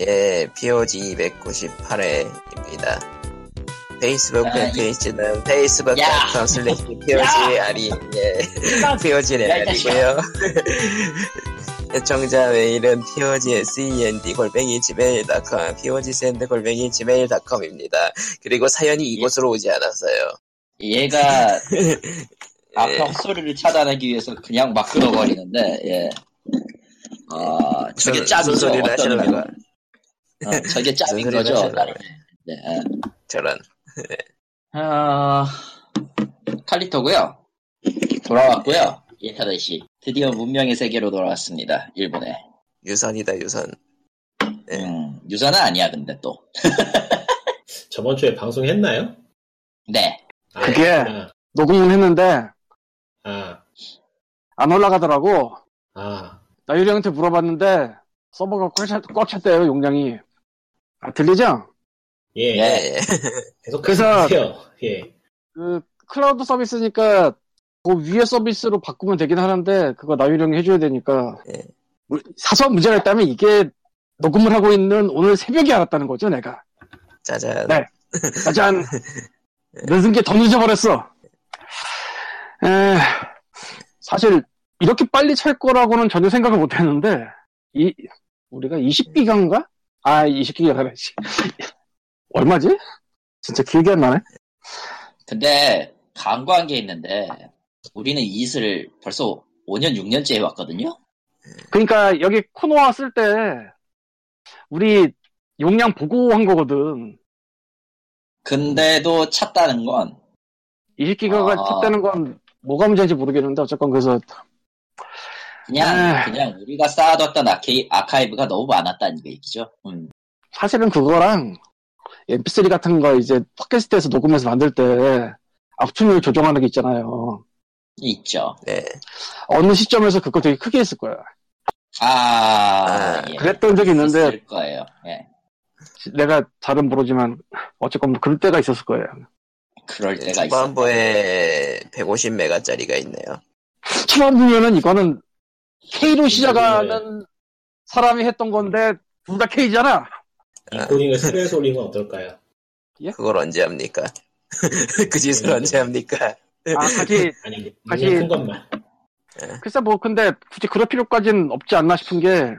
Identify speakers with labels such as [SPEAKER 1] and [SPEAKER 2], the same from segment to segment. [SPEAKER 1] 예, POG 298회입니다. 페이스북
[SPEAKER 2] 야,
[SPEAKER 1] 팬페이지는 페이스북 c
[SPEAKER 2] 아, 예. 야!
[SPEAKER 1] o m 슬래시 POG 아리, 예, POG는
[SPEAKER 2] 야, 이 자식아.
[SPEAKER 1] 아니고요 시청자 메일은 POG SEND E 골뱅이 gmail.com, POG SEND 골뱅이 gmail.com입니다. 그리고
[SPEAKER 2] 예.
[SPEAKER 1] 사연이 이곳으로 오지 않았어요.
[SPEAKER 2] 얘가
[SPEAKER 1] 예,
[SPEAKER 2] 앞형 소리를 차단하기 위해서 그냥 막 끊어버리는데, 예. 어, 저게
[SPEAKER 1] 무슨
[SPEAKER 2] 짭이죠.
[SPEAKER 1] 소리를
[SPEAKER 2] 어떤
[SPEAKER 1] 하시는
[SPEAKER 2] 면은.
[SPEAKER 1] 거야?
[SPEAKER 2] 어, 저게 짭인
[SPEAKER 1] 소리를
[SPEAKER 2] 거죠.
[SPEAKER 1] 하시는
[SPEAKER 2] 나름의. 네.
[SPEAKER 1] 저런.
[SPEAKER 2] 아, 칼리토고요 돌아왔고요 인터넷이. 드디어 문명의 세계로 돌아왔습니다. 일본에.
[SPEAKER 1] 유선이다, 유선. 네.
[SPEAKER 2] 음, 유사는 아니야, 근데 또.
[SPEAKER 3] 저번 주에 방송했나요?
[SPEAKER 2] 네.
[SPEAKER 3] 아,
[SPEAKER 4] 그게-
[SPEAKER 3] 아,
[SPEAKER 4] 녹음은 했는데
[SPEAKER 3] 아,
[SPEAKER 4] 안 올라가더라고.
[SPEAKER 3] 아,
[SPEAKER 4] 나유리 형한테 물어봤는데 서버가 꽉, 찼, 꽉 찼대요 용량이. 아, 들리죠?
[SPEAKER 3] 예,
[SPEAKER 2] 네.
[SPEAKER 1] 예,
[SPEAKER 3] 계속
[SPEAKER 4] 그래서-
[SPEAKER 3] 하세요. 예,
[SPEAKER 4] 그 클라우드 서비스니까 그 위에 서비스로 바꾸면 되긴 하는데 그거 나유리 형이 해줘야 되니까
[SPEAKER 1] 예.
[SPEAKER 4] 물- 사소한 문제가 있다면 이게 녹음을 하고 있는 오늘 새벽에 알았다는 거죠 내가.
[SPEAKER 1] 짜잔.
[SPEAKER 4] 네. 짜잔. 늦은 게 더 늦어버렸어. 에, 사실 이렇게 빨리 찰 거라고는 전혀 생각을 못했는데 이 우리가 20기가인가? 아 20기가래. 얼마지? 진짜 기억이 안 나네.
[SPEAKER 2] 근데, 간과한 게 있는데, 우리는 이슬 벌써 5년, 6년째 해왔거든요?
[SPEAKER 4] 그러니까 여기 코너 왔을 때 우리 용량 보고한 거거든.
[SPEAKER 2] 근데도 찼다는 건,
[SPEAKER 4] 20기가가
[SPEAKER 2] 아.
[SPEAKER 4] 찼다는 건 뭐가 문제인지 모르겠는데 어쨌건 그래서
[SPEAKER 2] 그냥,
[SPEAKER 4] 에휴.
[SPEAKER 2] 그냥 우리가 쌓아뒀던 아케이, 아카이브가 너무 많았다는 얘기죠. 음.
[SPEAKER 4] 사실은 그거랑 MP3 같은 거 이제 팟캐스트에서 녹음해서 만들 때 압축률 조정하는 게 있잖아요.
[SPEAKER 2] 있죠.
[SPEAKER 1] 네.
[SPEAKER 4] 어느 시점에서 그거 되게 크게 했을 거야.
[SPEAKER 2] 아,
[SPEAKER 1] 아,
[SPEAKER 2] 예.
[SPEAKER 4] 그랬던 적이 있는데
[SPEAKER 2] 있을 거예요. 예.
[SPEAKER 4] 내가 잘은 모르지만 어쨌건 그럴 때가 있었을 거예요. 예,
[SPEAKER 2] 그럴
[SPEAKER 1] 네,
[SPEAKER 2] 때가 있어.
[SPEAKER 1] 초반부에 150메가짜리가 있네요.
[SPEAKER 4] 처음 보면은 이거는
[SPEAKER 1] 예,
[SPEAKER 4] K로 시작하는 사람이 했던 건데 둘 다 K잖아.
[SPEAKER 3] 이코링을 스페셜 올리면 어떨까요?
[SPEAKER 1] 그걸 언제 합니까? 그 짓을 언제 합니까?
[SPEAKER 4] 아 사실
[SPEAKER 3] 아니,
[SPEAKER 4] 사실-
[SPEAKER 3] 그냥 큰 것만.
[SPEAKER 4] 글쎄 뭐 근데 굳이 그럴 필요까지는 없지 않나 싶은 게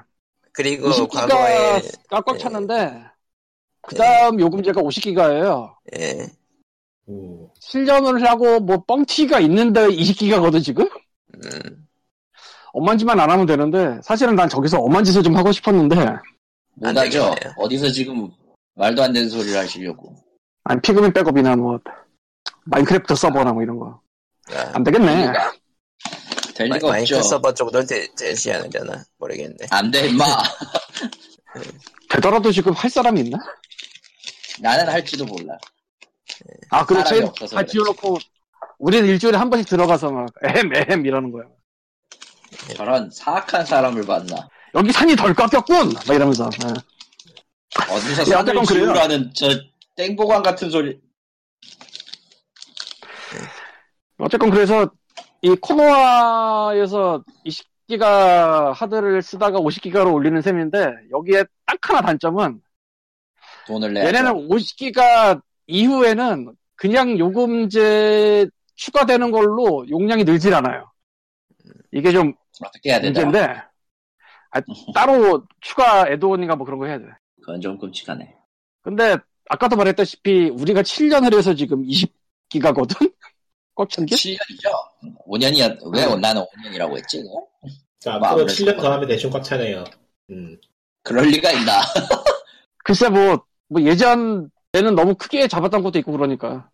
[SPEAKER 1] 그리고
[SPEAKER 4] 20기가
[SPEAKER 1] 과거에 예.
[SPEAKER 4] 꽉꽉 찼는데 그 다음 요금제가 50기가예요.
[SPEAKER 1] 예,
[SPEAKER 3] 음,
[SPEAKER 4] 실전을 하고 뭐 뻥튀기가 있는데 20기가거든 지금?
[SPEAKER 1] 음,
[SPEAKER 4] 엄한 짓만 안 하면 되는데 사실은 난 저기서 엄한 짓을 좀 하고 싶었는데
[SPEAKER 1] 안
[SPEAKER 2] 못하죠.
[SPEAKER 1] 되겠네요.
[SPEAKER 2] 어디서 지금 말도 안 되는 소리를 하시려고.
[SPEAKER 4] 아니 피그민 백업이나 뭐 마인크래프트 서버나 뭐 이런 거.
[SPEAKER 1] 아,
[SPEAKER 4] 안 되겠네.
[SPEAKER 2] 될
[SPEAKER 1] 마-
[SPEAKER 2] 리가
[SPEAKER 1] 마이크
[SPEAKER 2] 없죠.
[SPEAKER 1] 서버 정도는 대, 대시하려나 모르겠네.
[SPEAKER 2] 안 돼, 임마.
[SPEAKER 4] 되더라도 지금 할 사람이 있나?
[SPEAKER 2] 나는 할지도 몰라.
[SPEAKER 4] 아 그렇지.
[SPEAKER 2] 사람이 없어서
[SPEAKER 4] 다
[SPEAKER 2] 그래.
[SPEAKER 4] 지어놓고 우리는 일주일에 한 번씩 들어가서 막 에헴 에헴 이러는 거야. 예.
[SPEAKER 2] 저런 사악한 사람을 봤나.
[SPEAKER 4] 여기 산이 덜 깎였군! 막 이러면서. 예.
[SPEAKER 2] 어디서
[SPEAKER 4] 야,
[SPEAKER 2] 산을
[SPEAKER 4] 어쨌건 그래요.
[SPEAKER 2] 지우라는 저 땡보관 같은 소리.
[SPEAKER 4] 어쨌건 그래서 이 코노아에서 20기가 하드를 쓰다가 50기가로 올리는 셈인데 여기에 딱 하나 단점은
[SPEAKER 2] 돈을 내야
[SPEAKER 4] 얘네는 50기가 이후에는 그냥 요금제 추가되는 걸로 용량이 늘질 않아요. 이게 좀
[SPEAKER 2] 어떻게 해야 되나?
[SPEAKER 4] 문제인데 아, 따로 추가 애드온이나 뭐 그런 거 해야 돼.
[SPEAKER 2] 그건 좀 끔찍하네.
[SPEAKER 4] 근데 아까도 말했다시피 우리가 7년을 해서 지금 20기가거든? 꽉 찬 게?
[SPEAKER 2] 7년이죠? 5년이야, 왜
[SPEAKER 4] 음.
[SPEAKER 2] 나는 5년이라고 했지? 그거?
[SPEAKER 3] 그러니까
[SPEAKER 2] 뭐
[SPEAKER 3] 앞으로
[SPEAKER 2] 아무래도
[SPEAKER 3] 7년
[SPEAKER 2] 그건-
[SPEAKER 3] 더 하면 대충 꽉 차네요. 음,
[SPEAKER 2] 그럴 리가 있나?
[SPEAKER 4] 글쎄 뭐, 뭐 예전에는 너무 크게 잡았던 것도 있고 그러니까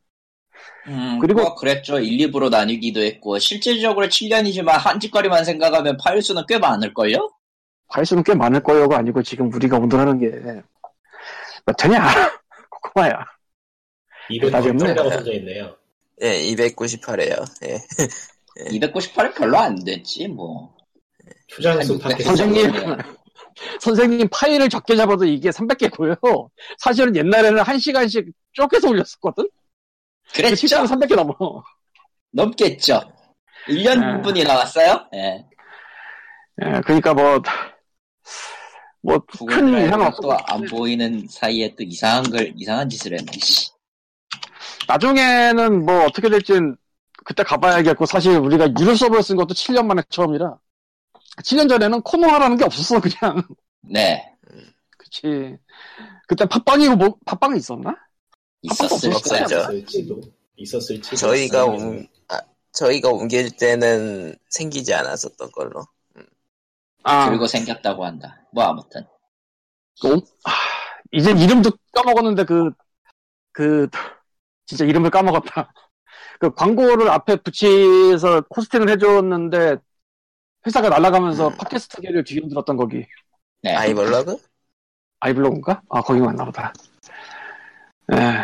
[SPEAKER 2] 음,
[SPEAKER 4] 그리고-
[SPEAKER 2] 그리고 그랬죠. 1, 2부로 나뉘기도 했고 실질적으로 7년이지만 한 짓거리만 생각하면 파일 수는 꽤 많을걸요?
[SPEAKER 4] 과일수는 꽤 많을 거예요가 아니고 지금 우리가 운전하는 게뭐 몇천이야 코코마야 나겠네.
[SPEAKER 3] 200%라고 써져 있네요.
[SPEAKER 1] 예, 298회요. 예,
[SPEAKER 2] 298은 별로 안 됐지 뭐.
[SPEAKER 3] 초장수
[SPEAKER 2] 아니,
[SPEAKER 3] 팟캐스트.
[SPEAKER 4] 선생님
[SPEAKER 2] 네.
[SPEAKER 4] 선생님 파일을 적게 잡아도 이게 300개고요 사실은 옛날에는 1시간씩 쪼개서 올렸었거든
[SPEAKER 2] 그랬죠?
[SPEAKER 4] 실제로 300개 넘어
[SPEAKER 2] 넘겠죠. 1년
[SPEAKER 4] 아.
[SPEAKER 2] 분이 나왔어요? 예.
[SPEAKER 4] 예, 그러니까 뭐
[SPEAKER 2] 구글
[SPEAKER 4] 뭐큰 이상
[SPEAKER 2] 드라이브가
[SPEAKER 4] 없어.
[SPEAKER 2] 또 안 보이는 사이에 또 이상한 걸 이상한 짓을 했네. 씨.
[SPEAKER 4] 나중에는 뭐 어떻게 될지는 그때 가봐야겠고 사실 우리가 유료 서버를 쓴 것도 7년 만에 처음이라 7년 전에는 코노하라는 게 없었어 그냥
[SPEAKER 2] 네
[SPEAKER 4] 그치 그때 팟빵이고 뭐 팟빵이 있었나?
[SPEAKER 2] 있었을
[SPEAKER 1] 없어요.
[SPEAKER 2] 거야.
[SPEAKER 1] 없었죠.
[SPEAKER 3] 있었을지도 있었을지도
[SPEAKER 1] 저희가
[SPEAKER 3] 없었는데.
[SPEAKER 1] 옮, 아, 저희가 옮길 때는 생기지 않았었던 걸로.
[SPEAKER 4] 아
[SPEAKER 2] 그리고 생겼다고 한다. 뭐 아무튼
[SPEAKER 4] 이제 이름도 까먹었는데 그 그 진짜 이름을 까먹었다 그 광고를 앞에 붙여서 호스팅을 해줬는데 회사가 날아가면서 팟캐스트계를 뒤흔들었던 거기
[SPEAKER 2] 네.
[SPEAKER 1] 아이블로그?
[SPEAKER 4] 아이블로그인가? 아, 거기 맞나 보다. 예.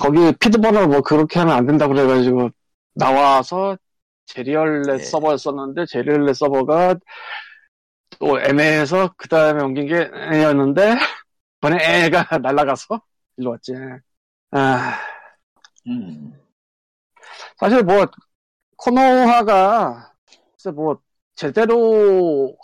[SPEAKER 4] 거기 피드번호 뭐 그렇게 하면 안 된다고 그래가지고 나와서 제리얼렛
[SPEAKER 1] 예.
[SPEAKER 4] 서버를 썼는데 제리얼렛 서버가 또 애매해서 그 다음에 옮긴 게 애였는데 이번에 애가 날아가서 일로 왔지. 아,
[SPEAKER 2] 음.
[SPEAKER 4] 사실 뭐 코노하가 글쎄 뭐 제대로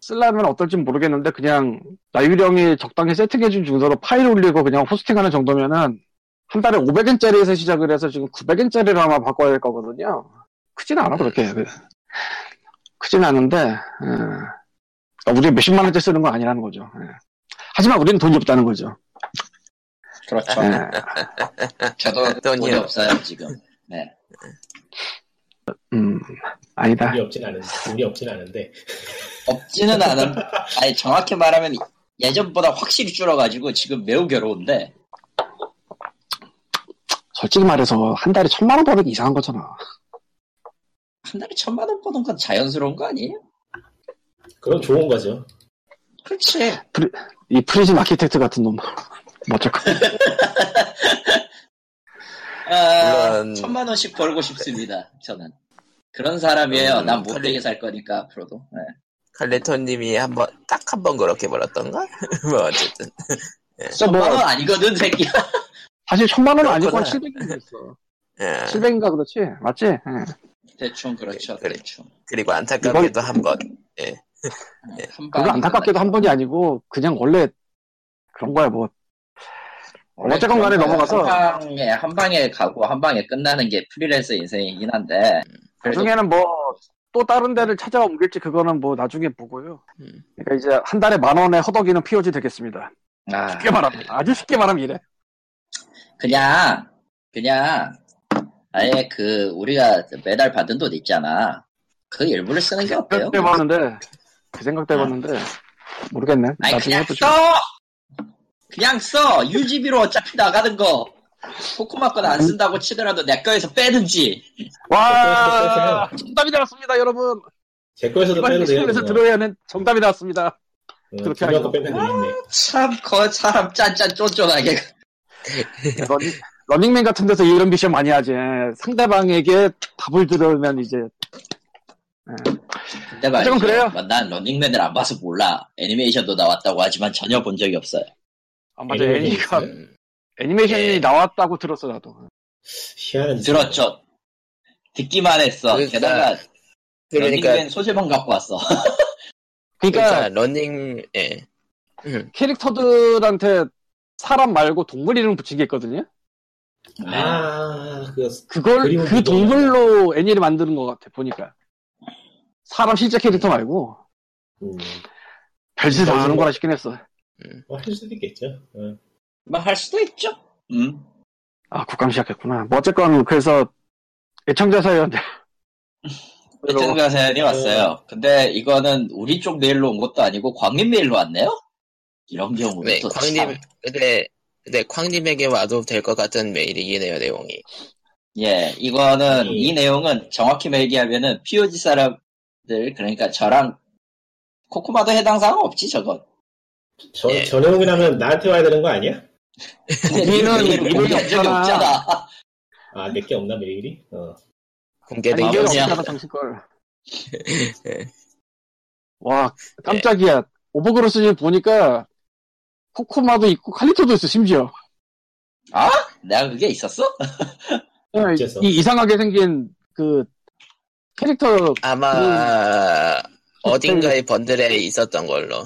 [SPEAKER 4] 쓰려면 어떨지 모르겠는데 그냥 나유령이 적당히 세팅해준 정도로 파일 올리고 그냥 호스팅하는 정도면은 한 달에 500엔짜리에서 시작을 해서 지금 900엔짜리로 아마 바꿔야 될 거거든요. 크진 않아 그렇게 크진 않은데 예. 그러니까 우리 몇십만 원짜리 쓰는 건 아니라는 거죠. 예. 하지만 우리는 돈이 없다는 거죠.
[SPEAKER 2] 그렇죠.
[SPEAKER 4] 예. 아,
[SPEAKER 2] 저도 돈이
[SPEAKER 1] 돈이요.
[SPEAKER 2] 없어요 지금. 네.
[SPEAKER 4] 음, 아니다.
[SPEAKER 3] 우리 없진 않은데 우리 없진 않은데
[SPEAKER 2] 없지는 않은. 아니 정확히 말하면 예전보다 확실히 줄어가지고 지금 매우 괴로운데.
[SPEAKER 4] 솔직히 말해서 한 달에 천만 원 버는 게 이상한 거잖아.
[SPEAKER 2] 한 달에 천만 원 버는 건 자연스러운 거 아니에요?
[SPEAKER 3] 그건 좋은 거죠.
[SPEAKER 2] 그렇지.
[SPEAKER 4] 이 프리즘 아키텍트 같은 놈. 뭐 어쩔까.
[SPEAKER 2] 아,
[SPEAKER 1] 물론-
[SPEAKER 2] 천만 원씩 벌고 싶습니다. 저는 그런 사람이에요.
[SPEAKER 1] 음,
[SPEAKER 2] 난 못되게
[SPEAKER 1] 그래.
[SPEAKER 2] 살 거니까 앞으로도. 네.
[SPEAKER 1] 칼레토님이 한번 딱 한 번 그렇게 벌었던가? 뭐 어쨌든
[SPEAKER 4] 진짜 뭐,
[SPEAKER 2] 천만 원 아니거든 새끼야.
[SPEAKER 4] 사실 천만 원 아니고
[SPEAKER 1] 그렇구나.
[SPEAKER 4] 한 700인가 있어.
[SPEAKER 1] 예.
[SPEAKER 4] 700인가 그렇지? 맞지? 예.
[SPEAKER 2] 대충 그렇죠.
[SPEAKER 1] 네, 그래.
[SPEAKER 2] 대충.
[SPEAKER 1] 그리고 안타깝게도 한 번. 예.
[SPEAKER 2] 한
[SPEAKER 4] 그거 안타깝게도 한 번이 아니고, 그냥 원래 그런 거야, 뭐. 어쨌건 간에 넘어가서.
[SPEAKER 2] 한 방에 한 방에 가고 한 방에 끝나는 게 프리랜서 인생이긴 한데. 그래도
[SPEAKER 4] 나중에는 뭐, 또 다른 데를 찾아 옮길지 그거는 뭐 나중에 보고요.
[SPEAKER 1] 음.
[SPEAKER 4] 그러니까 이제 한 달에 만 원에 허덕이는 POG 되겠습니다.
[SPEAKER 2] 아,
[SPEAKER 4] 쉽게 말하면, 아주 쉽게 말하면 이래.
[SPEAKER 2] 그냥 그냥 아예 그 우리가 매달 받은 돈 있잖아. 그 일부를 쓰는 게
[SPEAKER 4] 그
[SPEAKER 2] 어때요?
[SPEAKER 4] 생각 해봤는데, 그 생각 해봤는데, 모르겠네.
[SPEAKER 2] 아니
[SPEAKER 4] 나중에
[SPEAKER 2] 그냥
[SPEAKER 4] 해보죠.
[SPEAKER 2] 써 그냥 써 유지비로 어차피 나가는 거 코코마 건 안 쓴다고 치더라도 내 거에서 빼든지
[SPEAKER 3] 네,
[SPEAKER 4] 와! 정답이 나왔습니다, 여러분!
[SPEAKER 3] 제 거에서도
[SPEAKER 4] 이번
[SPEAKER 3] 빼도 돼요.
[SPEAKER 4] 미션에서 들어야 하는 정답이 나왔습니다. 그렇게
[SPEAKER 3] 그렇게
[SPEAKER 4] 하죠.
[SPEAKER 3] 빼면 되겠네.
[SPEAKER 2] 참 거 사람 짠짠 쫀쫀하게
[SPEAKER 4] 예, 러닝, 러닝맨 같은 데서 이런 미션 많이 하지. 예, 상대방에게 답을 들으면 이제
[SPEAKER 2] 근데 말이죠
[SPEAKER 4] 하여튼 그래요.
[SPEAKER 2] 뭐, 난 런닝맨을 안 봐서 몰라 애니메이션도 나왔다고 하지만 전혀 본 적이 없어요
[SPEAKER 4] 아 맞아
[SPEAKER 3] 애니메이션이 예.
[SPEAKER 4] 애니가
[SPEAKER 3] 있어요?
[SPEAKER 4] 애니메이션이
[SPEAKER 1] 예.
[SPEAKER 4] 나왔다고 들었어 나도.
[SPEAKER 3] 희한한 짓을 해요.
[SPEAKER 2] 들었죠 듣기만 했어
[SPEAKER 1] 그러니까-
[SPEAKER 2] 게다가
[SPEAKER 1] 그러니까
[SPEAKER 2] 런닝맨 소재만 갖고 왔어
[SPEAKER 4] 그러니까
[SPEAKER 1] 그러니까 러닝 예. 음,
[SPEAKER 4] 캐릭터들한테 사람 말고 동물 이름 붙인 게 있거든요.
[SPEAKER 3] 아 그거
[SPEAKER 4] 그걸
[SPEAKER 3] 그림을
[SPEAKER 4] 그
[SPEAKER 3] 그리고
[SPEAKER 4] 동물로 애니를 만드는 것 같아 보니까 사람 실제 캐릭터 말고
[SPEAKER 3] 음,
[SPEAKER 4] 별짓
[SPEAKER 3] 그래서
[SPEAKER 4] 다 하는
[SPEAKER 3] 뭐-
[SPEAKER 4] 거라 싶긴 했어.
[SPEAKER 3] 뭐 할 수도 있겠죠. 어.
[SPEAKER 2] 뭐할 수도 있죠 음.
[SPEAKER 4] 아 국감 시작했구나. 뭐 어쨌건 그래서 애청자 사연인데
[SPEAKER 2] 애청자 사연이 왔어요. 근데 이거는 우리 쪽 메일로 온 것도 아니고 광림 메일로 왔네요? 이런 경우는
[SPEAKER 1] 네,
[SPEAKER 2] 또
[SPEAKER 1] 광님.
[SPEAKER 2] 참.
[SPEAKER 1] 근데 근데 쾅님에게 와도 될 것 같은 메일이긴 해요 내용이.
[SPEAKER 2] 예, 이거는
[SPEAKER 3] 음.
[SPEAKER 2] 이 내용은 정확히 얘기하면은 POG 사람들 그러니까 저랑 코코마도 해당 사항 없지 저건.
[SPEAKER 3] 저
[SPEAKER 1] 예.
[SPEAKER 3] 저 내용이라면 나한테 와야 되는 거 아니야?
[SPEAKER 2] 근데
[SPEAKER 4] 우리는
[SPEAKER 2] 이 메일을
[SPEAKER 4] 우리는
[SPEAKER 2] 공개한 적이
[SPEAKER 4] 없잖아.
[SPEAKER 2] 없잖아.
[SPEAKER 3] 아 내게 없나 메일이? 어.
[SPEAKER 1] 공개된
[SPEAKER 4] 아니,
[SPEAKER 1] 게
[SPEAKER 4] 이게
[SPEAKER 2] 없냐.
[SPEAKER 4] 없잖아 정신걸.
[SPEAKER 1] 예.
[SPEAKER 4] 와 깜짝이야. 오버그로스 보니까 코코마도 있고 칼리토도 있어 심지어.
[SPEAKER 2] 내가 그게 있었어?
[SPEAKER 3] 어째서?
[SPEAKER 4] 예, 이 이상하게 생긴 그 캐릭터
[SPEAKER 2] 그
[SPEAKER 1] 아마 어딘가의 번들에 있었던 걸로.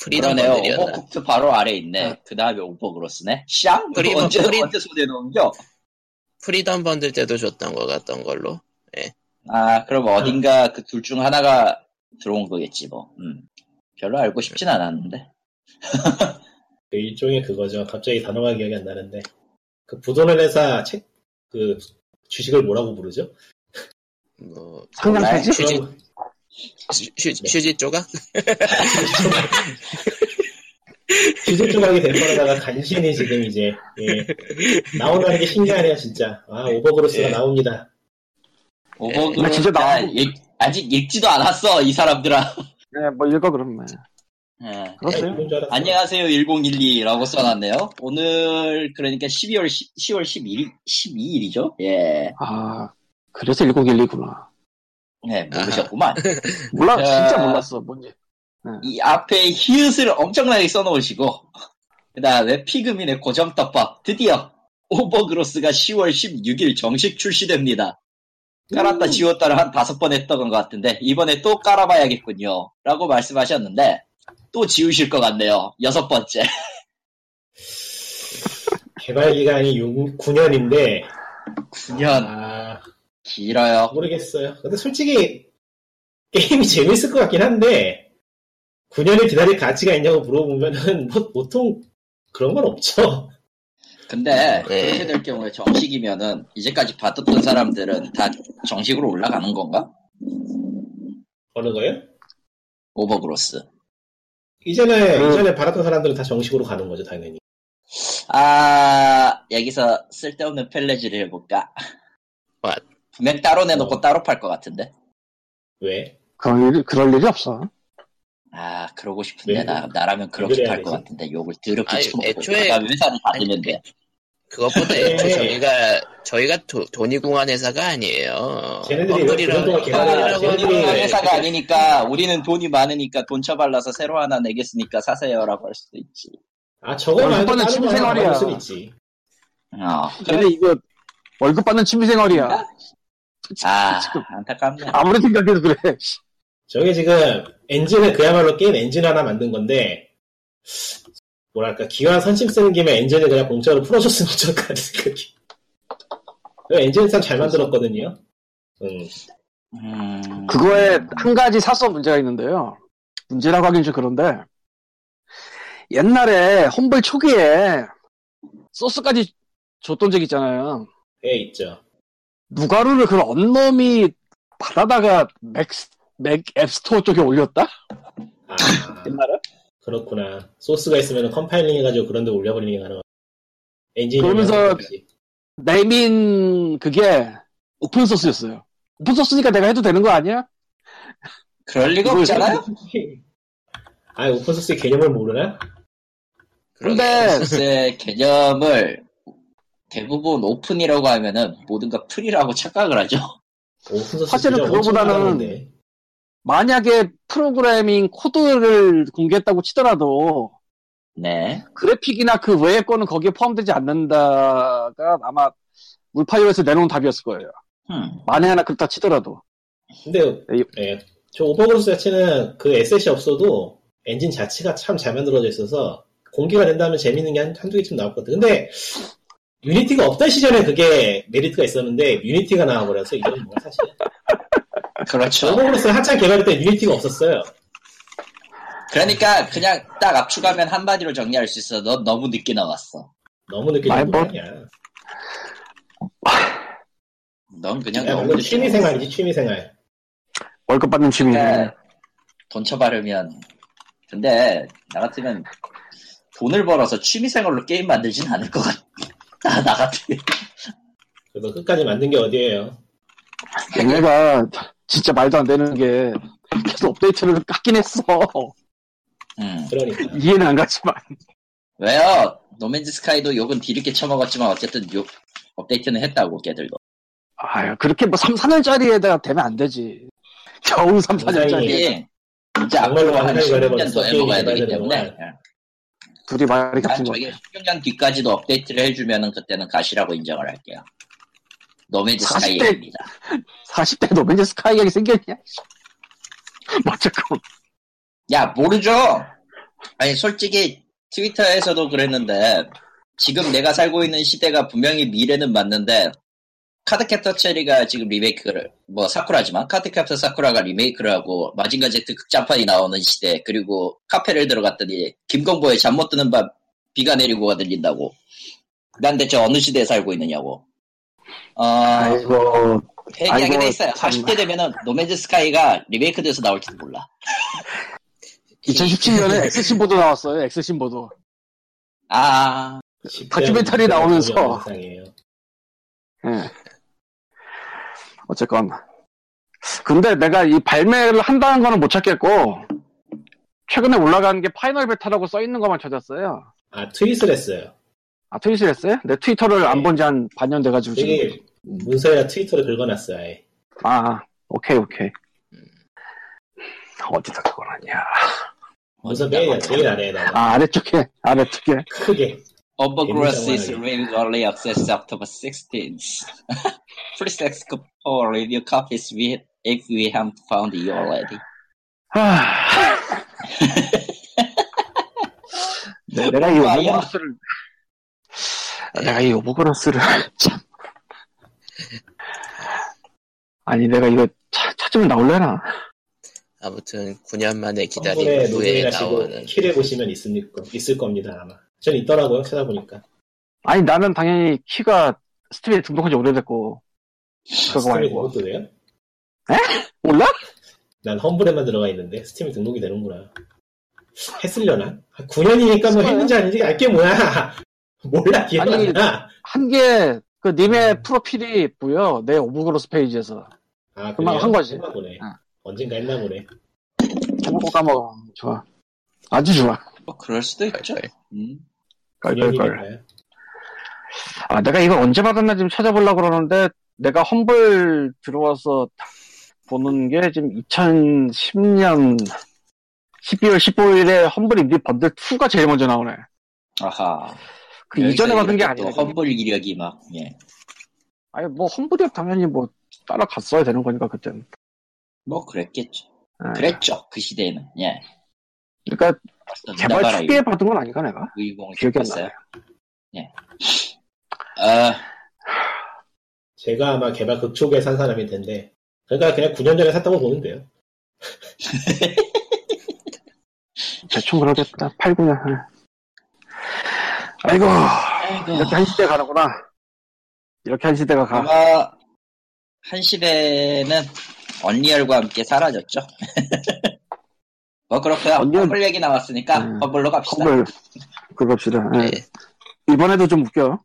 [SPEAKER 1] 프리덤
[SPEAKER 2] 그러네요. 어.
[SPEAKER 1] 번들이었나?
[SPEAKER 2] 오버쿡트 바로 아래 있네. 그 다음에 오버그로스네. 샹? 그리
[SPEAKER 1] 프리덤,
[SPEAKER 2] 언제,
[SPEAKER 1] 프리-
[SPEAKER 2] 언제 손에 넘겨?
[SPEAKER 1] 프리덤 번들 때도 줬던 것 같던 걸로.
[SPEAKER 2] 아, 그럼 어딘가 그 둘 중 하나가 들어온 거겠지, 뭐. 음. 별로 알고 싶진 않았는데.
[SPEAKER 3] 그 일종의 그거죠. 갑자기 단어가 기억이 안 나는데 그 부도는 회사 책 그 주식을 뭐라고 부르죠? 아,
[SPEAKER 1] 뭐
[SPEAKER 4] 상장폐지?
[SPEAKER 1] 휴지,
[SPEAKER 3] 그럼
[SPEAKER 1] 휴- 휴지,
[SPEAKER 2] 네.
[SPEAKER 1] 휴지 조각?
[SPEAKER 3] 주식 조각이 된 거라다가 간신히 지금 이제 예. 나온다는 게 신기하네요, 진짜. 아 오버그로스가
[SPEAKER 1] 예.
[SPEAKER 3] 나옵니다.
[SPEAKER 2] 오버그로스.
[SPEAKER 4] 진짜 나온
[SPEAKER 2] 아, 읽- 아직 읽지도 않았어, 이 사람들아.
[SPEAKER 4] 네, 뭐 읽어 그러면.
[SPEAKER 2] 예.
[SPEAKER 4] 그렇어요.
[SPEAKER 3] 아, 이건 줄 알았어.
[SPEAKER 2] 안녕하세요 1012라고 써놨네요. 오늘 그러니까 12월 1월 11일 12일이죠? 예,
[SPEAKER 4] 아, 그래서 1011구나.
[SPEAKER 2] 네 모르셨구만.
[SPEAKER 4] 몰라,
[SPEAKER 2] 야.
[SPEAKER 4] 진짜 몰랐어, 뭔지.
[SPEAKER 2] 이 앞에 히읗을 엄청나게 써놓으시고 그다음에 피그민의 고정 떡밥 드디어 오버그로스가 10월 16일 정식 출시됩니다. 깔았다 지웠다를 한 다섯 번 했던 것 같은데 이번에 또 깔아봐야겠군요라고 말씀하셨는데 또 지우실 것 같네요. 여섯 번째.
[SPEAKER 3] 개발 기간이 9년인데
[SPEAKER 2] 9년
[SPEAKER 3] 아
[SPEAKER 2] 길어요.
[SPEAKER 3] 모르겠어요. 근데 솔직히 게임이 재밌을 것 같긴 한데 9년을 기다릴 가치가 있냐고 물어보면은 뭐, 보통 그런 건 없죠.
[SPEAKER 2] 근데
[SPEAKER 1] 예.
[SPEAKER 2] 그렇게 될 경우에 정식이면은 이제까지 받았던 사람들은 다 정식으로 올라가는 건가?
[SPEAKER 3] 어느 거예요?
[SPEAKER 2] 오버그로스.
[SPEAKER 3] 이전에
[SPEAKER 4] 음.
[SPEAKER 3] 이전에 받았던 사람들은 다 정식으로 가는 거죠, 당연히.
[SPEAKER 2] 아 여기서 쓸데없는 펠레지를 해볼까?
[SPEAKER 1] What?
[SPEAKER 2] 분명 따로 내놓고 따로 팔 것 같은데.
[SPEAKER 3] 왜?
[SPEAKER 4] 그럴 일, 그럴 일이 없어.
[SPEAKER 2] 아 그러고 싶은데
[SPEAKER 3] 왜?
[SPEAKER 2] 나 나라면 그렇게
[SPEAKER 3] 그래야
[SPEAKER 2] 팔 것
[SPEAKER 3] 되지?
[SPEAKER 2] 같은데 욕을 더럽게
[SPEAKER 1] 아니,
[SPEAKER 2] 쳐먹고
[SPEAKER 1] 애초에-
[SPEAKER 2] 그다음에 회사를 받으면 돼.
[SPEAKER 1] 그것보다
[SPEAKER 2] 네.
[SPEAKER 1] 애초에
[SPEAKER 3] 예.
[SPEAKER 1] 저희가 저희가 도, 돈이 궁한 회사가 아니에요.
[SPEAKER 3] 쟤네들이 왜그 정도가
[SPEAKER 2] 아,
[SPEAKER 3] 개발을
[SPEAKER 1] 뻥거리라고
[SPEAKER 3] 하지?
[SPEAKER 1] 하면은
[SPEAKER 2] 우리는
[SPEAKER 3] 네.
[SPEAKER 2] 회사가 아니니까 우리는 돈이 많으니까 돈 쳐발라서 새로 하나 내겠으니까 사세요라고 할 수도 있지.
[SPEAKER 3] 아 저거
[SPEAKER 4] 월급
[SPEAKER 3] 말고
[SPEAKER 4] 받는
[SPEAKER 3] 다른 거 하나
[SPEAKER 4] 취미생활이야.
[SPEAKER 3] 받을 수 있지.
[SPEAKER 2] 어.
[SPEAKER 4] 근데 이거 월급 받는 취미생활이야.
[SPEAKER 2] 아
[SPEAKER 4] 지금
[SPEAKER 2] 안타깝네.
[SPEAKER 4] 아무리 생각해도 그래.
[SPEAKER 3] 저게 지금 엔진은 그야말로 게임 엔진 하나 만든 건데 뭐랄까 기왕 선심 쓰는 김에 엔진을 그냥 공짜로 풀어줬으면 좋겠다는 생각이. 그 엔진상 잘 만들었거든요. 음,
[SPEAKER 2] 음.
[SPEAKER 4] 그거에 한 가지 사소 문제가 있는데요. 문제라고 하긴 좀 그런데 옛날에 험블 초기에 소스까지 줬던 적 있잖아요.
[SPEAKER 3] 꽤 있죠.
[SPEAKER 4] 누가루를 그 언놈이 받아다가 맥, 맥 앱스토어 쪽에 올렸다?
[SPEAKER 3] 아
[SPEAKER 4] 옛날에?
[SPEAKER 3] 그렇구나. 소스가 있으면 컴파일링 해가지고 그런 데 올려버리는 게 가능한. 엔진이
[SPEAKER 4] 그러면서 내민 그게 오픈소스였어요. 오픈소스니까 내가 해도 되는 거 아니야?
[SPEAKER 2] 그럴 리가 없잖아요.
[SPEAKER 3] 아 오픈소스의 개념을 모르나? 네.
[SPEAKER 1] 그러게요.
[SPEAKER 4] 근데
[SPEAKER 2] 글쎄 개념을 대부분 오픈이라고 하면은 모든 가 프리라고 착각을 하죠.
[SPEAKER 3] 오픈소스
[SPEAKER 4] 사실은
[SPEAKER 3] 진짜
[SPEAKER 4] 그거보다는
[SPEAKER 3] 엄청 많았는데.
[SPEAKER 4] 만약에 프로그래밍 코드를 공개했다고 치더라도
[SPEAKER 2] 네.
[SPEAKER 4] 그래픽이나 그 외의 거는 거기에 포함되지 않는다가 아마 울파이어에서 내놓은 답이었을 거예요.
[SPEAKER 2] 음.
[SPEAKER 4] 만에 하나 그렇다 치더라도.
[SPEAKER 3] 근데
[SPEAKER 4] 에이.
[SPEAKER 3] 예, 저 오버그로스 자체는 그 에셋이 없어도 엔진 자체가 참 잘 만들어져 있어서 공개가 된다면 재밌는 게 한, 한두 개쯤 나올 것 같아. 근데 유니티가 없던 시절에 그게 메리트가 있었는데 유니티가 나와버려서 이건 뭐 사실
[SPEAKER 2] 그렇죠.
[SPEAKER 3] 오버그로스 한창 개발할 때 유니티가 없었어요.
[SPEAKER 2] 그러니까 그냥 딱 압축하면 한마디로 정리할 수 있어. 넌 너무 늦게 나왔어.
[SPEAKER 3] 너무 늦게
[SPEAKER 4] 아이,
[SPEAKER 3] 나온 거
[SPEAKER 4] 뭐.
[SPEAKER 3] 아니야.
[SPEAKER 2] 넌 그냥
[SPEAKER 3] 야,
[SPEAKER 2] 너무
[SPEAKER 3] 이건
[SPEAKER 2] 늦게
[SPEAKER 3] 그러니까 취미생활이지 취미생활.
[SPEAKER 4] 월급 받는 취미.
[SPEAKER 2] 나왔어. 돈 쳐바르면. 근데 나 같으면 돈을 벌어서 취미생활로 게임 만들진 않을 것 같아. 나, 나 같으면.
[SPEAKER 3] 그래서 끝까지 만든 게 어디예요?
[SPEAKER 4] 걔네가 진짜 말도 안 되는 게 계속 업데이트를 깎긴 했어.
[SPEAKER 2] 음.
[SPEAKER 3] 그러니까
[SPEAKER 4] 이해는 안 가지만.
[SPEAKER 2] 왜요? 노맨즈 스카이도 욕은 뒤늦게 쳐먹었지만 어쨌든 욕 업데이트는 했다고 걔들도.
[SPEAKER 4] 아유, 그렇게 뭐 3, 4년짜리에다가 되면 안 되지. 겨우 3,
[SPEAKER 3] 굉장히
[SPEAKER 4] 4년짜리.
[SPEAKER 2] 이게 예. 이제 앞으로
[SPEAKER 3] 정말로
[SPEAKER 2] 한
[SPEAKER 3] 완전히
[SPEAKER 2] 10년
[SPEAKER 3] 가려버렸어.
[SPEAKER 2] 더 해먹어야
[SPEAKER 3] 게임이
[SPEAKER 2] 되기
[SPEAKER 3] 개발되는
[SPEAKER 2] 때문에
[SPEAKER 4] 둘이 말이
[SPEAKER 2] 난
[SPEAKER 4] 같은 거.
[SPEAKER 2] 저게 10년 뒤까지도 업데이트를 해주면은 그때는 가시라고 인정을 할게요. 노매즈
[SPEAKER 4] 40대.
[SPEAKER 2] 스카이입니다.
[SPEAKER 4] 40대 노벤즈 스카이가 생겼냐? 뭐 어쨌건
[SPEAKER 2] 야 모르죠. 아니 솔직히 트위터에서도 그랬는데 지금 내가 살고 있는 시대가 분명히 미래는 맞는데 카드캡터 체리가 지금 리메이크를 뭐 사쿠라지만 카드캡터 사쿠라가 리메이크를 하고 마징가 제트 극장판이 나오는 시대 그리고 카페를 들어갔더니 김건보의 잠 못 드는 밤 비가 내리고가 들린다고 난 대체 어느 시대에 살고 있느냐고 어,
[SPEAKER 4] 아이고
[SPEAKER 2] 얘기하긴
[SPEAKER 4] 아이고,
[SPEAKER 2] 했어요
[SPEAKER 4] 참.
[SPEAKER 2] 40대 되면은 노매즈 스카이가 리메이크돼서 나올지도 몰라
[SPEAKER 4] 2017년에 엑스신보도 나왔어요. 엑스신보도.
[SPEAKER 2] 아
[SPEAKER 4] 다큐멘터리 나오면서. 예. 어쨌건. 근데 내가 이 발매를 한다는 거는 못 찾겠고, 최근에 올라간 게 파이널 베타라고 써 있는 것만 찾았어요.
[SPEAKER 3] 아 트윗을 했어요.
[SPEAKER 4] 아, 트윗을 했어요? 내 트위터를 안 본 지 한 반년 돼가지고 지금.
[SPEAKER 3] 되게 문서에다 트위터를 긁어놨어요. 아예.
[SPEAKER 4] 아, 오케이, 오케이. 어디다 그걸 하냐.
[SPEAKER 3] 문서 맨 제일 아래에 나와.
[SPEAKER 4] 아, 아래쪽에, 아래쪽에.
[SPEAKER 3] 크게.
[SPEAKER 2] Overgrowth is
[SPEAKER 3] 괜찮아요.
[SPEAKER 2] really early access October 16th. Please ask for review copies we- if we haven't found you already.
[SPEAKER 4] 하... 네, 내가
[SPEAKER 3] 아,
[SPEAKER 4] 이
[SPEAKER 2] 뭐야?
[SPEAKER 4] 오버그로스를 내가 이 오버그로스를 참 아니 내가 이거 찾- 찾으면 나올래나
[SPEAKER 1] 아무튼 9년 만에 기다린
[SPEAKER 3] 성분의
[SPEAKER 1] 후에
[SPEAKER 3] 노동이나 시고
[SPEAKER 1] 나오는
[SPEAKER 3] 키를 보시면 있습니까? 있을 겁니다 아마. 전 있더라고요 찾아보니까.
[SPEAKER 4] 아니 나는 당연히 키가 스팀에 등록한 지 오래됐고 그거
[SPEAKER 3] 스팀이
[SPEAKER 4] 말고
[SPEAKER 3] 등록도 돼요?
[SPEAKER 4] 몰라?
[SPEAKER 3] 난 험블에만 들어가 있는데 스팀이 등록이 되는구나. 했으려나? 9년이니까 뭐
[SPEAKER 4] 했어요.
[SPEAKER 3] 했는지 아닌지 알게 뭐야. 몰라 기억
[SPEAKER 4] 아니,
[SPEAKER 3] 안 나.
[SPEAKER 4] 한 게 그
[SPEAKER 3] 음.
[SPEAKER 4] 님의 프로필이 보여 내 오버그로스 페이지에서
[SPEAKER 3] 아,
[SPEAKER 4] 그만
[SPEAKER 3] 그래요?
[SPEAKER 4] 한 거지.
[SPEAKER 3] 했나 보네.
[SPEAKER 4] 어.
[SPEAKER 3] 언젠가 했나 보네.
[SPEAKER 4] 까먹고 까먹어 좋아 아주 좋아
[SPEAKER 2] 뭐 그럴 수도 있죠. 음.
[SPEAKER 4] 깔깔깔
[SPEAKER 3] 9년이니까요.
[SPEAKER 4] 아, 내가 이걸 언제 받았나 지금 찾아보려고 그러는데, 내가 험블 들어와서 보는 게 지금 2010년 12월 15일에 험블 인디 번들 2가 제일 먼저 나오네.
[SPEAKER 2] 아하.
[SPEAKER 4] 그
[SPEAKER 2] 네,
[SPEAKER 4] 이전에 받은 게 아니라.
[SPEAKER 2] 험불 이력이 막, 예.
[SPEAKER 4] 아니, 뭐 험블이 당연히 뭐 따라갔어야 되는 거니까, 그때는.
[SPEAKER 2] 뭐 그랬겠죠.
[SPEAKER 4] 예.
[SPEAKER 2] 그랬죠. 그 시대에는. 예.
[SPEAKER 4] 그러니까
[SPEAKER 2] 벌써
[SPEAKER 4] 개발
[SPEAKER 2] 나가라,
[SPEAKER 4] 초기에 받은 건 아닌가, 내가?
[SPEAKER 2] 의공을
[SPEAKER 4] 기억이 안
[SPEAKER 2] 했어요. 예.
[SPEAKER 4] 나네.
[SPEAKER 2] 아,
[SPEAKER 3] 제가 아마 개발 극초기에 산 사람일 텐데. 그러니까 그냥 9년 전에 샀다고 보면 돼요.
[SPEAKER 4] 대충 그러겠다. 8, 9년. 아이고,
[SPEAKER 2] 아이고.
[SPEAKER 4] 이렇게 한 시대 가는구나. 이렇게 한 시대가 가.
[SPEAKER 2] 아마 한 시대는 언리얼과 함께 사라졌죠. 뭐 그렇고요.
[SPEAKER 4] 언리얼-
[SPEAKER 2] 험블 얘기 나왔으니까
[SPEAKER 4] 음.
[SPEAKER 2] 험블로 갑시다. 네.
[SPEAKER 4] 험블, 그럽시다. 예.
[SPEAKER 1] 예.
[SPEAKER 4] 이번에도 좀 웃겨.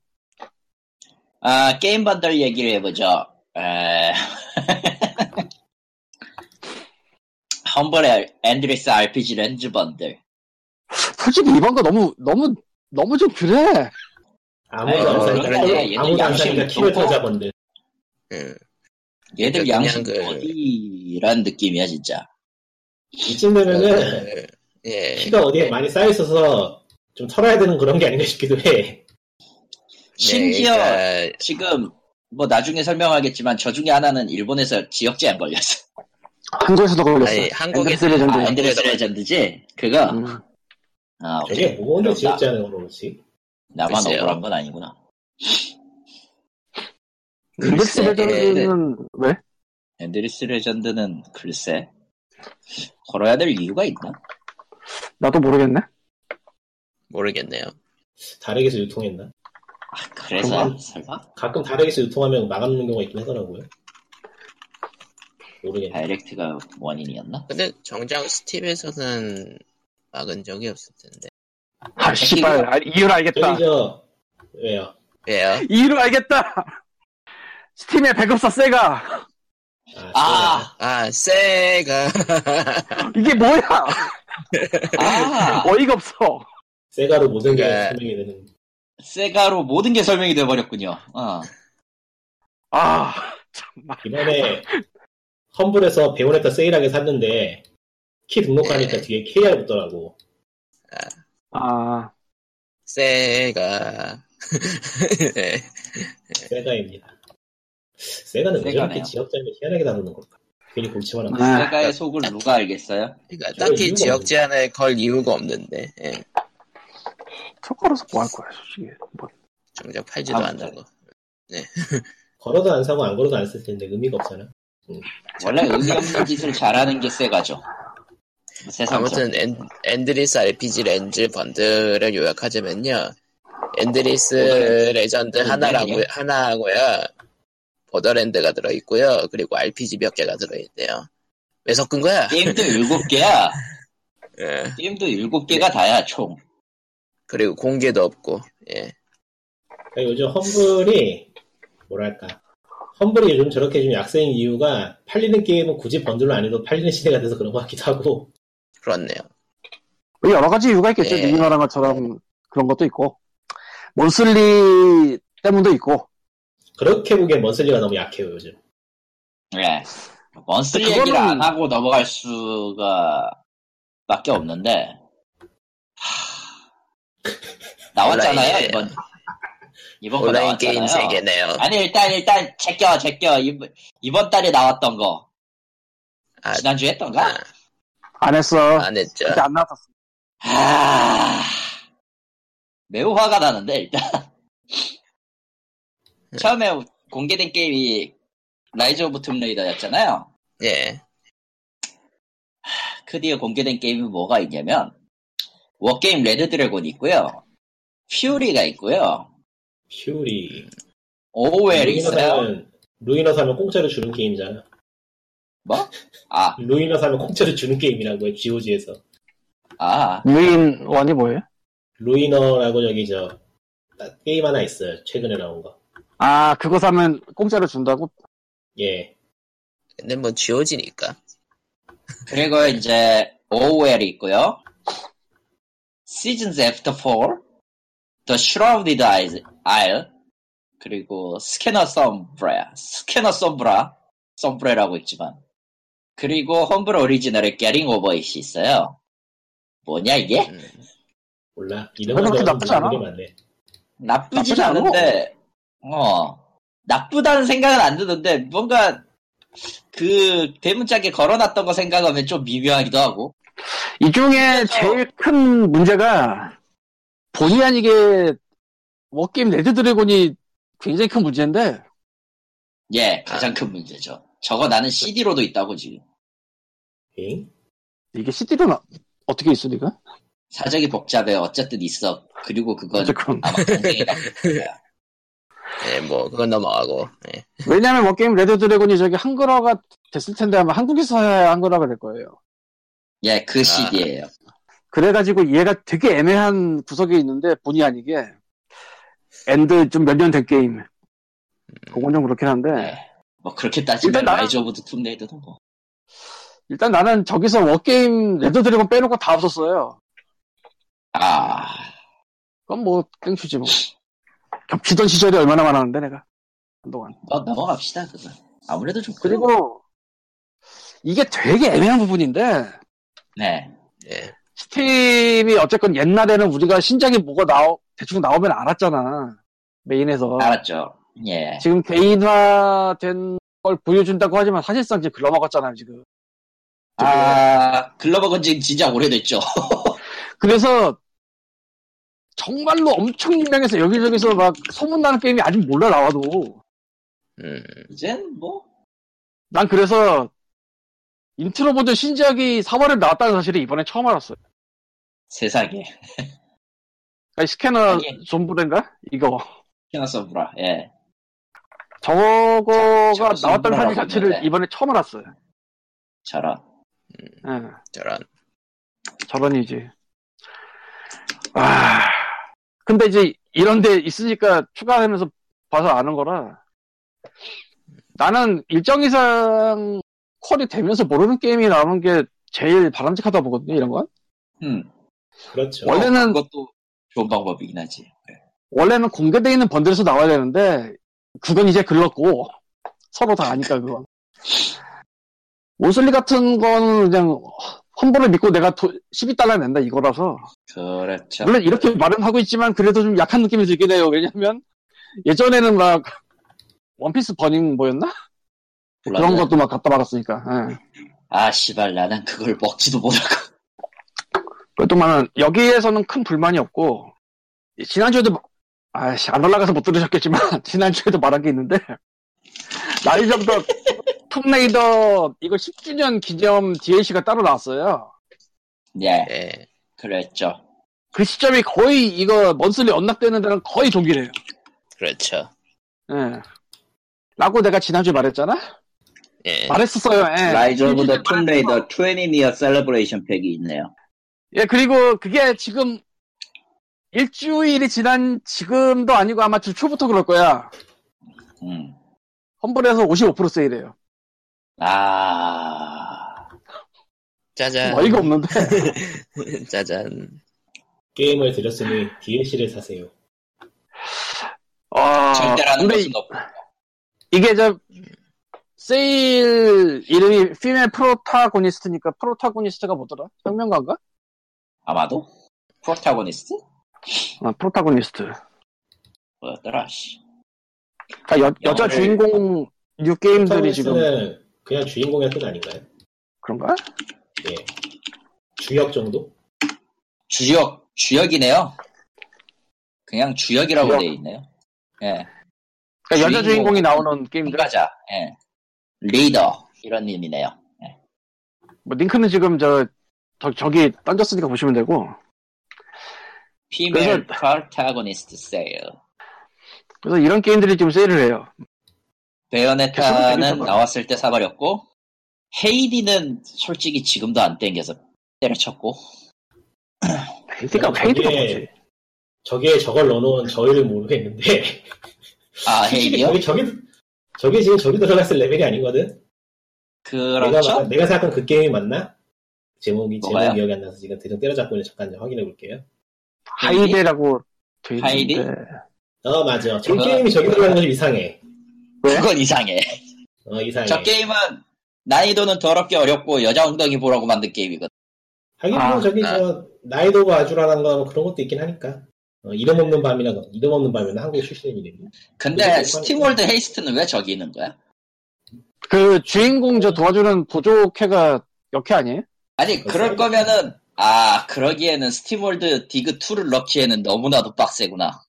[SPEAKER 2] 아, 게임 번들 얘기를 해보죠. 에... 험블의 앤드리스 RPG 렌즈 번들.
[SPEAKER 4] 솔직히 이번 거 너무 너무 너무 좀 그래.
[SPEAKER 3] 아무도
[SPEAKER 2] 그러니까 아이고,
[SPEAKER 3] 안
[SPEAKER 2] 그런데
[SPEAKER 3] 사니까.
[SPEAKER 2] 얘는
[SPEAKER 3] 아무도 안
[SPEAKER 2] 양심이
[SPEAKER 3] 사니까 키를
[SPEAKER 2] 높고.
[SPEAKER 3] 찾아본대.
[SPEAKER 1] 음,
[SPEAKER 2] 얘들
[SPEAKER 1] 그냥
[SPEAKER 2] 양심
[SPEAKER 1] 그-
[SPEAKER 2] 어디란 느낌이야 진짜.
[SPEAKER 3] 이쯤
[SPEAKER 2] 네,
[SPEAKER 3] 되면은
[SPEAKER 1] 그, 예.
[SPEAKER 3] 키가 어디에 많이 쌓여있어서 좀 털어야 되는 그런 게 아닌가 싶기도 해.
[SPEAKER 2] 심지어
[SPEAKER 1] 네, 그러니까
[SPEAKER 2] 지금 뭐 나중에 설명하겠지만 저 중에 하나는 일본에서 지역 제한 걸렸어.
[SPEAKER 4] 한국에서도 걸렸어.
[SPEAKER 1] 아니, 한국에서- 네.
[SPEAKER 4] 엔드레스 레전드.
[SPEAKER 2] 아, 앤드리스 레전드지? 그거?
[SPEAKER 4] 음.
[SPEAKER 2] 아,
[SPEAKER 3] 되게
[SPEAKER 2] 오케이.
[SPEAKER 3] 무거운데
[SPEAKER 2] 그럼 나-
[SPEAKER 3] 지었지 않은 거지.
[SPEAKER 2] 나만
[SPEAKER 1] 글쎄요.
[SPEAKER 2] 억울한 건 아니구나.
[SPEAKER 4] 엔드레스
[SPEAKER 1] 글쎄, 네,
[SPEAKER 4] 레전드는 왜?
[SPEAKER 2] 앤드리스 레전드는 글쎄 걸어야 될 이유가 있나?
[SPEAKER 4] 나도 모르겠네. 모르겠네요.
[SPEAKER 1] 모르겠네요.
[SPEAKER 3] 다르게서 유통했나?
[SPEAKER 2] 아, 그래서
[SPEAKER 3] 그건-
[SPEAKER 2] 설마
[SPEAKER 3] 가끔 다르게서 유통하면 막아놓는 경우가 있긴 하더라고요. 모르겠네.
[SPEAKER 2] 아, 다이렉트가 원인이었나?
[SPEAKER 1] 근데 정작 스팀에서는 막은 적이 없을 텐데.
[SPEAKER 4] 아 씨발 아, 이유를 알겠다.
[SPEAKER 3] 저기 저 왜요?
[SPEAKER 1] 왜요?
[SPEAKER 4] 이유를 알겠다. 스팀에 배급사 세가
[SPEAKER 2] 아,
[SPEAKER 1] 아, 세가.
[SPEAKER 4] 이게 뭐야?
[SPEAKER 2] 아,
[SPEAKER 4] 어이가 없어.
[SPEAKER 3] 세가, 로 모든 게
[SPEAKER 1] 네.
[SPEAKER 3] 설명이 되는.
[SPEAKER 2] 세가로 모든 게 설명이 돼버렸군요. 어.
[SPEAKER 4] 아 정말.
[SPEAKER 3] 이번에 험블에서 배우네타 세일하게 샀는데 키 등록하니까 뒤에 KR 붙더라고.
[SPEAKER 4] 아
[SPEAKER 1] 세가. 네.
[SPEAKER 3] 세가입니다. 세가는 왜
[SPEAKER 2] 세가네요.
[SPEAKER 3] 저렇게 지역장을 희한하게 다루는 걸까? 괜히 골치만
[SPEAKER 2] 음.
[SPEAKER 3] 안
[SPEAKER 1] 네.
[SPEAKER 4] 아,
[SPEAKER 2] 세가의 속을 누가 알겠어요?
[SPEAKER 1] 그러니까 딱히
[SPEAKER 3] 이유가
[SPEAKER 1] 지역
[SPEAKER 3] 없네.
[SPEAKER 1] 제한에 걸 이유가 없는데 예.
[SPEAKER 4] 초과로서 뭐 할 거야, 솔직히. 뭐,
[SPEAKER 1] 정작 팔지도
[SPEAKER 2] 아무튼.
[SPEAKER 1] 않는 거.
[SPEAKER 3] 걸어도 안 사고 안 걸어도 안 쓸 텐데 의미가 없잖아.
[SPEAKER 2] 원래 의미 없는 짓을 잘하는 게 세가죠. 세상적.
[SPEAKER 1] 아무튼 엔, 엔드리스 RPG 렌즈 번들을 요약하자면요. 엔드리스 레전드
[SPEAKER 2] 오늘
[SPEAKER 1] 하나라고
[SPEAKER 2] 내일이냐?
[SPEAKER 1] 하나하고요. 버더랜드가 들어있고요. 그리고 RPG 몇 개가 들어있대요. 왜 섞은 거야?
[SPEAKER 2] 게임도 7개야.
[SPEAKER 1] 예.
[SPEAKER 2] 게임도 7개가 다야, 총.
[SPEAKER 1] 그리고 공개도 없고. 예.
[SPEAKER 3] 그러니까 요즘 험블이 뭐랄까 험블이 요즘 저렇게 좀 약세인 이유가 팔리는 게임은 굳이 번들로 안 해도 팔리는 시대가 돼서 그런 것 같기도 하고
[SPEAKER 1] 그렇네요.
[SPEAKER 4] 여러 가지 이유가 있겠죠.
[SPEAKER 1] 예.
[SPEAKER 4] 님이 말한 것처럼 그런 것도 있고. 몬슬리 때문도 있고.
[SPEAKER 3] 그렇게 보기엔 먼슬리가 너무 약해요 요즘.
[SPEAKER 2] 예. 먼스
[SPEAKER 4] 근데
[SPEAKER 2] 얘기를
[SPEAKER 4] 그거는-
[SPEAKER 2] 안 하고 넘어갈 수가 밖에 없는데. 하... 나왔잖아요,
[SPEAKER 1] 온라인
[SPEAKER 2] 이번. 이번 거
[SPEAKER 1] 온라인
[SPEAKER 2] 나왔잖아요.
[SPEAKER 1] 게임 세개네요
[SPEAKER 2] 아니, 일단, 일단, 제껴, 제껴. 이번, 이번 달에 나왔던 거.
[SPEAKER 1] 아,
[SPEAKER 2] 지난주에 했던가?
[SPEAKER 4] 안 했어.
[SPEAKER 1] 안 했죠.
[SPEAKER 4] 그때 안 나왔었어.
[SPEAKER 2] 아. 매우 화가 나는데, 일단. 처음에 공개된 게임이 라이즈 오브 툼레이더였잖아요.
[SPEAKER 1] 예.
[SPEAKER 2] 그 뒤에 공개된 게임이 뭐가 있냐면 워게임 레드 드래곤이 있고요 퓨리가 있고요
[SPEAKER 3] 퓨리. 음,
[SPEAKER 2] 오웰이 있어요
[SPEAKER 3] 사면 루이너 사면 공짜로 주는 게임이잖아.
[SPEAKER 2] 뭐? 아,
[SPEAKER 3] 루이너 사면 공짜로 주는 게임이라고 해 GOG에서.
[SPEAKER 2] 아
[SPEAKER 4] 유인 원이 뭐예요?
[SPEAKER 3] 루이너라고 저기 저 따- 게임 하나 있어요 최근에 나온 거.
[SPEAKER 4] 아, 그거 사면 공짜로 준다고?
[SPEAKER 3] 예.
[SPEAKER 1] 근데 뭐 GOG니까.
[SPEAKER 2] 그리고 이제 오웰이 있고요 시즌즈 애프터 4 The Shrouded Isle Isle, 그리고 스캐너 썸브라 스캐너 썸브라 썸브레라고 있지만 그리고 험블 오리지널의 게링 오버잇이 있어요 뭐냐 이게?
[SPEAKER 1] 음.
[SPEAKER 3] 몰라. 이름만
[SPEAKER 4] 그렇게
[SPEAKER 3] 들어도
[SPEAKER 4] 나쁘지 않아.
[SPEAKER 3] 모르는 게 많네.
[SPEAKER 2] 나쁘진
[SPEAKER 4] 나쁘지 않아.
[SPEAKER 2] 않은데, 어, 나쁘다는 생각은 안 드는데, 뭔가, 그, 대문짝에 걸어놨던 거 생각하면 좀 미묘하기도 하고,
[SPEAKER 4] 이 중에 제일 큰 문제가 본의 아니게 워게임 레드 드래곤이 굉장히 큰 문제인데
[SPEAKER 2] 예, 가장 큰 문제죠. 저거 나는 CD로도 있다고 지금.
[SPEAKER 3] 엥?
[SPEAKER 4] 이게 CD로 나... 어떻게 있어 니가?
[SPEAKER 2] 사정이 복잡해. 어쨌든 있어. 그리고 그건
[SPEAKER 4] 어쨌건
[SPEAKER 2] 아마 동생이다. 거야.
[SPEAKER 1] 예, 뭐, 그건 넘어가고. 예.
[SPEAKER 4] 왜냐하면 워게임 레드 드래곤이 저기 한글화가 됐을 텐데 아마 한국에서 해야 한글화가 될 거예요
[SPEAKER 2] 예, 그
[SPEAKER 1] 아.
[SPEAKER 2] CD예요.
[SPEAKER 4] 그래가지고 얘가 되게 애매한 구석이 있는데 본의 아니게 엔드 좀 몇 년 된 게임 그건 좀 그렇긴 한데
[SPEAKER 2] 뭐 그렇게 따지면
[SPEAKER 4] 네. 일단 나는-
[SPEAKER 2] 라이즈 오브 툼레이드도 뭐.
[SPEAKER 4] 일단 나는 저기서 워게임 레드 드래곤 빼놓고 다 없었어요
[SPEAKER 2] 아,
[SPEAKER 4] 그건 뭐 땡큐지 뭐 겹치던 시절이 얼마나 많았는데 내가 한동안
[SPEAKER 2] 뭐 넘어갑시다, 그건. 아무래도 좀 그리고
[SPEAKER 4] 그리고 이게 되게 애매한 부분인데
[SPEAKER 2] 네
[SPEAKER 1] 예.
[SPEAKER 4] 스팀이 어쨌건 옛날에는 우리가 신작이 뭐가 나오 대충 나오면 알았잖아 메인에서
[SPEAKER 2] 알았죠 예
[SPEAKER 4] 지금 개인화된 걸 보여준다고 하지만 사실상 지금 글러먹었잖아요 지금
[SPEAKER 2] 아, 글러버건 지금 진짜 오래됐죠.
[SPEAKER 4] 그래서 정말로 엄청 유명해서 여기저기서 막 소문나는 게임이 아직 몰라 나와도
[SPEAKER 1] 음.
[SPEAKER 2] 이젠 뭐,
[SPEAKER 4] 난 그래서 인트로 버전 신작이 4월에 나왔다는 사실을 이번에 처음 알았어요
[SPEAKER 2] 세상에.
[SPEAKER 4] 아니, 스캐너
[SPEAKER 2] 이게-
[SPEAKER 4] 존브랜가 이거
[SPEAKER 2] 피나서브라, 예.
[SPEAKER 4] 저거가
[SPEAKER 2] 자, 자,
[SPEAKER 4] 나왔다는 사실
[SPEAKER 2] 신문을 하고
[SPEAKER 4] 자체를
[SPEAKER 2] 있는데.
[SPEAKER 4] 이번에 처음 알았어요.
[SPEAKER 2] 저런.
[SPEAKER 4] 어. 예,
[SPEAKER 1] 저런.
[SPEAKER 4] 저런이지. 아, 근데 이제 이런데 있으니까 추가하면서 봐서 아는 거라. 나는 일정 이상 퀄이 되면서 모르는 게임이 나오는 게 제일 바람직하다 보거든요, 이런 건.
[SPEAKER 2] 음.
[SPEAKER 3] 그렇죠.
[SPEAKER 4] 원- 원래는-
[SPEAKER 2] 뭐 그것도 좋은 방법이긴 하지.
[SPEAKER 4] 원래는 공개돼 있는 번들에서 나와야 되는데 그건 이제 글렀고 서로 다 아니까 그건 온슬리 같은 거는 그냥 환불을 믿고 내가 도- 12달러 낸다 이거라서
[SPEAKER 2] 그렇죠.
[SPEAKER 4] 물론 이렇게 말은 하고 있지만 그래도 좀 약한 느낌이 들긴 해요 왜냐면 예전에는 막 원피스 버닝 뭐였나? 그런 것도 막 갖다 박았으니까. 예.
[SPEAKER 2] 아, 씨발, 나는 그걸 먹지도 못하고.
[SPEAKER 4] 그렇지만 여기에서는 큰 불만이 없고 지난주에도 아씨 안 올라가서 못 들으셨겠지만 지난주에도 말한 게 있는데 라이저더 톰레이더 이거 10주년 기념 DLC가 따로 나왔어요.
[SPEAKER 2] 예,
[SPEAKER 1] 예.
[SPEAKER 2] 그랬죠.
[SPEAKER 4] 그 시점이 거의 이거 먼슬리 언락되는 데랑 거의 동일해요.
[SPEAKER 1] 그렇죠.
[SPEAKER 4] 예. 라고 내가 지난주에 말했잖아?
[SPEAKER 1] 예.
[SPEAKER 2] 아,
[SPEAKER 4] 말했었어요. 예.
[SPEAKER 2] 라이즈 오브 더
[SPEAKER 4] 일주일
[SPEAKER 2] 툼레이더
[SPEAKER 4] 말했어.
[SPEAKER 2] 20니어 셀러브레이션 팩이 있네요.
[SPEAKER 4] 예, 그리고 그게 지금 일주일이 지난 지금도 아니고 아마 주 초부터 그럴 거야.
[SPEAKER 2] 음.
[SPEAKER 4] 험블에서 55% 세일해요.
[SPEAKER 2] 아,
[SPEAKER 1] 짜잔.
[SPEAKER 2] 예.
[SPEAKER 4] 좀뭐
[SPEAKER 2] 뭐
[SPEAKER 4] 어이가 없는데.
[SPEAKER 1] 짜잔.
[SPEAKER 3] 게임을 들였으니 DLC를 사세요.
[SPEAKER 4] 아,
[SPEAKER 2] 절대라는
[SPEAKER 4] 근데
[SPEAKER 2] 것은 없고.
[SPEAKER 4] 이게 저 세일 이름이 피멜 프로타고니스트니까 프로타고니스트가 뭐더라? 혁명가인가?
[SPEAKER 2] 아마도? 프로타고니스트?
[SPEAKER 4] 아, 프로타고니스트.
[SPEAKER 2] 뭐였더라, 씨.
[SPEAKER 4] 그러니까 여, 여자
[SPEAKER 2] 영어를-
[SPEAKER 4] 주인공 뉴
[SPEAKER 3] 네.
[SPEAKER 4] 게임들이 지금
[SPEAKER 3] 프로타고니스트는 그냥 주인공의 뜻 아닌가요?
[SPEAKER 4] 그런가?
[SPEAKER 3] 예. 주역 정도?
[SPEAKER 2] 주역, 주역이네요. 그냥 주역이라고
[SPEAKER 4] 주역.
[SPEAKER 2] 되어 있네요. 예.
[SPEAKER 4] 그러니까
[SPEAKER 2] 주인공.
[SPEAKER 4] 여자 주인공이 나오는 게임들.
[SPEAKER 2] 통과자, 예. 리더, 이런 의미네요. 예.
[SPEAKER 4] 뭐 링크는 지금 저, 저 저기 던졌으니까 보시면 되고.
[SPEAKER 2] 피멜
[SPEAKER 4] 그래서-
[SPEAKER 2] 프로타고니스트 세일.
[SPEAKER 4] 그래서 이런 게임들이 지금 세일을 해요.
[SPEAKER 3] 그
[SPEAKER 4] 개수는 되게
[SPEAKER 2] 베요네타는
[SPEAKER 4] 적어요.
[SPEAKER 2] 나왔을 때 사버렸고, 헤이디는 솔직히 지금도 안 땡겨서 때려쳤고,
[SPEAKER 4] 헤이드가
[SPEAKER 2] 네.
[SPEAKER 3] 저게-
[SPEAKER 4] 헤이드가 그러니까 뭐지?
[SPEAKER 3] 저기에 저걸 넣어놓은 저희를 모르겠는데.
[SPEAKER 2] 아,
[SPEAKER 3] 솔직히
[SPEAKER 2] 헤이디요?
[SPEAKER 3] 저기, 저기, 저기 지금 저기 들어갔을 레벨이 아니거든? 내가, 말-
[SPEAKER 2] 그렇죠?
[SPEAKER 3] 내가 생각한 그 게임이 맞나? 제목이,
[SPEAKER 2] 뭐가요?
[SPEAKER 3] 제목 기억이 안 나서 지금 대충 때려잡고 있는 잠깐 확인해 볼게요.
[SPEAKER 4] 하이데라고 돼
[SPEAKER 2] 하이데?
[SPEAKER 4] 있는데.
[SPEAKER 3] 어, 맞아. 저
[SPEAKER 2] 그거-
[SPEAKER 3] 게임이 저기 들어가는 건좀 이상해.
[SPEAKER 4] 왜?
[SPEAKER 2] 그건 이상해.
[SPEAKER 3] 어, 이상해.
[SPEAKER 2] 저 게임은 난이도는 더럽게 어렵고, 여자 엉덩이 보라고 만든 게임이거든.
[SPEAKER 3] 하긴 뭐
[SPEAKER 4] 아,
[SPEAKER 3] 저기
[SPEAKER 1] 아.
[SPEAKER 3] 저 나이도가 아주라는 거뭐 그런 것도 있긴 하니까 어, 이름 없는 밤이나 이름 없는 밤이나 한국 출신 이름이
[SPEAKER 2] 근데
[SPEAKER 3] 그건-
[SPEAKER 2] 스팀월드 헤이스트는 왜 저기 있는 거야?
[SPEAKER 4] 그 주인공 저 도와주는 보조캐가 역캐 아니에요?
[SPEAKER 2] 아니, 그럴 거면은, 아, 그러기에는 스팀월드 디그2를 넣기에는 너무나도 빡세구나.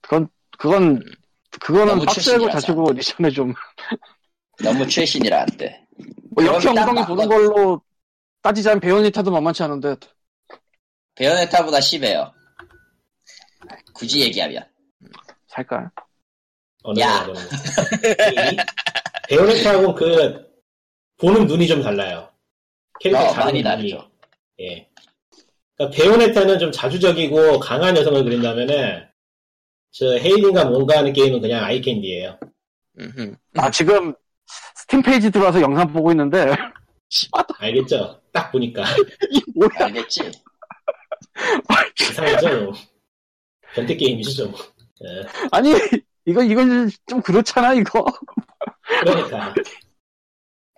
[SPEAKER 4] 그건 그거는
[SPEAKER 2] 너무
[SPEAKER 4] 빡세고
[SPEAKER 2] 최신이라서.
[SPEAKER 4] 자시고 리션에 좀
[SPEAKER 2] 너무 최신이라 안 돼.
[SPEAKER 4] 뭐 역캐
[SPEAKER 2] 그건 딱
[SPEAKER 4] 엉덩이 보는
[SPEAKER 2] 맞거든.
[SPEAKER 4] 걸로 따지자면 베오니타도 만만치 않은데
[SPEAKER 2] 베요네타보다 심해요. 굳이 얘기하면.
[SPEAKER 4] 살까?
[SPEAKER 3] 어느
[SPEAKER 2] 야.
[SPEAKER 3] 나라로. 이 베오네타하고 그 보는 눈이 좀 달라요. 캐릭터
[SPEAKER 2] 어, 많이
[SPEAKER 3] 자르는 눈이.
[SPEAKER 2] 다르죠.
[SPEAKER 3] 예. 그러니까 베오네타는 좀 자주적이고 강한 여성을 그린다면은 저 헤이딩과 뭔가 하는 게임은 그냥 아이캔디예요.
[SPEAKER 1] 음흠.
[SPEAKER 4] 아 지금 스팀 페이지 들어와서 영상 보고 있는데 씨발
[SPEAKER 3] 알겠죠? 딱 보니까
[SPEAKER 4] 이 뭐야?
[SPEAKER 2] 알겠지?
[SPEAKER 3] 이상하죠. 변태 게임이죠. 좀. 예.
[SPEAKER 4] 아니 이거 이건 좀 그렇잖아 이거.
[SPEAKER 3] 그러니까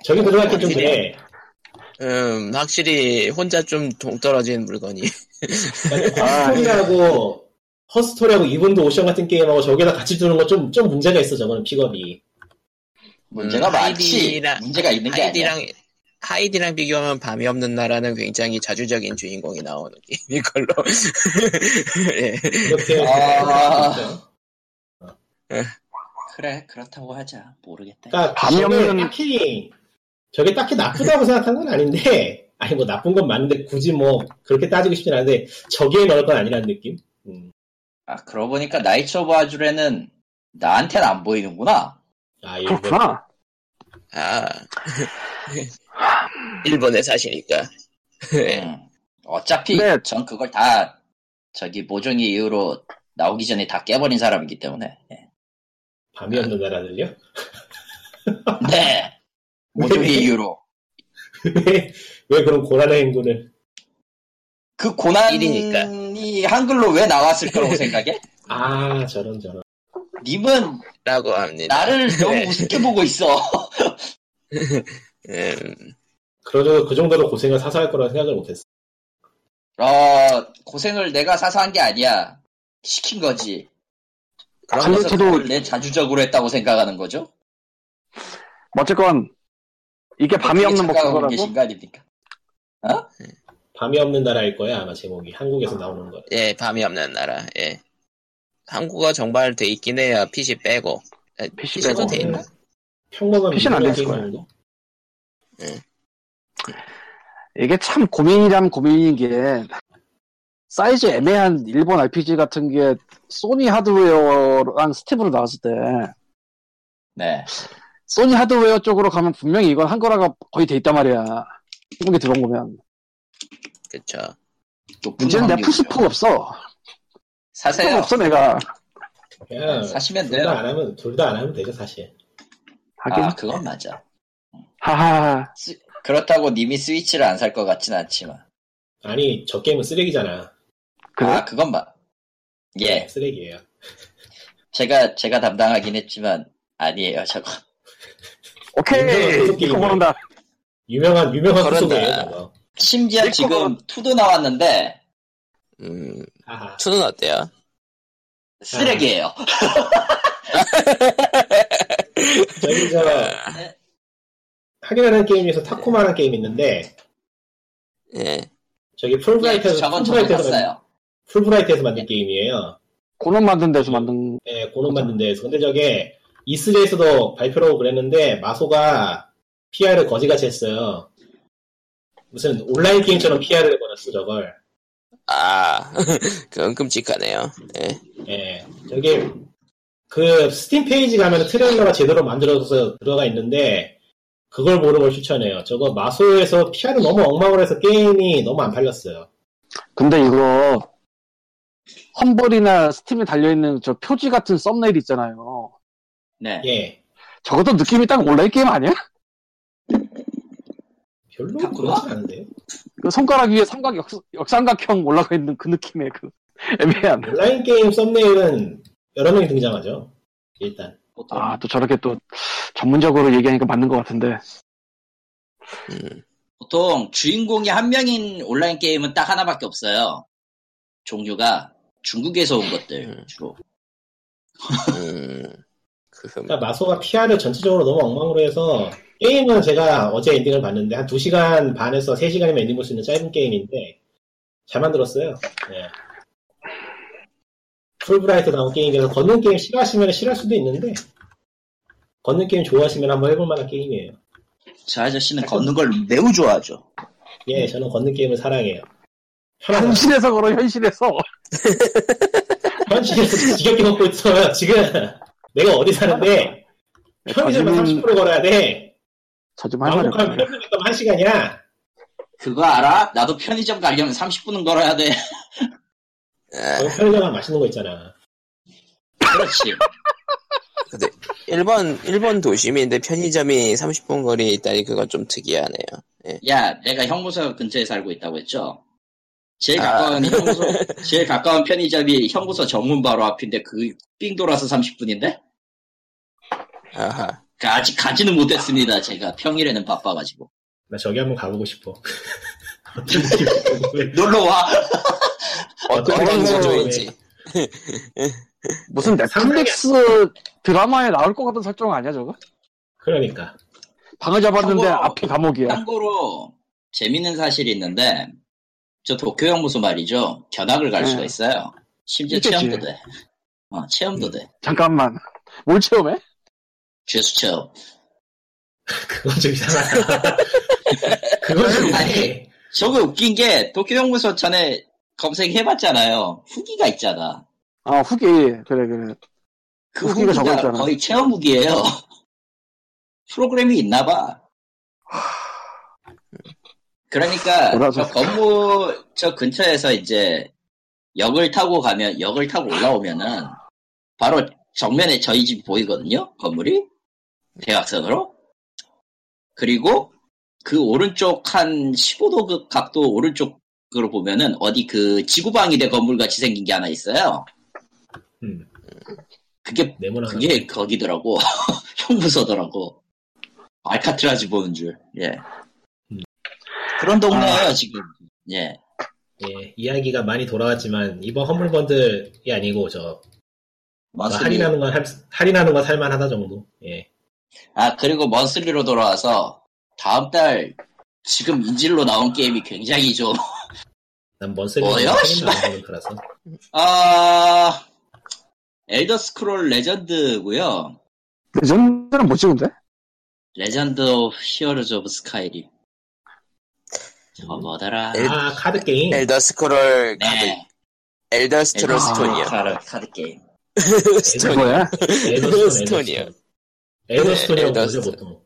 [SPEAKER 3] 저기 들어갈 때 좀 그래.
[SPEAKER 1] 음, 확실히 혼자 좀 동떨어진 물건이.
[SPEAKER 3] 아, 예. 허스토리하고 허스토리하고 이분도 오션 같은 게임하고 저기다 같이 두는 거 좀 좀 문제가 있어 저거는 픽업이
[SPEAKER 2] 문제가
[SPEAKER 1] 음,
[SPEAKER 2] 많지.
[SPEAKER 1] 하이디랑-
[SPEAKER 2] 문제가 있는 게 아니야.
[SPEAKER 1] 하이디랑 하이디랑 비교하면 밤이 없는 나라는 굉장히 자주적인 주인공이 나오는 게임인 걸로. 예.
[SPEAKER 3] 이렇게
[SPEAKER 2] 아.
[SPEAKER 3] 생각하죠.
[SPEAKER 2] 그래, 그렇다고 하자. 모르겠다.
[SPEAKER 3] 그러니까
[SPEAKER 4] 감이
[SPEAKER 3] 저게
[SPEAKER 4] 없는-
[SPEAKER 3] 딱히 저게 딱히 나쁘다고 생각한 건 아닌데 아니 뭐 나쁜 건 맞는데 굳이 뭐 그렇게 따지고 싶진 않은데 저기에 넣을 건 아니라는 느낌 음.
[SPEAKER 2] 아, 그러고 보니까 나이츠 오브 아주레는 나한테는 안 보이는구나.
[SPEAKER 3] 아 이거
[SPEAKER 4] 그렇구나.
[SPEAKER 1] 아. 일본에 사시니까. 예.
[SPEAKER 2] 음. 어차피
[SPEAKER 4] 네.
[SPEAKER 2] 전 그걸 다 저기 모종의 이유로 나오기 전에 다 깨버린 사람이기 때문에. 예.
[SPEAKER 3] 밤이 없는 나라들요
[SPEAKER 2] 네. 모종의 이유로.
[SPEAKER 3] 왜, 왜 그런 고난의 행군을
[SPEAKER 2] 그 고난이
[SPEAKER 1] 일이니까.
[SPEAKER 2] 한글로 왜 나왔을 거라고 생각해?
[SPEAKER 3] 아 저런 저런
[SPEAKER 2] 님은
[SPEAKER 1] 라고 합니다.
[SPEAKER 2] 나를 너무
[SPEAKER 1] 네.
[SPEAKER 2] 우습게 보고 있어.
[SPEAKER 1] 음,
[SPEAKER 3] 그러도 그 정도로 고생을 사서 할 거라고 생각을 못했어
[SPEAKER 2] 어, 고생을 내가 사서 한 게 아니야. 시킨 거지.
[SPEAKER 4] 아니
[SPEAKER 2] 그래서
[SPEAKER 4] 저도
[SPEAKER 2] 그걸 내 자주적으로 했다고 생각하는 거죠?
[SPEAKER 4] 어쨌건 이게 네, 밤이 없는 목표라고
[SPEAKER 2] 계신 거 아닙니까?
[SPEAKER 3] 밤이 없는 나라일 거야 아마 제목이 한국에서 나오는 거.
[SPEAKER 1] 예, 밤이 없는 나라. 예. 한국어 정발돼 있긴 해요. PC 빼고.
[SPEAKER 4] PC
[SPEAKER 1] PC도
[SPEAKER 4] 빼고
[SPEAKER 2] 네.
[SPEAKER 1] 돼 있나?
[SPEAKER 3] 평범한
[SPEAKER 4] PC는 음. 안
[SPEAKER 3] 민간
[SPEAKER 4] 됐을
[SPEAKER 3] 게임 정도?
[SPEAKER 4] 이게 참 고민이란 고민인 게 사이즈 애매한 일본 RPG 같은 게 소니 하드웨어랑 스팀으로 나왔을 때
[SPEAKER 2] 네.
[SPEAKER 4] 소니 하드웨어 쪽으로 가면 분명히 이건 한 거라가 거의 돼 있단 말이야. 한국에 들어온 거면
[SPEAKER 1] 그쵸.
[SPEAKER 2] 높은
[SPEAKER 4] 문제는 내가
[SPEAKER 2] 확률이죠.
[SPEAKER 4] 푸시포가 없어. 푸시포가
[SPEAKER 1] 사세요.
[SPEAKER 4] 없어 내가.
[SPEAKER 3] 그냥
[SPEAKER 2] 아, 사시면
[SPEAKER 3] 둘
[SPEAKER 2] 돼요.
[SPEAKER 3] 다안 하면 둘 다 안 하면 되죠 사실.
[SPEAKER 4] 하긴
[SPEAKER 2] 아, 그건 맞아.
[SPEAKER 4] 하하
[SPEAKER 2] 그렇다고 님이 스위치를 안 살 것 같진 않지만.
[SPEAKER 3] 아니 저 게임은 쓰레기잖아.
[SPEAKER 4] 그래.
[SPEAKER 2] 아, 그건 맞. 예.
[SPEAKER 3] 쓰레기예요.
[SPEAKER 2] 제가, 제가 담당하긴 했지만, 아니에요, 저거. 아.
[SPEAKER 4] 오케이
[SPEAKER 3] 인정은
[SPEAKER 4] 이거
[SPEAKER 3] 게임이야.
[SPEAKER 4] 모른다.
[SPEAKER 3] 유명한 유명한
[SPEAKER 1] 그런다.
[SPEAKER 3] 소속이에요 저거.
[SPEAKER 2] 심지어 지금
[SPEAKER 4] 일코가-
[SPEAKER 2] 투도 나왔는데,
[SPEAKER 1] 음,
[SPEAKER 3] 하하.
[SPEAKER 1] 투는 어때요?
[SPEAKER 2] 쓰레기예요
[SPEAKER 3] 저기 저 확인하는 게임에서 타코마라는 게임 있는데
[SPEAKER 1] 예.
[SPEAKER 3] 저기
[SPEAKER 2] 예,
[SPEAKER 3] 풀브라이트에서
[SPEAKER 2] 저건 저도
[SPEAKER 3] 풀브라이트에서 만-
[SPEAKER 2] 샀어요.
[SPEAKER 3] 풀브라이트에서 만든 게임이에요.
[SPEAKER 4] 고놈 만든 데서 만든
[SPEAKER 3] 예, 고놈 만든 데에서. 근데 저게 E3에서도 발표를 하고 그랬는데 마소가 PR을 거지같이 했어요. 무슨 온라인 게임처럼 PR을 걸었어 저걸.
[SPEAKER 1] 아, 그건 끔찍하네요. 예.
[SPEAKER 3] 예, 저게 그 스팀 페이지 가면 트레일러가 제대로 만들어서 들어가 있는데 그걸 보는 걸 추천해요. 저거 마소에서 PR을 너무 엉망으로 해서 게임이 너무 안 팔렸어요.
[SPEAKER 4] 근데 이거 험벌이나 스팀에 달려있는 저 표지 같은 썸네일 있잖아요.
[SPEAKER 2] 네.
[SPEAKER 3] 예,
[SPEAKER 4] 저것도 느낌이 딱 온라인 게임 아니야?
[SPEAKER 3] 별로
[SPEAKER 2] 타코마?
[SPEAKER 3] 그렇진 않은데요.
[SPEAKER 4] 그 손가락 위에 삼각 역, 역삼각형 올라가 있는 그 느낌의 그 애매한.
[SPEAKER 3] 온라인 게임 썸네일은 여러 명이 등장하죠. 일단.
[SPEAKER 2] 보통.
[SPEAKER 4] 아, 또 저렇게 또 전문적으로 얘기하니까 맞는 것 같은데.
[SPEAKER 1] 음,
[SPEAKER 2] 보통 주인공이 한 명인 온라인 게임은 딱 하나밖에 없어요. 종류가 중국에서 온 것들
[SPEAKER 1] 음.
[SPEAKER 2] 주로.
[SPEAKER 1] 음. 그흠.
[SPEAKER 3] 그러니까 마소가 PR을 전체적으로 너무 엉망으로 해서 게임은 제가 어제 엔딩을 봤는데 한 2시간 반에서 3시간이면 엔딩 볼 수 있는 짧은 게임인데 잘 만들었어요. 예. 풀브라이트 나온 게임이라서 걷는 게임 싫어하시면 싫어할 수도 있는데 걷는 게임 좋아하시면 한번 해볼 만한 게임이에요.
[SPEAKER 2] 저 아저씨는 걷는 걸 매우 좋아하죠.
[SPEAKER 3] 예, 저는 걷는 게임을 사랑해요. 편안한
[SPEAKER 4] 현실에서 걸어, 현실에서.
[SPEAKER 3] 현실에서 지겹게 걷고 있어요. 지금 내가 어디 사는데
[SPEAKER 4] 아,
[SPEAKER 3] 편의점에
[SPEAKER 4] 저지문,
[SPEAKER 3] 30% 걸어야 돼.
[SPEAKER 4] 저지문 할 말이
[SPEAKER 3] 왕복하면
[SPEAKER 4] 없네.
[SPEAKER 3] 편의점 가면 1시간이야.
[SPEAKER 2] 그거 알아? 나도 편의점 가려면 30분은 걸어야 돼.
[SPEAKER 1] 아,
[SPEAKER 3] 거기 어, 편의점 가면 맛있는 거 있잖아.
[SPEAKER 2] 그렇지.
[SPEAKER 1] 일본, 일본 도심인데 편의점이 30분 거리에 있다니 그건 좀 특이하네요.
[SPEAKER 2] 야, 내가 형무소 근처에 살고 있다고 했죠? 제일
[SPEAKER 1] 아.
[SPEAKER 2] 가까운 형무소, 제일 가까운 편의점이 형무소 정문 바로 앞인데 그 삥 돌아서 30분인데?
[SPEAKER 1] 아하.
[SPEAKER 2] 아직 가지는 못했습니다. 제가 평일에는 바빠가지고.
[SPEAKER 3] 나 저기 한번 가보고 싶어. 어떤 느낌인지
[SPEAKER 2] 놀러 와.
[SPEAKER 1] 어떤
[SPEAKER 3] 어떤
[SPEAKER 1] 방송조인지.
[SPEAKER 4] 무슨
[SPEAKER 2] 네,
[SPEAKER 4] 넷플릭스 드라마에 나올 것 같은 설정 아니야, 저거?
[SPEAKER 3] 그러니까
[SPEAKER 4] 방을 잡았는데
[SPEAKER 2] 저거-
[SPEAKER 4] 앞이 감옥이야.
[SPEAKER 2] 네. 참고로 재밌는 사실이 있는데 저 도쿄 형무소 말이죠. 견학을 갈
[SPEAKER 4] 네.
[SPEAKER 2] 수가 있어요. 심지어
[SPEAKER 4] 있겠지. 음.
[SPEAKER 2] 체험도 돼. 어, 체험도 돼.
[SPEAKER 4] 잠깐만. 뭘 체험해?
[SPEAKER 2] 죄수 체험.
[SPEAKER 3] 그건 좀 이상하다. 그건 좀 이상해.
[SPEAKER 2] 저거 웃긴 게 도쿄 형무소 전에 검색해봤잖아요. 후기가 있잖아.
[SPEAKER 4] 아, 후기. 그래, 그래.
[SPEAKER 2] 그 후기가
[SPEAKER 4] 후기가 적어있잖아.
[SPEAKER 2] 거의 체험 후기예요. 프로그램이 있나 봐. 그러니까
[SPEAKER 4] 몰라서.
[SPEAKER 2] 저 건물 저 근처에서 이제 역을 타고 가면 역을 타고 올라오면은 바로 정면에 저희 집 보이거든요. 건물이 대각선으로. 그리고 그 오른쪽 한 15도 그 각도 오른쪽으로 보면은 어디 그 지구방위대 건물 같이 생긴 게 하나 있어요.
[SPEAKER 3] 음.
[SPEAKER 2] 그게
[SPEAKER 3] 네모난
[SPEAKER 2] 그게 거기더라고. 형부서더라고. 알카트라즈 보는 줄. 예.
[SPEAKER 3] 음.
[SPEAKER 2] 그런 동네예요 지금. 예.
[SPEAKER 3] 예, 이야기가 많이 돌아왔지만 이번 허물번들이 아니고 저, 저
[SPEAKER 2] 마스리
[SPEAKER 3] 할인하는 건 할- 할인하는 건 살만하다 정도. 예.
[SPEAKER 2] 아, 그리고 먼슬리로 돌아와서 다음 달 지금 인질로 나온 게임이 굉장히 좀,
[SPEAKER 3] 난 먼슬리는
[SPEAKER 2] 뭐요?
[SPEAKER 3] 나오는 거라서.
[SPEAKER 2] 아, 엘더 스크롤 레전드고요
[SPEAKER 4] 레전드는 못 찍은데?
[SPEAKER 2] 레전드 오브 히어로즈 오브 스카이림. 저거 뭐더라?
[SPEAKER 1] 엘-
[SPEAKER 3] 아, 카드 게임.
[SPEAKER 1] 엘더 스크롤 카드,
[SPEAKER 2] 네.
[SPEAKER 1] 엘더 스트롤 스톤이요.
[SPEAKER 2] 카드, 카드 게임.
[SPEAKER 1] 스톤.
[SPEAKER 4] 그거야?
[SPEAKER 3] 엘더
[SPEAKER 1] 스톤이요.
[SPEAKER 3] 엘더 스톤이라고
[SPEAKER 1] 엘더
[SPEAKER 3] 보죠
[SPEAKER 1] 스톤.
[SPEAKER 3] 보통.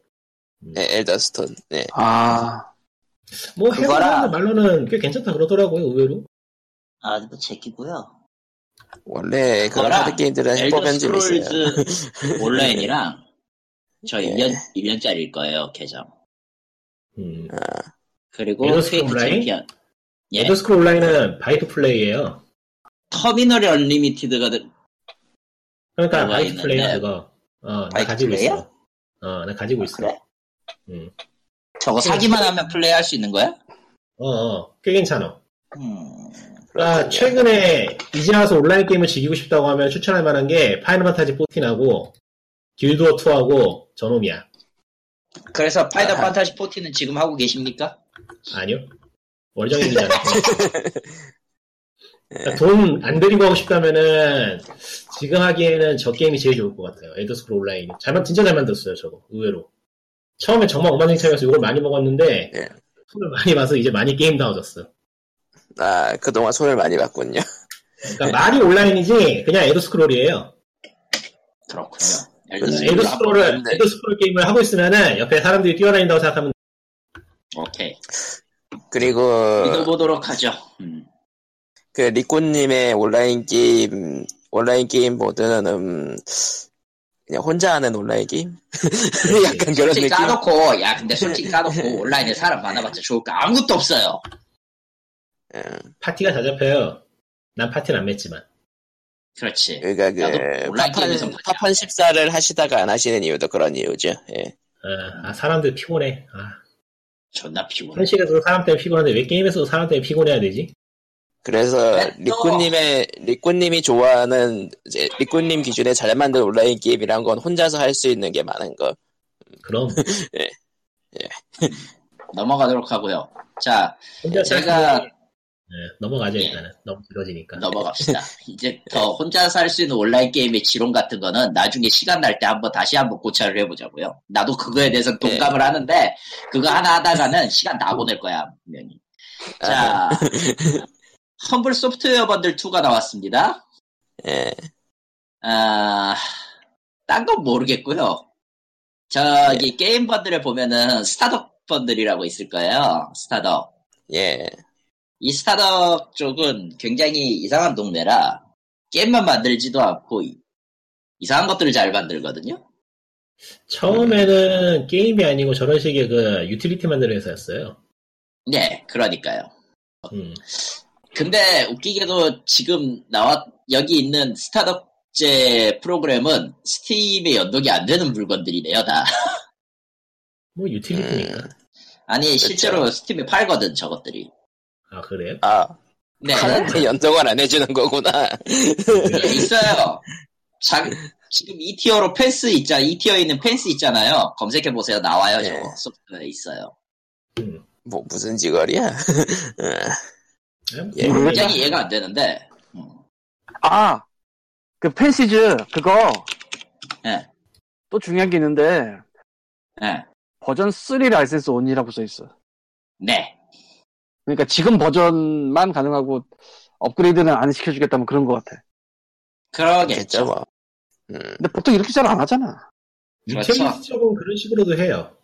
[SPEAKER 1] 네, 엘더 스톤. 네.
[SPEAKER 4] 아,
[SPEAKER 3] 뭐
[SPEAKER 2] 그거라.
[SPEAKER 3] 해보는 말로는 꽤 괜찮다 그러더라고요 의외로.
[SPEAKER 2] 아, 이거 제끼고요
[SPEAKER 1] 원래 그런
[SPEAKER 2] 뭐라?
[SPEAKER 1] 카드 게임들은
[SPEAKER 2] 엘더
[SPEAKER 1] 해보면 좀 있어요.
[SPEAKER 2] 스크롤즈 온라인이랑 저
[SPEAKER 1] 예.
[SPEAKER 2] 1년, 1년짜리일 거예요, 계정.
[SPEAKER 3] 음.
[SPEAKER 2] 그리고
[SPEAKER 3] 엘더
[SPEAKER 2] 페이트
[SPEAKER 3] 스크롤 온라인?
[SPEAKER 2] 챔피언. 예.
[SPEAKER 3] 엘더 스크롤 온라인은 바이트 플레이예요.
[SPEAKER 2] 터미널 언리미티드가 들-
[SPEAKER 3] 그러니까
[SPEAKER 2] 뭐가
[SPEAKER 3] 바이트 플레이
[SPEAKER 2] 있는데?
[SPEAKER 3] 그거. 어, 나
[SPEAKER 2] 바이트
[SPEAKER 3] 가지고
[SPEAKER 2] 플레이야? 아,
[SPEAKER 3] 있어. 어, 나 가지고 있어.
[SPEAKER 2] 그래?
[SPEAKER 3] 음.
[SPEAKER 2] 저거
[SPEAKER 1] 네.
[SPEAKER 2] 사기만 하면 플레이할 수 있는 거야?
[SPEAKER 3] 어, 어, 꽤 괜찮아.
[SPEAKER 2] 음.
[SPEAKER 1] 그렇군요.
[SPEAKER 3] 그러니까 최근에 이제 와서 온라인 게임을 즐기고 싶다고 하면 추천할 만한 게 파이널 판타지 14하고 길드워 2하고 저놈이야.
[SPEAKER 2] 그래서 파이널
[SPEAKER 1] 아.
[SPEAKER 2] 판타지 14는 지금 하고 계십니까?
[SPEAKER 3] 아니요. 월정액이잖아. 그러니까 돈안 들이고 하고 싶다면은 지금 하기에는 저 게임이 제일 좋을 것 같아요. 엘더 스크롤 온라인. 잘 만- 진짜 잘 만들었어요, 저거. 의외로. 처음에 정말 엉망진창이어서 욕을 많이 먹었는데
[SPEAKER 1] 예.
[SPEAKER 3] 손을 많이 봐서 이제 많이 게임 다워졌어.
[SPEAKER 1] 아, 그동안 손을 많이 봤군요.
[SPEAKER 3] 그러니까 말이 온라인이지 그냥 엘더 스크롤이에요.
[SPEAKER 2] 그렇군요.
[SPEAKER 1] 음,
[SPEAKER 2] 엘더 스크롤 한
[SPEAKER 3] 엘더
[SPEAKER 2] 번.
[SPEAKER 3] 스크롤을
[SPEAKER 1] 네.
[SPEAKER 3] 엘더 스크롤 게임을 하고 있으면은 옆에 사람들이 뛰어다닌다고 생각하면
[SPEAKER 2] 오케이.
[SPEAKER 1] 그리고
[SPEAKER 2] 믿어보도록 하죠. 음.
[SPEAKER 1] 그 리코님의 온라인 게임 온라인 게임 모드는 음, 그냥 혼자 하는 온라인 게임? 약간 그런
[SPEAKER 2] 네, 솔직히
[SPEAKER 1] 느낌.
[SPEAKER 2] 까놓고, 야, 근데 솔직히 까놓고 온라인에 사람 많아봤자 좋을까? 아무것도 없어요.
[SPEAKER 1] 음,
[SPEAKER 3] 파티가 다 잡혀요. 난 파티는 안 맺지만.
[SPEAKER 2] 그렇지.
[SPEAKER 1] 그러니까
[SPEAKER 2] 나도
[SPEAKER 1] 그
[SPEAKER 2] 온라인
[SPEAKER 1] 파판
[SPEAKER 2] 게임에선 그냥.
[SPEAKER 1] 파판 14를 하시다가 안 하시는 이유도 그런 이유죠. 예.
[SPEAKER 3] 아, 아, 사람들 피곤해. 아,
[SPEAKER 2] 존나 피곤해.
[SPEAKER 3] 현실에서도 사람 때문에 피곤한데 왜 게임에서도 사람 때문에 피곤해야 되지?
[SPEAKER 1] 그래서
[SPEAKER 2] 네, 또.
[SPEAKER 1] 리코님의 리코님이 좋아하는 이제 리코님 기준에 잘 만든 온라인 게임이란 건 혼자서 할 수 있는 게 많은 거.
[SPEAKER 3] 그럼
[SPEAKER 2] 넘어가도록 하고요. 자,
[SPEAKER 3] 혼자
[SPEAKER 2] 제가
[SPEAKER 3] 네, 넘어가죠
[SPEAKER 2] 예.
[SPEAKER 3] 일단은 너무 길어지니까.
[SPEAKER 2] 넘어갑시다. 이제 더 혼자 살 수 있는 온라인 게임의 지론 같은 거는 나중에 시간 날 때 한번 다시 한번 고찰을 해보자고요. 나도 그거에 대해서 동감을 하는데 그거 하나 하다가는 시간 다 보낼 거야 분명히.
[SPEAKER 1] 아,
[SPEAKER 2] 자, 험블 소프트웨어 번들 2가 나왔습니다.
[SPEAKER 1] 예.
[SPEAKER 2] 아, 딴 건 모르겠고요. 저기 게임 번들을 보면은 스타덕 번들이라고 있을 거예요. 스타덕.
[SPEAKER 1] 예.
[SPEAKER 2] 이 스타덕 쪽은 굉장히 이상한 동네라 게임만 만들지도 않고 이- 이상한 것들을 잘 만들거든요.
[SPEAKER 3] 처음에는 게임이 아니고 저런 식의 그 유틸리티 만드는 회사였어요.
[SPEAKER 2] 네, 그러니까요.
[SPEAKER 3] 음.
[SPEAKER 2] 근데 웃기게도 지금 나왔 여기 있는 스타덕제 프로그램은 스팀에 연동이 안 되는 물건들이네요, 다.
[SPEAKER 3] 뭐 유틸리티니까.
[SPEAKER 2] 음. 아니 실제로 스팀에 팔거든 저것들이.
[SPEAKER 3] 아 그래요?
[SPEAKER 1] 아,
[SPEAKER 2] 네,
[SPEAKER 1] 하나한테 연동을 안 해주는 거구나.
[SPEAKER 3] 음,
[SPEAKER 2] 네, 있어요. 자, 지금 2티어로 펜스 있자, 2티어에 있는 펜스 있잖아요. 검색해 보세요, 나와요.
[SPEAKER 1] 네.
[SPEAKER 2] 저거 소프트웨어 있어요.
[SPEAKER 3] 음.
[SPEAKER 1] 뭐 무슨 지거리야?
[SPEAKER 3] 네?
[SPEAKER 1] 예.
[SPEAKER 2] 굉장히 이해가 안 되는데. 음.
[SPEAKER 4] 아, 그 펜시즈, 그거.
[SPEAKER 2] 예.
[SPEAKER 4] 또 중요한 게 있는데,
[SPEAKER 2] 예.
[SPEAKER 4] 버전 3 라이센스 온이라고 써있어.
[SPEAKER 2] 네.
[SPEAKER 4] 그러니까 지금 버전만 가능하고, 업그레이드는 안 시켜주겠다, 뭐 그런 것 같아.
[SPEAKER 1] 그렇겠죠
[SPEAKER 2] 그러겠죠.
[SPEAKER 1] 뭐. 음,
[SPEAKER 4] 근데 보통 이렇게 잘 안 하잖아.
[SPEAKER 3] 유틸리티 쪽은 그런 식으로도 해요.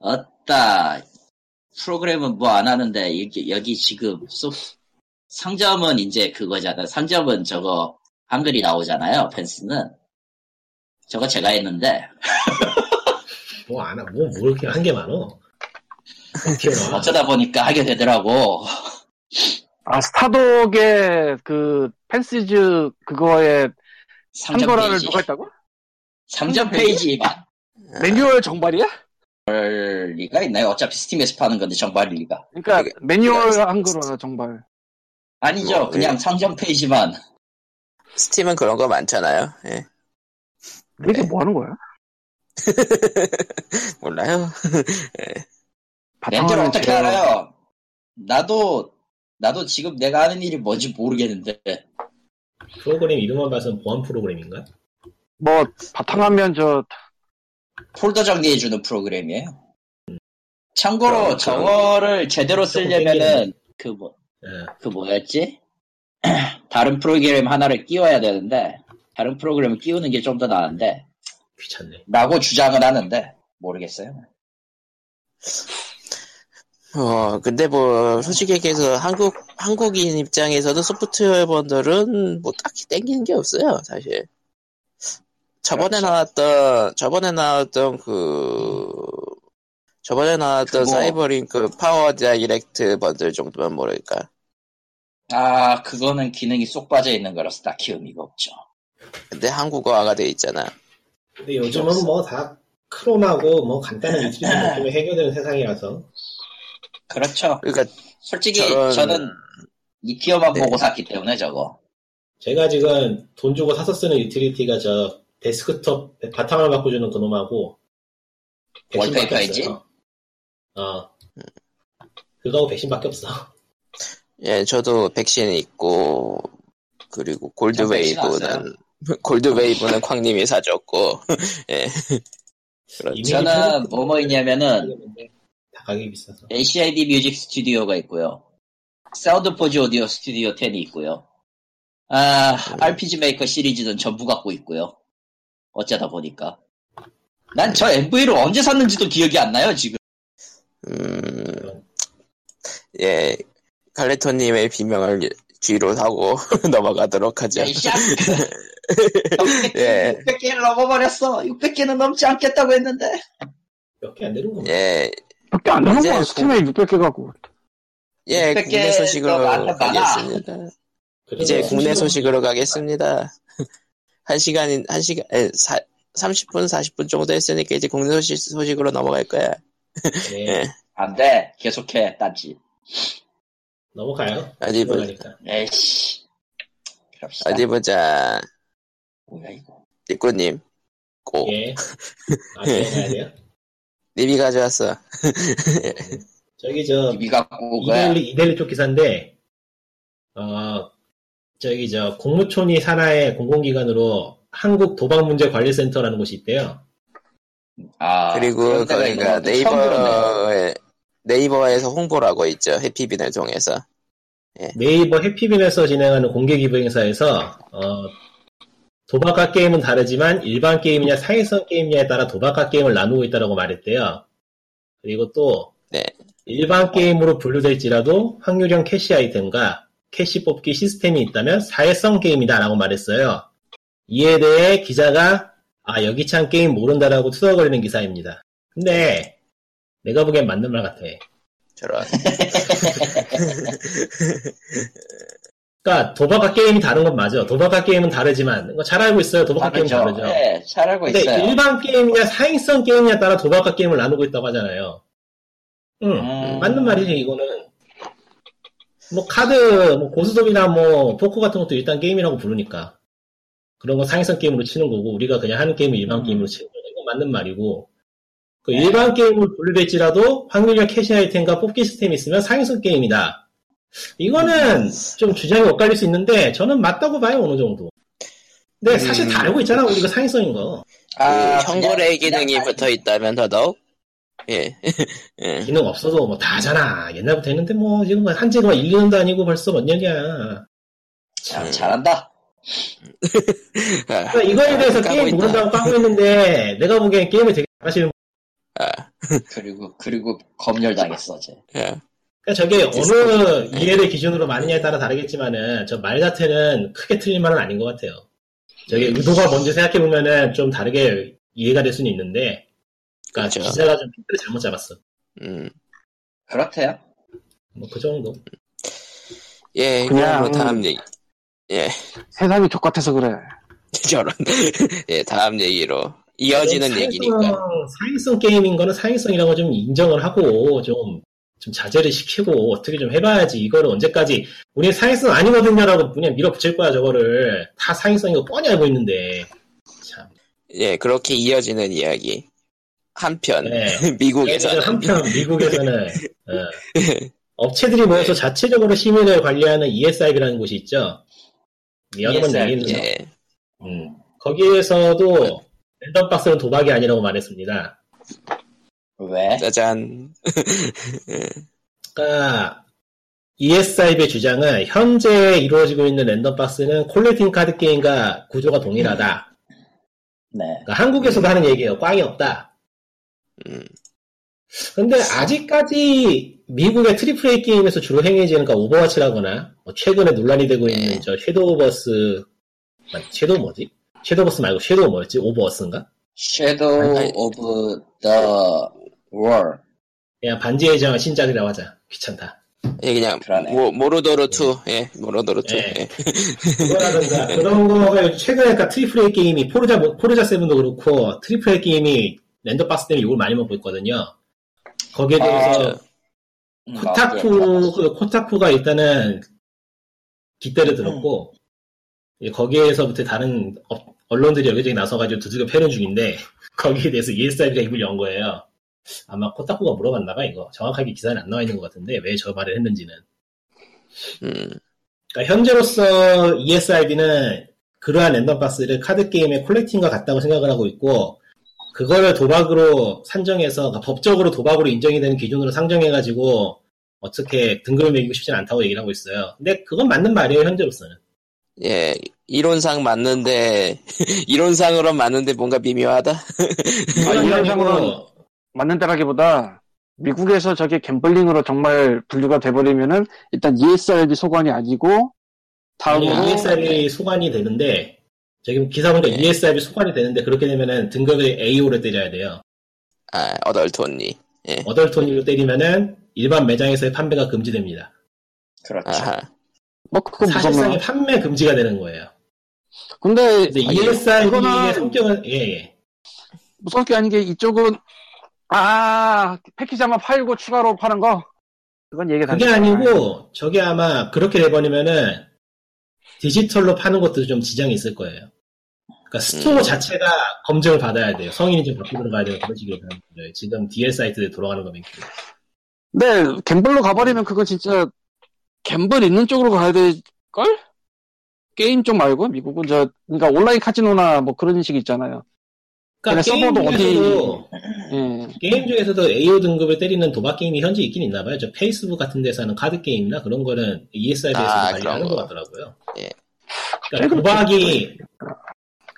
[SPEAKER 2] 어따 프로그램은 뭐 안 하는데 여기, 여기 지금 소, 상점은 이제 그거잖아. 상점은 저거 한글이 나오잖아요. 펜스는 저거 제가 했는데
[SPEAKER 3] 뭐 안, 하- 뭐, 뭐 이렇게 한 게 많어.
[SPEAKER 2] 네.
[SPEAKER 3] 어떻게 나와?
[SPEAKER 2] 어쩌다 보니까 하게 되더라고.
[SPEAKER 4] 아, 스타독의 그, 펜시즈 그거에
[SPEAKER 2] 상점
[SPEAKER 4] 참고란을
[SPEAKER 2] 페이지.
[SPEAKER 4] 누가 했다고?
[SPEAKER 2] 상점
[SPEAKER 4] 상점 페이지?
[SPEAKER 2] 페이지만
[SPEAKER 4] 매뉴얼 정발이야?
[SPEAKER 2] 볼 리가 있나요? 어차피 스팀에서 파는 건데 정발일 리가.
[SPEAKER 4] 그러니까
[SPEAKER 1] 그게-
[SPEAKER 4] 매뉴얼
[SPEAKER 1] 그게-
[SPEAKER 4] 한글로 정발.
[SPEAKER 2] 아니죠.
[SPEAKER 1] 뭐,
[SPEAKER 2] 그냥
[SPEAKER 1] 예.
[SPEAKER 2] 상점 페이지만
[SPEAKER 1] 스팀은 그런 거 많잖아요. 예.
[SPEAKER 4] 근데 이게 뭐 하는 거야?
[SPEAKER 1] 몰라요.
[SPEAKER 2] 멘트를 아,
[SPEAKER 4] 바탕화면
[SPEAKER 2] 어떻게
[SPEAKER 4] 제가-
[SPEAKER 2] 알아요? 나도, 나도 지금 내가 하는 일이 뭔지 모르겠는데.
[SPEAKER 3] 프로그램 이름만 봐서는 보안 프로그램인가?
[SPEAKER 4] 뭐 바탕화면 저
[SPEAKER 2] 폴더 정리해주는 프로그램이에요. 참고로
[SPEAKER 1] 음. 그럼, 그럼.
[SPEAKER 2] 저거를 제대로 쓰려면은, 그 뭐,
[SPEAKER 3] 예.
[SPEAKER 2] 그 뭐였지? 다른 프로그램 하나를 끼워야 되는데, 다른 프로그램을 끼우는 게 좀 더 나은데,
[SPEAKER 3] 귀찮네.
[SPEAKER 2] 라고 주장을 하는데, 모르겠어요.
[SPEAKER 1] 어, 근데 뭐, 솔직히 얘기해서 한국, 한국인 입장에서도 소프트웨어 번들은 뭐 딱히 땡기는 게 없어요, 사실. 저번에
[SPEAKER 2] 그렇죠.
[SPEAKER 1] 나왔던, 저번에 나왔던 그, 저번에 나왔던
[SPEAKER 2] 그거. 뭐
[SPEAKER 1] 사이버링크 파워 다이렉트 번들 정도만 모를까.
[SPEAKER 2] 아, 그거는 기능이 쏙 빠져 있는 거라서 딱히 의미가 없죠.
[SPEAKER 1] 근데 한국어화가 돼 있잖아.
[SPEAKER 3] 근데 요즘은 뭐 다 크롬하고 뭐 간단한 유튜브 느낌에 해결되는 세상이라서
[SPEAKER 2] 그렇죠.
[SPEAKER 1] 그러니까,
[SPEAKER 2] 솔직히
[SPEAKER 1] 저런-
[SPEAKER 2] 저는 이티어만
[SPEAKER 1] 네.
[SPEAKER 2] 보고 샀기 때문에 저거.
[SPEAKER 3] 제가 지금 돈 주고 사서 쓰는 유틸리티가 저 데스크톱 바탕을 바꿔주는 그놈하고 백신밖에
[SPEAKER 2] 월페이퍼이지?
[SPEAKER 3] 없어요. 어. 그거하고 백신밖에 없어.
[SPEAKER 1] 예, 저도 백신 있고, 그리고
[SPEAKER 2] 전 백신 안
[SPEAKER 1] 골드웨이브는, 골드웨이브는 광님이 사줬고, 예. 그렇죠.
[SPEAKER 3] 이미
[SPEAKER 2] 저는 뭐뭐 있냐면은
[SPEAKER 3] 다 가격이 비싸서.
[SPEAKER 2] ACID 뮤직 스튜디오가 있고요. 사운드 포즈 오디오 스튜디오 10이 있고요. 아,
[SPEAKER 1] 네.
[SPEAKER 2] RPG 메이커 시리즈는 전부 갖고 있고요. 어쩌다 보니까. 난 저 MV를 언제 샀는지도 기억이 안 나요, 지금.
[SPEAKER 1] 음, 예, 갈레토님의 비명을 뒤로 하고 넘어가도록 하죠.
[SPEAKER 2] 야, 이 샥!
[SPEAKER 1] 예.
[SPEAKER 2] 600개를 넘어버렸어. 600개는 넘지 않겠다고 했는데.
[SPEAKER 3] 몇 개 안 되는 거야.
[SPEAKER 1] 예,
[SPEAKER 4] 몇개 안 되는
[SPEAKER 1] 이제
[SPEAKER 4] 거야
[SPEAKER 1] 공-
[SPEAKER 4] 스팀에 600개 가고
[SPEAKER 1] 예,
[SPEAKER 2] 이백
[SPEAKER 1] 국내
[SPEAKER 2] 개
[SPEAKER 1] 소식으로
[SPEAKER 2] 더안 해봐라.
[SPEAKER 1] 가겠습니다. 이제
[SPEAKER 3] 뭐
[SPEAKER 1] 국내 소식으로 가겠습니다. 한 시간, 한 시간, 에, 사, 30분, 40분 정도 했으니까 이제 국내 소식, 소식으로 넘어갈 거야. 예.
[SPEAKER 3] 네,
[SPEAKER 2] 안 돼. 계속해, 딴지.
[SPEAKER 3] 넘어가요. 그러니까.
[SPEAKER 1] 어디 보자.
[SPEAKER 3] 넘어가니까.
[SPEAKER 2] 에이씨. 그럽시다.
[SPEAKER 1] 어디 보자.
[SPEAKER 2] 뭐야, 이거.
[SPEAKER 1] 니꾸님, 고.
[SPEAKER 3] 예. 아, 넘어가야 돼요?
[SPEAKER 1] 님이 가져왔어. 예.
[SPEAKER 3] 음. 저기 저
[SPEAKER 2] 이미 갖고 온 거야.
[SPEAKER 3] 이데일리 이데일리 쪽 기사인데 어 저기 저 공무총이 산하의 공공기관으로 한국 도박문제관리센터라는 곳이 있대요.
[SPEAKER 2] 아,
[SPEAKER 1] 그리고
[SPEAKER 2] 그런 데가 있는
[SPEAKER 1] 거기가
[SPEAKER 2] 것도 처음 들었네요.
[SPEAKER 1] 네이버에, 네이버에서 홍보를 하고 있죠. 해피빈을 통해서.
[SPEAKER 3] 네이버 해피빈에서 진행하는 공개 기부 행사에서 어, 도박과 게임은 다르지만 일반 게임이냐 사회성 게임이냐에 따라 도박과 게임을 나누고 있다라고 말했대요. 그리고 또
[SPEAKER 1] 네.
[SPEAKER 3] 일반 게임으로 분류될지라도 확률형 캐시 아이템과 캐시 뽑기 시스템이 있다면 사회성 게임이다라고 말했어요. 이에 대해 기자가 아 여기 참 게임 모른다라고 투덜거리는 기사입니다. 근데 내가 보기엔 맞는 말 같아.
[SPEAKER 1] 저런.
[SPEAKER 3] 그러니까 도박과 게임이 다른 건 맞아. 도박과 게임은 다르지만 이거 잘 알고 있어요. 도박과 게임은
[SPEAKER 2] 다르죠.
[SPEAKER 3] 다르죠.
[SPEAKER 2] 네, 잘 알고
[SPEAKER 3] 근데
[SPEAKER 2] 있어요.
[SPEAKER 3] 일반 게임이냐 사행성 게임이냐 따라 도박과 게임을 나누고 있다고 하잖아요. 응,
[SPEAKER 2] 음.
[SPEAKER 3] 맞는 말이지 이거는. 뭐 카드, 뭐 고스톱이나 뭐 포커 같은 것도 일단 게임이라고 부르니까 그런 거 사행성 게임으로 치는 거고 우리가 그냥 하는 게임을 일반
[SPEAKER 2] 음. 네.
[SPEAKER 3] 게임으로 치는 거 이거 맞는 말이고 그 일반 게임을 분류될지라도 확률형 캐시 아이템과 뽑기 시스템이 있으면 사행성
[SPEAKER 2] 음.
[SPEAKER 3] 게임이다. 이거는 좀 주장이 엇갈릴 수 있는데 저는 맞다고 봐요 어느 정도. 근데 사실
[SPEAKER 1] 음.
[SPEAKER 3] 다 알고 있잖아 우리가 사행성인 거.
[SPEAKER 1] 그
[SPEAKER 2] 아,
[SPEAKER 1] 형골의
[SPEAKER 2] 그냥-
[SPEAKER 1] 기능이
[SPEAKER 2] 그냥
[SPEAKER 1] 붙어 있다면 더더욱. 예. 예.
[SPEAKER 3] 기능 없어도 뭐 다 하잖아. 옛날부터 했는데 뭐 지금 뭐 한지가 1, 2년도 아니고 벌써 몇 년이야. 그러니까
[SPEAKER 2] 참, 잘한다.
[SPEAKER 1] 아,
[SPEAKER 3] 그러니까 이거에 대해서
[SPEAKER 1] 까고
[SPEAKER 3] 게임
[SPEAKER 1] 있다.
[SPEAKER 3] 모른다고 까고 있는데 내가 보기엔 게임을 되게 잘하시는
[SPEAKER 2] 그리고, 그리고 검열당했어, 어제.
[SPEAKER 1] 예.
[SPEAKER 3] 그러니까 저게 어느 이해를 기준으로 맞느냐에 따라 다르겠지만은 저 말 자체는 크게 틀린 말은 아닌 것 같아요. 저게
[SPEAKER 1] 음.
[SPEAKER 3] 의도가 뭔지 생각해보면은 좀 다르게 이해가 될 수는 있는데 그러니까
[SPEAKER 1] 그렇죠.
[SPEAKER 3] 기자가 좀 핀트를 잘못 잡았어.
[SPEAKER 1] 음.
[SPEAKER 2] 그렇대요.
[SPEAKER 3] 뭐 그 정도.
[SPEAKER 1] 예,
[SPEAKER 4] 그냥-
[SPEAKER 1] 그냥 뭐 다음 얘기. 예,
[SPEAKER 4] 세상이 족같아서 그래
[SPEAKER 1] 저런. 예, 다음 얘기로. 이어지는
[SPEAKER 3] 사회성-
[SPEAKER 1] 얘기니까.
[SPEAKER 3] 사회성 게임인 거는 사회성이라고 좀 인정을 하고 좀, 좀 자제를 시키고 어떻게 좀 해봐야지 이거를 언제까지 우리 사회성 아니거든요라고 그냥 밀어붙일 거야 저거를 다 사회성인 거 뻔히 알고 있는데 참
[SPEAKER 1] 예, 그렇게 이어지는 이야기. 한편,
[SPEAKER 3] 네.
[SPEAKER 1] 미국에서는.
[SPEAKER 3] 한편 미국에서는 어, 업체들이 모여서 자체적으로 시민을 관리하는 ESI라는 곳이 있죠. 여러분
[SPEAKER 2] ESRB.
[SPEAKER 3] 얘기는
[SPEAKER 1] 예,
[SPEAKER 3] 음, 거기에서도 랜덤 박스는 도박이 아니라고 말했습니다.
[SPEAKER 1] 네.
[SPEAKER 2] 왜?
[SPEAKER 1] 짜잔.
[SPEAKER 3] 그러니까 ESI의 주장은 현재 이루어지고 있는 랜덤 박스는 콜렉팅 카드 게임과 구조가
[SPEAKER 1] 음.
[SPEAKER 3] 동일하다.
[SPEAKER 2] 네.
[SPEAKER 3] 그러니까 한국에서도 하는 얘기예요. 꽝이 없다.
[SPEAKER 1] 음,
[SPEAKER 3] 근데 아직까지 미국의 트리플 A 게임에서 주로 행해지는 그러니까 오버워치라거나 뭐 최근에 논란이 되고 있는
[SPEAKER 1] 네.
[SPEAKER 3] 저 섀도우버스 아니, 섀도우 뭐지? 섀도우버스 말고 섀도우 뭐였지? 오버워스인가?
[SPEAKER 1] 아,
[SPEAKER 2] Shadow of the War.
[SPEAKER 3] 그냥 반지의 제왕 신작이라고 하자. 귀찮다.
[SPEAKER 1] 예, 그냥,
[SPEAKER 2] 그러네.
[SPEAKER 1] 모, 모로도로 2, 예, 모로도로 2.
[SPEAKER 3] 예.
[SPEAKER 1] 예.
[SPEAKER 3] 그거라든가 그런 거가 요즘 최근에 그러니까 트리플 A 게임이 포르자 모- 포르자 세븐도 그렇고 트리플 A 게임이 랜더박스 때문에 욕을 많이 먹고 있거든요. 거기에 대해서
[SPEAKER 2] 음,
[SPEAKER 3] 코타쿠 그 코타쿠가 일단은 깃대를 들었고 예, 거기에서부터 다른 어- 언론들이 여기저기 나서가지고 두들겨 패는 중인데 거기에 대해서 ESI가 입을 연 거예요. 아마 코타쿠가 물어봤나봐 이거 정확하게 기사는 안 나와 있는 것 같은데 왜 저 말을 했는지는.
[SPEAKER 1] 음,
[SPEAKER 3] 그러니까 현재로서 E ESRB는 그러한 랜덤박스를 카드 게임의 콜렉팅과 같다고 생각을 하고 있고 그거를 도박으로 산정해서 그러니까 법적으로 도박으로 인정이 되는 기준으로 상정해가지고 어떻게 등급을 매기고 싶진 않다고 얘기를 하고 있어요. 근데 그건 맞는 말이에요 현재로서는.
[SPEAKER 1] 예, 이론상 맞는데, 이론상으로 맞는데 뭔가 미묘하다?
[SPEAKER 4] 아, 이런 상황은 맞는다라기보다 미국에서 저게 갬블링으로 정말 분류가 돼버리면은 일단 E ESRB 소관이 아니고 다음으로
[SPEAKER 3] 아니, ESRB 소관이 되는데 지금 기사 보니까
[SPEAKER 4] 네.
[SPEAKER 3] E ESRB 소관이 되는데 그렇게 되면은 등급을 AO를 때려야 돼요.
[SPEAKER 1] 아, 어덜트 언니.
[SPEAKER 3] 어덜톤으로 때리면은 일반 매장에서의 판매가 금지됩니다.
[SPEAKER 2] 그렇죠.
[SPEAKER 1] 아하.
[SPEAKER 4] 뭐 그거
[SPEAKER 3] 사실상의
[SPEAKER 4] 무섭네.
[SPEAKER 3] 판매 금지가 되는 거예요.
[SPEAKER 4] 근데
[SPEAKER 3] 근데
[SPEAKER 1] 아니,
[SPEAKER 3] ESRB의
[SPEAKER 4] 그거는-
[SPEAKER 3] 성격은 예예
[SPEAKER 4] 무서울 게 아닌 게 이쪽은 아 패키지 아마 팔고 추가로 파는 거 그건 얘기
[SPEAKER 3] 그게 아니고 저게 아마 그렇게 돼버리면은 디지털로 파는 것도 좀 지장이 있을 거예요. 그러니까 스토어
[SPEAKER 1] 음.
[SPEAKER 3] 자체가 검증을 받아야 돼요. 성인이 좀 받고 들어가야 되고 그런 식으로 가는 거예요. 지금 DL 사이트에 돌아가는 거면
[SPEAKER 4] 네 갬블로 가버리면 그건 진짜 갬블 있는 쪽으로 가야 될 걸? 게임 쪽 말고 미국은 저 그러니까 온라인 카지노나 뭐 그런 식이 있잖아요.
[SPEAKER 3] 그러니까
[SPEAKER 4] 근데
[SPEAKER 3] 게임
[SPEAKER 4] 서버도 어디-
[SPEAKER 3] 중에서도
[SPEAKER 4] 예.
[SPEAKER 3] 게임 중에서도 AO 등급을 때리는 도박 게임이 현재 있긴 있나 봐요. 저 페이스북 같은 데서 하는 카드 게임이나 그런 거는 E ESR에서
[SPEAKER 1] 아, 그런
[SPEAKER 3] 관리하는 것
[SPEAKER 1] 거.
[SPEAKER 3] 같더라고요.
[SPEAKER 1] 예.
[SPEAKER 3] 그러니까 도박이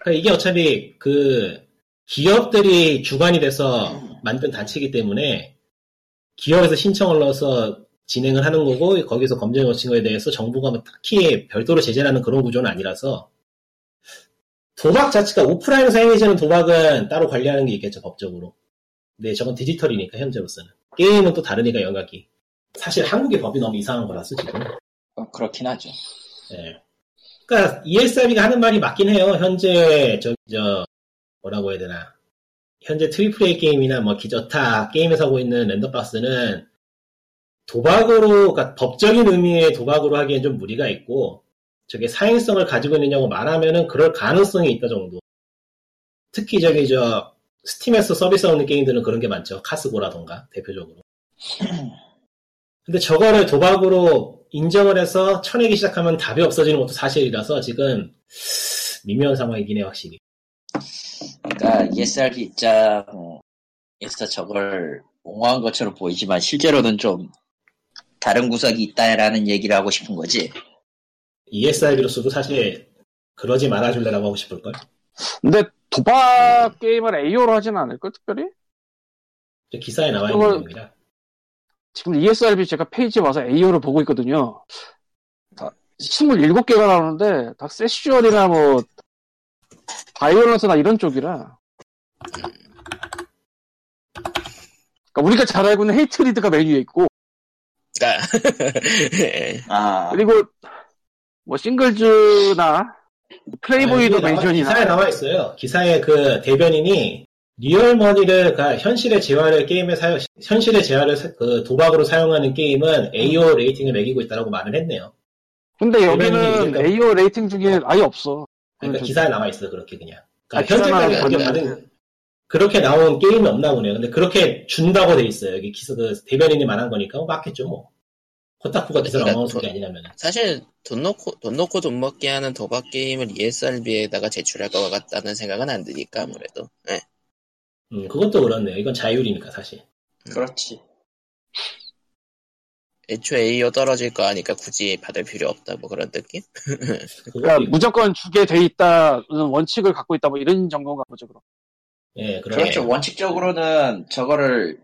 [SPEAKER 3] 그러니까 이게 어차피 그 기업들이 주관이 돼서 만든 단체이기 때문에 기업에서 신청을 넣어서 진행을 하는 거고 거기서 검증 거친 거에 대해서 정부가 뭐 특히 별도로 제재하는 그런 구조는 아니라서 도박 자체가 오프라인에서 행해지는 도박은 따로 관리하는 게 있겠죠 법적으로 네 저건 디지털이니까 현재로서는 게임은 또 다르니까 영역이 사실 한국의 법이 너무 이상한 거라서 지금
[SPEAKER 2] 어, 그렇긴 하죠.
[SPEAKER 3] 예. 그러니까 ESRB가 하는 말이 맞긴 해요. 현재 저, 저 뭐라고 해야 되나 현재 트리플 A 게임이나 뭐 기저타 게임에서 하고 있는 랜덤박스는 도박으로 그러니까 법적인 의미의 도박으로 하기엔 좀 무리가 있고 저게 사행성을 가지고 있느냐고 말하면은 그럴 가능성이 있다 정도. 특히 저기 저 스팀에서 서비스하는 게임들은 그런 게 많죠. 카스고라던가 대표적으로. 근데 저거를 도박으로 인정을 해서 쳐내기 시작하면 답이 없어지는 것도 사실이라서 지금 미묘한 상황이긴 해 확실히.
[SPEAKER 2] 그러니까 ESRB 입장에서 뭐, 저걸 옹호한 것처럼 보이지만 실제로는 좀 다른 구석이 있다라는 얘기를 하고 싶은 거지.
[SPEAKER 3] E ESRB로서도 사실 그러지 말아줄래라고 하고 싶을 걸.
[SPEAKER 4] 근데 도박 게임을 AO로 하진 않을 걸 특별히?
[SPEAKER 3] 기사에 나와 있는
[SPEAKER 4] 그걸-
[SPEAKER 3] 겁니다.
[SPEAKER 4] 지금 E ESRB 제가 페이지에 와서 AO를 보고 있거든요. 다 27개가 나오는데 다 세슈얼이나 뭐 바이올런스나 이런 쪽이라. 그러니까 우리가 잘 알고 있는 헤이트리드가 맨 위에 있고
[SPEAKER 1] 아, 예.
[SPEAKER 2] 아,
[SPEAKER 4] 그리고 뭐 싱글즈나 플레이보이도
[SPEAKER 3] 아니, 나와-
[SPEAKER 4] 멘션이나
[SPEAKER 3] 기사에 나와 있어요. 기사에 그 대변인이 리얼 머니를 그러니까 현실의 재화를 게임에 사용 현실의 재화를 사- 그 도박으로 사용하는 게임은 AO 레이팅을 매기고 있다라고 말을 했네요.
[SPEAKER 4] 근데
[SPEAKER 3] 대변인이
[SPEAKER 4] 여기는
[SPEAKER 3] 그러니까-
[SPEAKER 4] AO 레이팅 중에 아예 없어.
[SPEAKER 3] 그러니까
[SPEAKER 4] 그래서-
[SPEAKER 3] 기사에 나와 있어 그렇게 그냥. 그러니까 현재까지
[SPEAKER 4] 비싸나
[SPEAKER 3] 그렇게
[SPEAKER 4] 받는-
[SPEAKER 3] 받은 그렇게 나온 게임이 없나 보네요. 근데 그렇게 준다고 돼 있어요. 여기 기사 그 대변인이 말한 거니까 뭐 맞겠죠 뭐. 코타쿠가 기사를
[SPEAKER 1] 그러니까
[SPEAKER 3] 엉망을 쓴게
[SPEAKER 1] 돈-
[SPEAKER 3] 아니라면.
[SPEAKER 1] 사실 돈 넣고 돈 넣고 돈 먹게 하는 도박 게임을 E ESRB에다가 제출할 것 같다는 생각은 안 드니까 아무래도. 예.
[SPEAKER 3] 음, 그것도 그렇네요. 이건 자율이니까 사실.
[SPEAKER 2] 그렇지.
[SPEAKER 1] 애초에 A요 떨어질 거 아니까 굳이 받을 필요 없다 뭐 그런 느낌?
[SPEAKER 3] 그것도
[SPEAKER 4] 그러니까
[SPEAKER 3] 있고.
[SPEAKER 4] 무조건 주게 돼 있다는 원칙을 갖고 있다 뭐 이런 정도인가 보죠 그럼.
[SPEAKER 3] 예, 그러네요.
[SPEAKER 2] 그렇죠. 원칙적으로는 저거를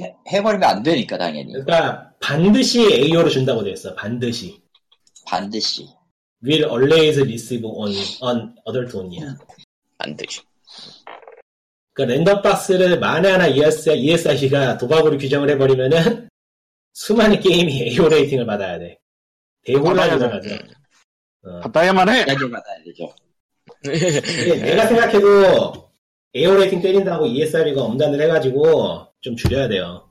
[SPEAKER 2] 해, 해버리면 안 되니까 당연히
[SPEAKER 3] 그러니까 반드시 AO를 준다고 돼 있어. 반드시.
[SPEAKER 2] 반드시.
[SPEAKER 3] Will always receive on on adult on이야.
[SPEAKER 1] 반드시.
[SPEAKER 3] 그러니까 랜덤 박스를 만에 하나 E ESR, ESRC가 도박으로 규정을 해버리면은 수많은 게임이 AO 레이팅을 받아야 돼. 대혼란이
[SPEAKER 4] 받아야 돼.
[SPEAKER 3] 일어나죠. 어.
[SPEAKER 4] 받아야만 네. 해.
[SPEAKER 2] 야지 받아야 되죠.
[SPEAKER 3] 이게 내가 생각해도 에어 레이팅 때린다고 E ESR이가 엄단을 해가지고 좀 줄여야 돼요.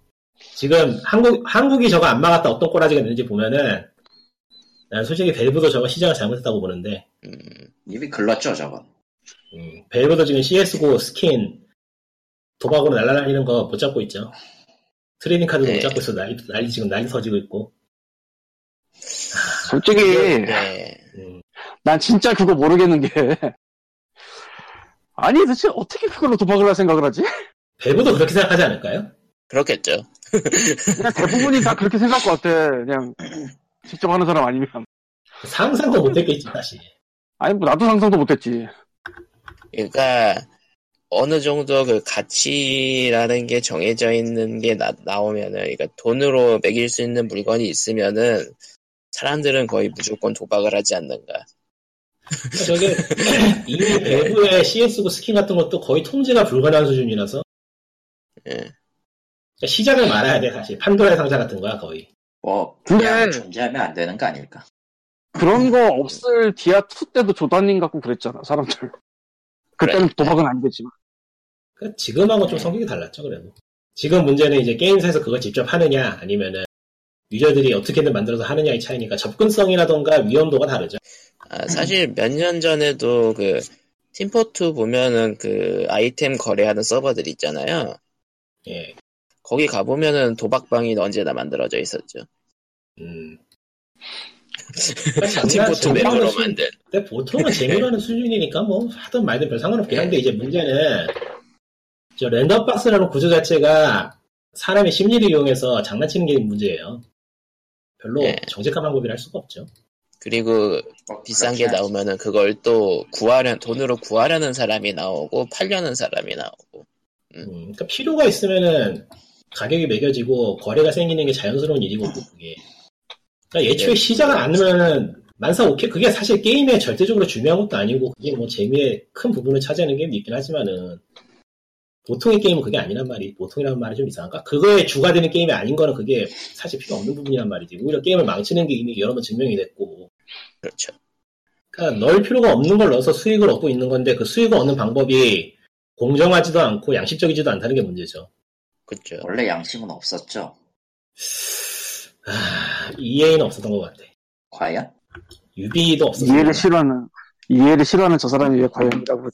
[SPEAKER 3] 지금 한국, 한국이 저거 안 막았다 어떤 꼬라지가 있는지 보면은 난 솔직히 벨브도 저거 시장을 잘못했다고 보는데
[SPEAKER 1] 음,
[SPEAKER 2] 이미 글렀죠 저건.
[SPEAKER 3] 음, 벨브도 지금 CS고 스킨 도박으로 날아다니는 거 못 잡고 있죠. 트레이딩 카드도
[SPEAKER 1] 네.
[SPEAKER 3] 못 잡고 있어 난리, 난리 지금 난리 터지고 있고
[SPEAKER 4] 솔직히
[SPEAKER 1] 네.
[SPEAKER 3] 음,
[SPEAKER 4] 난 진짜 그거 모르겠는 게 아니 대체 어떻게 그걸로 도박을 할 생각을 하지?
[SPEAKER 3] 벨브도 그렇게 생각하지 않을까요?
[SPEAKER 1] 그렇겠죠.
[SPEAKER 4] 그냥 대부분이 다 그렇게 생각할 것 같아. 그냥 직접 하는 사람 아니면
[SPEAKER 3] 상상도 못했겠지 사실
[SPEAKER 4] 아니 뭐 나도 상상도 못했지.
[SPEAKER 1] 그러니까 어느 정도 그 가치라는 게 정해져 있는 게 나, 나오면은 그러니까 돈으로 매길 수 있는 물건이 있으면은 사람들은 거의 무조건 도박을 하지 않는가.
[SPEAKER 3] 그러니까 저게 이미 배부의 CS고 스킨 같은 것도 거의 통제가 불가능한 수준이라서
[SPEAKER 1] 예.
[SPEAKER 3] 그러니까 시작을 말아야 돼 사실 판도라의 상자 같은 거야 거의
[SPEAKER 2] 뭐
[SPEAKER 1] 네.
[SPEAKER 4] 근데-
[SPEAKER 2] 그냥 존재하면 안 되는 거 아닐까.
[SPEAKER 4] 그런 거 없을 디아 2 때도 조단님 갖고 그랬잖아 사람들. 그때는 도박은 안 되지만.
[SPEAKER 3] 그러니까 지금하고 좀 성격이 달랐죠 그래도 지금 문제는 이제 게임사에서 그걸 직접 하느냐 아니면은 유저들이 어떻게든 만들어서 하느냐의 차이니까 접근성이라던가 위험도가 다르죠
[SPEAKER 1] 아, 사실 몇 년 전에도 그 팀포트 보면은 그 아이템 거래하는 서버들 있잖아요.
[SPEAKER 3] 예.
[SPEAKER 1] 거기 가보면은 도박방이 언제나 만들어져 있었죠.
[SPEAKER 3] 음. 그러니까
[SPEAKER 1] 팀포트 맵으로 만든.
[SPEAKER 3] 근데 보통은 재미로 하는 수준이니까 뭐 하든 말든 별 상관없긴 한데 이제 문제는 저 랜덤박스라는 구조 자체가 사람의 심리를 이용해서 장난치는 게 문제예요. 별로
[SPEAKER 1] 예.
[SPEAKER 3] 정직한 방법이라 할 수가 없죠.
[SPEAKER 1] 그리고
[SPEAKER 2] 뭐
[SPEAKER 1] 비싼
[SPEAKER 2] 그렇긴
[SPEAKER 1] 게
[SPEAKER 2] 하지.
[SPEAKER 1] 나오면은 그걸 또 구하려 돈으로 구하려는 사람이 나오고 팔려는 사람이 나오고
[SPEAKER 3] 음, 그러니까 필요가 있으면은 가격이 매겨지고 거래가 생기는 게 자연스러운 일이거든요. 그게. 그러니까 예초에
[SPEAKER 1] 예.
[SPEAKER 3] 시작을 안 하면은 만사 오케이 그게 사실 게임에 절대적으로 중요한 것도 아니고 그게 뭐 재미의 큰 부분을 차지하는 게임도 있긴 하지만은 보통의 게임은 그게 아니란 말이 보통이라는 말이 좀 이상한가? 그거에 주가 되는 게임이 아닌 거는 그게 사실 필요 없는 부분이란 말이지 오히려 게임을 망치는 게 이미 여러 번 증명이 됐고
[SPEAKER 1] 그렇죠.
[SPEAKER 3] 그러니까 넣을 필요가 없는 걸 넣어서 수익을 얻고 있는 건데 그 수익을 얻는 방법이 공정하지도 않고 양식적이지도 않다는 게 문제죠.
[SPEAKER 1] 그렇죠.
[SPEAKER 2] 원래 양심은 없었죠.
[SPEAKER 3] 아, EA는 없었던 것 같아.
[SPEAKER 2] 과연?
[SPEAKER 3] 유비도 없었어.
[SPEAKER 4] 이해를 싫어하는 이해를 싫어하는 저 사람이 왜 과연이라고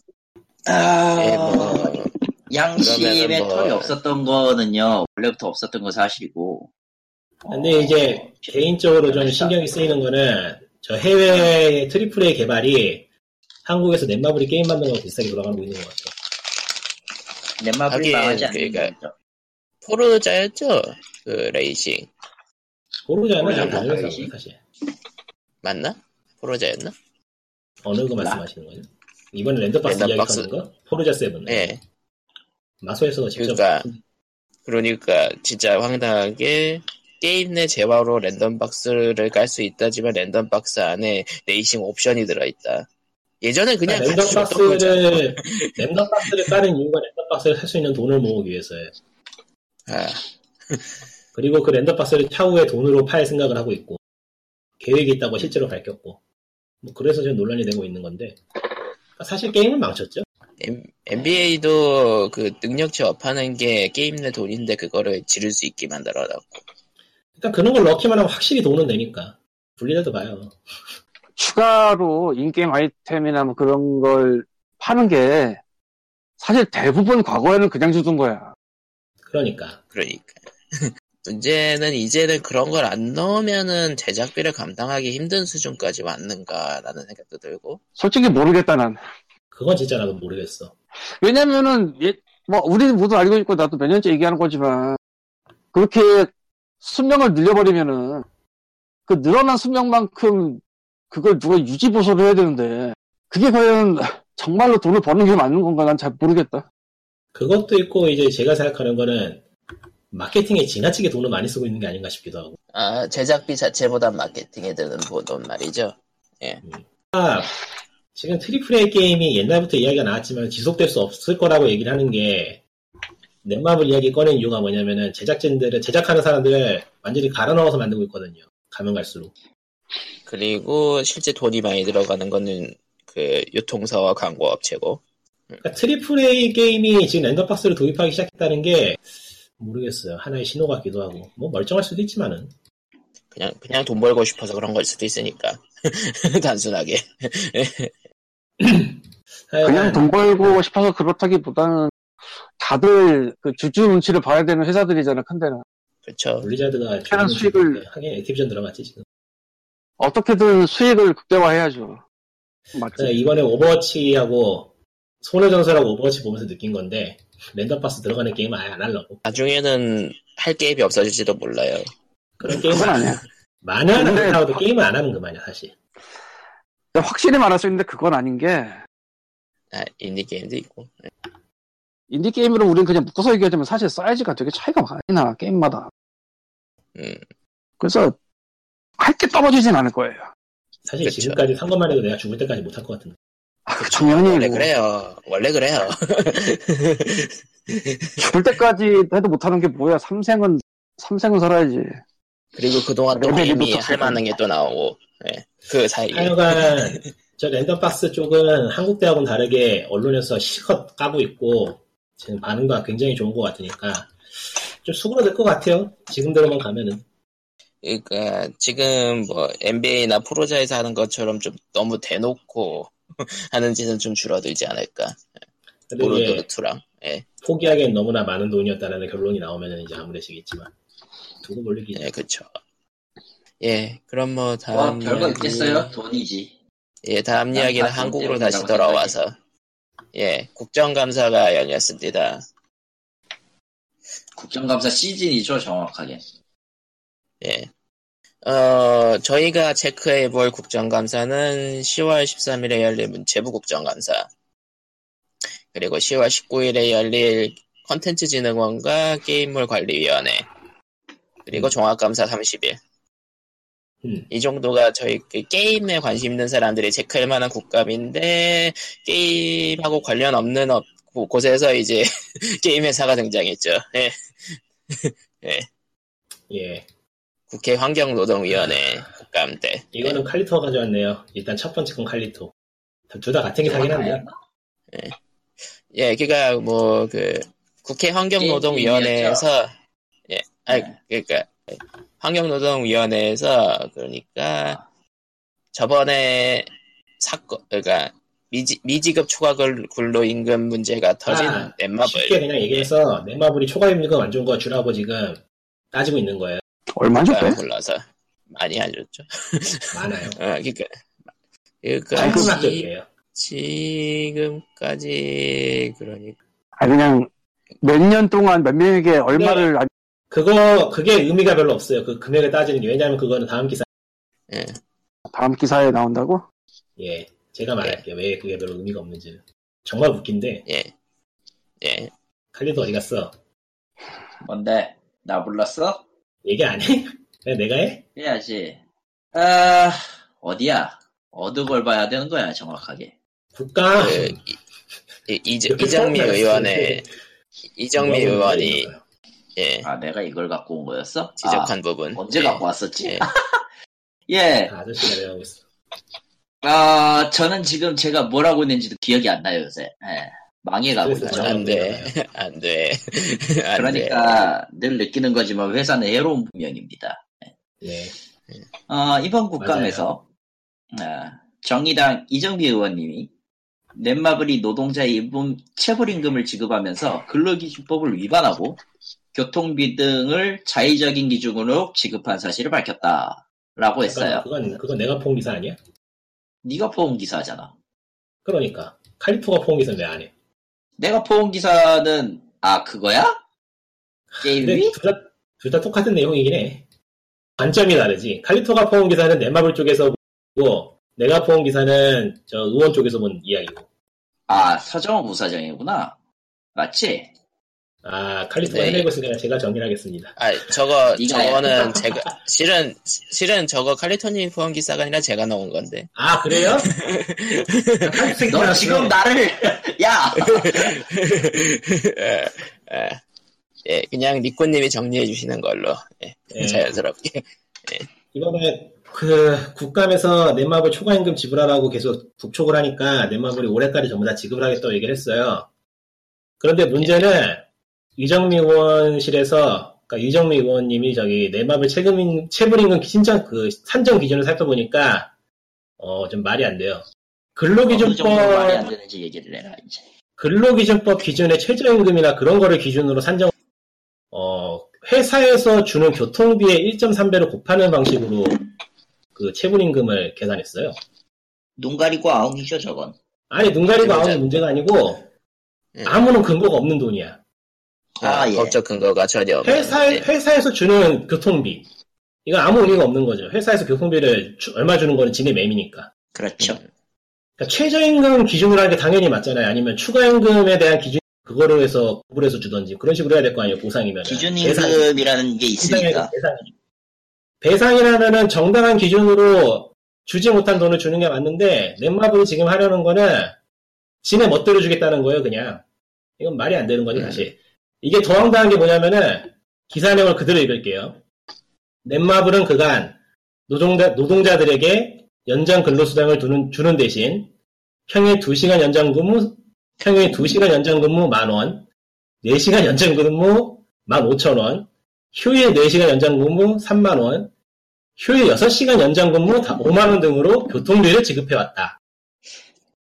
[SPEAKER 2] 아,
[SPEAKER 1] 예, 뭐
[SPEAKER 2] 양심의
[SPEAKER 1] 그러면은 뭐-
[SPEAKER 2] 털이 없었던 거는요 원래부터 없었던 건 사실이고. 어,
[SPEAKER 3] 근데 이제 개인적으로 좀 신경이 쓰이는 거는 저 해외 트리플 A 개발이 한국에서 넷마블이 게임 만드는 거 비슷하게 돌아가고 있는 것 같아.
[SPEAKER 2] 넷마블이
[SPEAKER 1] 하긴,
[SPEAKER 2] 망하지 않는
[SPEAKER 1] 그러니까-
[SPEAKER 2] 거죠.
[SPEAKER 1] 포르자였죠. 그 레이싱
[SPEAKER 3] 모르잖아,
[SPEAKER 2] 모르잖아,
[SPEAKER 3] 모르잖아,
[SPEAKER 2] 당연히.
[SPEAKER 3] 사실.
[SPEAKER 1] 맞나? 포르자였나?
[SPEAKER 3] 어느 거 말씀하시는 거죠? 이번에 랜더박스
[SPEAKER 1] 랜덤
[SPEAKER 3] 이야기
[SPEAKER 1] 박스.
[SPEAKER 3] 하는 거? 포르자 세븐.
[SPEAKER 2] 네.
[SPEAKER 1] 예.
[SPEAKER 3] 마소에서 직접.
[SPEAKER 1] 그러니까 그러니까 진짜 황당한 게 게임 내 재화로 랜덤 박스를 깔 수 있다지만 랜덤 박스 안에 레이싱 옵션이 들어있다. 예전에 그냥
[SPEAKER 3] 아, 랜덤
[SPEAKER 1] 같이 줬던 거잖아.
[SPEAKER 3] 박스를, 랜덤 박스를 까는 이유가 랜덤 박스를 살 수 있는 돈을 모으기 위해서예요.
[SPEAKER 1] 아,
[SPEAKER 3] 그리고 그 랜덤 박스를 차후에 돈으로 팔 생각을 하고 있고 계획이 있다고 실제로 밝혔고 뭐 그래서 지금 논란이 되고 있는 건데 그러니까 사실 게임은 망쳤죠.
[SPEAKER 1] NBA도 그 능력치 업하는 게 게임 내 돈인데 그거를 지를 수 있게 만들어놨고
[SPEAKER 3] 일단 그러니까 그런 걸 넣기만 하면 확실히 돈은 되니까 분리돼도 봐요.
[SPEAKER 4] 추가로 인게임 아이템이나 뭐 그런 걸 파는 게 사실 대부분 과거에는 그냥 주던 거야.
[SPEAKER 3] 그러니까.
[SPEAKER 1] 그러니까. 문제는 이제는 그런 걸 안 넣으면은 제작비를 감당하기 힘든 수준까지 왔는가라는 생각도 들고.
[SPEAKER 4] 솔직히 모르겠다 난.
[SPEAKER 3] 그건 진짜 나도 모르겠어.
[SPEAKER 4] 왜냐면은 예, 뭐 우리는 모두 알고 있고 나도 몇 년째 얘기하는 거지만 그렇게 수명을 늘려버리면은 그 늘어난 수명만큼 그걸 누가 유지 보수를 해야 되는데 그게 과연 정말로 돈을 버는 게 맞는 건가 난 잘 모르겠다.
[SPEAKER 3] 그것도 있고 이제 제가 생각하는 거는 마케팅에 지나치게 돈을 많이 쓰고 있는 게 아닌가 싶기도 하고.
[SPEAKER 1] 아, 제작비 자체보단 마케팅에 드는 돈 말이죠.
[SPEAKER 3] 아, 지금 트리플 A 게임이 옛날부터 이야기가 나왔지만 지속될 수 없을 거라고 얘기를 하는 게 넷마블 이야기 꺼낸 이유가 뭐냐면은 제작진들을 제작하는 사람들을 완전히 갈아 넣어서 만들고 있거든요. 가면 갈수록.
[SPEAKER 1] 그리고 실제 돈이 많이 들어가는 거는 그 유통사와 광고 업체고.
[SPEAKER 3] 그러니까 트리플 A 게임이 지금 랜덤박스를 도입하기 시작했다는 게 모르겠어요. 하나의 신호 같기도 하고 뭐 멀쩡할 수도 있지만은
[SPEAKER 1] 그냥 그냥 돈 벌고 싶어서 그런 걸 수도 있으니까 단순하게
[SPEAKER 3] 하여간
[SPEAKER 4] 그냥 돈 벌고 싶어서 그렇다기보다는 다들 그 주주 눈치를 봐야 되는 회사들이잖아 큰데는
[SPEAKER 1] 그렇죠
[SPEAKER 3] 블리자드가
[SPEAKER 4] 특별한
[SPEAKER 3] 지금
[SPEAKER 4] 수익을-
[SPEAKER 3] 하긴 액티비전 들어갔지 지금.
[SPEAKER 4] 어떻게든 수익을 극대화해야죠. 맞지?
[SPEAKER 3] 그러니까 이번에 오버워치하고 손해 전설하고 오버워치 보면서 느낀 건데 랜덤박스 들어가는 게임은 아예 안 하려고
[SPEAKER 1] 나중에는 할 게임이 없어질지도 몰라요
[SPEAKER 3] 그런 게임
[SPEAKER 4] 그건 아니야.
[SPEAKER 3] 많이 하는
[SPEAKER 4] 근데-
[SPEAKER 3] 그렇다고도 게임을 안 하는 거 만이야 사실.
[SPEAKER 4] 근데 그러니까 확실히 말할 수 있는데 그건 아닌 게
[SPEAKER 1] 아, 인디 게임도 있고
[SPEAKER 4] 인디 게임으로 우린 그냥 묶어서 얘기하자면 사실 사이즈가 되게 차이가 많이 나 게임마다.
[SPEAKER 1] 음.
[SPEAKER 4] 그래서 할 게 떨어지진 않을 거예요.
[SPEAKER 3] 사실
[SPEAKER 1] 그쵸.
[SPEAKER 3] 지금까지 산 것만 해도 내가 죽을 때까지 못 할 것 같은데.
[SPEAKER 4] 아, 그 당연히
[SPEAKER 1] 원래
[SPEAKER 4] 뭐
[SPEAKER 1] 그래요 원래 그래요
[SPEAKER 4] 죽을 때까지 해도 못하는 게 뭐야? 삼생은 삼생은 살아야지.
[SPEAKER 1] 그리고 그동안 또
[SPEAKER 4] 레벨이
[SPEAKER 1] 게임이
[SPEAKER 4] 높아서
[SPEAKER 1] 할 만한 게 또 나오고 예. 그 사이에
[SPEAKER 3] 하여간 저 랜덤박스 쪽은 한국 대학은 다르게 언론에서 실컷 까고 있고 지금 반응과 굉장히 좋은 것 같으니까 좀 수그러들 것 같아요. 지금대로만 가면은
[SPEAKER 1] 그러니까 지금 뭐 NBA나 프로자에서 하는 것처럼 좀 너무 대놓고 하는 짓은 좀 줄어들지 않을까
[SPEAKER 3] 근데 이게
[SPEAKER 1] 보르도르투랑 예.
[SPEAKER 3] 포기하기엔 너무나 많은 돈이었다는 결론이 나오면은 이제 아무래시겠지만 두고 볼리기
[SPEAKER 1] 예, 그쵸. 예, 그럼 뭐 다음
[SPEAKER 2] 와, 어, 별거
[SPEAKER 1] 이야기-
[SPEAKER 2] 있겠어요? 돈이지.
[SPEAKER 1] 예, 다음
[SPEAKER 2] 다음
[SPEAKER 1] 이야기는
[SPEAKER 2] 다시
[SPEAKER 1] 한국으로
[SPEAKER 2] 때문이라고
[SPEAKER 1] 다시 돌아와서 예, 국정감사가 열렸습니다.
[SPEAKER 2] 국정감사 시즌이죠, 정확하게.
[SPEAKER 1] 예. 어, 저희가 체크해볼 국정감사는 10월 13일에 열릴 문체부 국정감사, 그리고 10월 19일에 열릴 컨텐츠진흥원과 게임물관리위원회, 그리고 종합감사 30일.
[SPEAKER 3] 음.
[SPEAKER 1] 이 정도가 저희 그 게임에 관심 있는 사람들이 체크할 만한 국감인데, 게임하고 관련 없는 업- 곳에서 이제 게임 회사가 등장했죠. 예.
[SPEAKER 3] 예
[SPEAKER 1] 국회 환경노동위원회 국감 때.
[SPEAKER 3] 이거는 칼리토가 가져왔네요. 일단 첫 번째 건 칼리토 둘 다 같은 게 사긴
[SPEAKER 2] 네.
[SPEAKER 3] 한데
[SPEAKER 1] 예, 그니까, 뭐, 그, 국회 환경노동위원회에서, 예, 아,
[SPEAKER 2] 네.
[SPEAKER 1] 그니까, 환경노동위원회에서, 그러니까, 저번에 사건, 그니까, 미지, 미지급 초과근로 임금 문제가 터진
[SPEAKER 3] 아, 쉽게
[SPEAKER 1] 넷마블.
[SPEAKER 3] 그냥 얘기해서 넷마블이 초과임금 안 좋은 거 주라고 지금 따지고 있는 거예요.
[SPEAKER 4] 얼마 줬대?
[SPEAKER 1] 국감을 불러서 많이 안 줬죠.
[SPEAKER 3] 많아요.
[SPEAKER 1] 어, 그니까, 아, 그니까, 지,
[SPEAKER 3] 깔끔하게요.
[SPEAKER 1] 지금까지, 그러니까,
[SPEAKER 4] 아 그냥 몇 년 동안 몇 명에게 얼마를
[SPEAKER 1] 네.
[SPEAKER 4] 안-
[SPEAKER 3] 그거 그게 의미가 별로 없어요. 그 금액을 따지는 게 왜냐하면 그거는 다음 기사
[SPEAKER 1] 예.
[SPEAKER 4] 다음 기사에 나온다고?
[SPEAKER 3] 예 제가 말할게요. 왜 그게 별로 의미가 없는지는 정말 웃긴데
[SPEAKER 1] 예. 예.
[SPEAKER 3] 칼리토 어디 갔어?
[SPEAKER 2] 뭔데? 나 몰랐어?
[SPEAKER 3] 얘기 안 해? 그냥 내가 해?
[SPEAKER 2] 해야지. 아, 어디야? 어느 걸 봐야 되는 거야, 정확하게.
[SPEAKER 3] 국가
[SPEAKER 1] 그, 이, 이, 이, 이정미 의원의, 네. 이정미 의원이, 예,
[SPEAKER 2] 아, 내가 이걸 갖고 온 거였어?
[SPEAKER 1] 지적한 부분.
[SPEAKER 2] 아, 언제
[SPEAKER 1] 예,
[SPEAKER 2] 갖고 왔었지?
[SPEAKER 1] 예.
[SPEAKER 2] 예,
[SPEAKER 3] 아저씨가 내려가고 있어.
[SPEAKER 2] 아, 저는 지금 제가 뭘 하고 있는지도 기억이 안 나요, 요새. 예, 망해가고
[SPEAKER 3] 그래서
[SPEAKER 2] 있죠.
[SPEAKER 3] 저는-
[SPEAKER 1] 안 돼. 안 돼. 안
[SPEAKER 2] 그러니까 늘 느끼는 거지만 뭐, 회사는 해로운 분명입니다.
[SPEAKER 3] 예.
[SPEAKER 2] 어, 이번 국감에서 아, 정의당 이정비 의원님이 넷마블이 노동자 인분 체불임금을 지급하면서 근로기준법을 위반하고 교통비 등을 자의적인 기준으로 지급한 사실을
[SPEAKER 3] 네,
[SPEAKER 2] 밝혔다라고 했어요.
[SPEAKER 3] 그건, 그건 내가 포옹 기사 아니야?
[SPEAKER 2] 네가 포옹 기사잖아.
[SPEAKER 3] 그러니까. 칼리포가 포옹 기사는 왜안 해?
[SPEAKER 2] 내가 포옹 기사는 아 그거야?
[SPEAKER 3] 근데
[SPEAKER 2] 게임이?
[SPEAKER 3] 둘 다, 둘 다 똑같은 내용이긴 해. 관점이 다르지. 칼리토가 포옹 기사는 넷마블 쪽에서 보고, 내가 포옹 기사는 저 의원 쪽에서 본 이야기고.
[SPEAKER 2] 아 서정호 부사장이구나. 맞지?
[SPEAKER 3] 아, 칼리토가
[SPEAKER 1] 네.
[SPEAKER 3] 해내고 있으니까 제가 정리하겠습니다.
[SPEAKER 1] 아 저거
[SPEAKER 2] 이거야.
[SPEAKER 1] 저거는 제가 실은 실은 저거 칼리토니 후원 기사가 아니라 제가 넣은 건데
[SPEAKER 3] 아, 그래요? 네,
[SPEAKER 2] 너 지금 나를 야
[SPEAKER 1] 예, 예. 예, 그냥 니꾸님이 정리해 주시는 걸로 예,
[SPEAKER 2] 음.
[SPEAKER 3] 예.
[SPEAKER 1] 자연스럽게
[SPEAKER 3] 이번에 그 국감에서 넷마블 초과임금 지불하라고 계속 북촉을 하니까 넷마블이 올해까지 전부 다 지급을 하겠다고 얘기를 했어요. 그런데 문제는 유정미 의원실에서 그러니까 유정미 의원님이 저기 넷마블 체금인 체불임금 신청 그 산정 기준을 살펴보니까 어 좀 말이 안 돼요.
[SPEAKER 2] 어느 그 정도 말이 안
[SPEAKER 3] 근로기준법
[SPEAKER 2] 되는지 얘기를 해라 이제.
[SPEAKER 3] 근로기준법 기준의 최저임금이나 그런 거를 기준으로 산정 어, 회사에서 주는 교통비의 1.3배를 곱하는 방식으로 그 체불임금을 계산했어요.
[SPEAKER 2] 눈 가리고 아웅이죠 저건.
[SPEAKER 3] 아니 눈 가리고
[SPEAKER 1] 맞아요.
[SPEAKER 3] 아무 문제가 아니고
[SPEAKER 1] 예.
[SPEAKER 3] 아무런 근거가 없는 돈이야.
[SPEAKER 1] 아,
[SPEAKER 2] 아, 예.
[SPEAKER 1] 법적 근거가 전혀 없는
[SPEAKER 3] 회사
[SPEAKER 1] 예.
[SPEAKER 3] 회사에서 주는 교통비 이건 아무 의미가 없는 거죠. 회사에서 교통비를 주- 얼마 주는 거는 지네 맴이니까.
[SPEAKER 2] 그렇죠.
[SPEAKER 3] 그러니까 최저임금 기준으로 하는 게 당연히 맞잖아요. 아니면 추가임금에 대한 기준 그거로 해서 구분해서 주던지 그런 식으로 해야 될 거 아니에요. 보상이면
[SPEAKER 2] 기준 임금이라는 게 있으니까.
[SPEAKER 3] 배상이. 배상이라면은 정당한 기준으로 주지 못한 돈을 주는 게 맞는데 넷마블이 지금 하려는 거는 지네 멋대로 주겠다는 거예요 그냥 이건 말이 안 되는
[SPEAKER 2] 음.
[SPEAKER 3] 거지
[SPEAKER 1] 네.
[SPEAKER 3] 사실 이게 더 황당한 게 뭐냐면은 기사 내용을 그대로 읽을게요 넷마블은 그간 노동자, 노동자들에게 연장 근로수당을 두는- 주는 대신 평일 2시간 연장 근무, 평일 2시간 연장 근무 만원, 4시간 연장 근무 15,000원, 휴일 4시간 연장 근무 3만원, 휴일 6시간 연장 근무 5만원 등으로 교통비를 지급해왔다.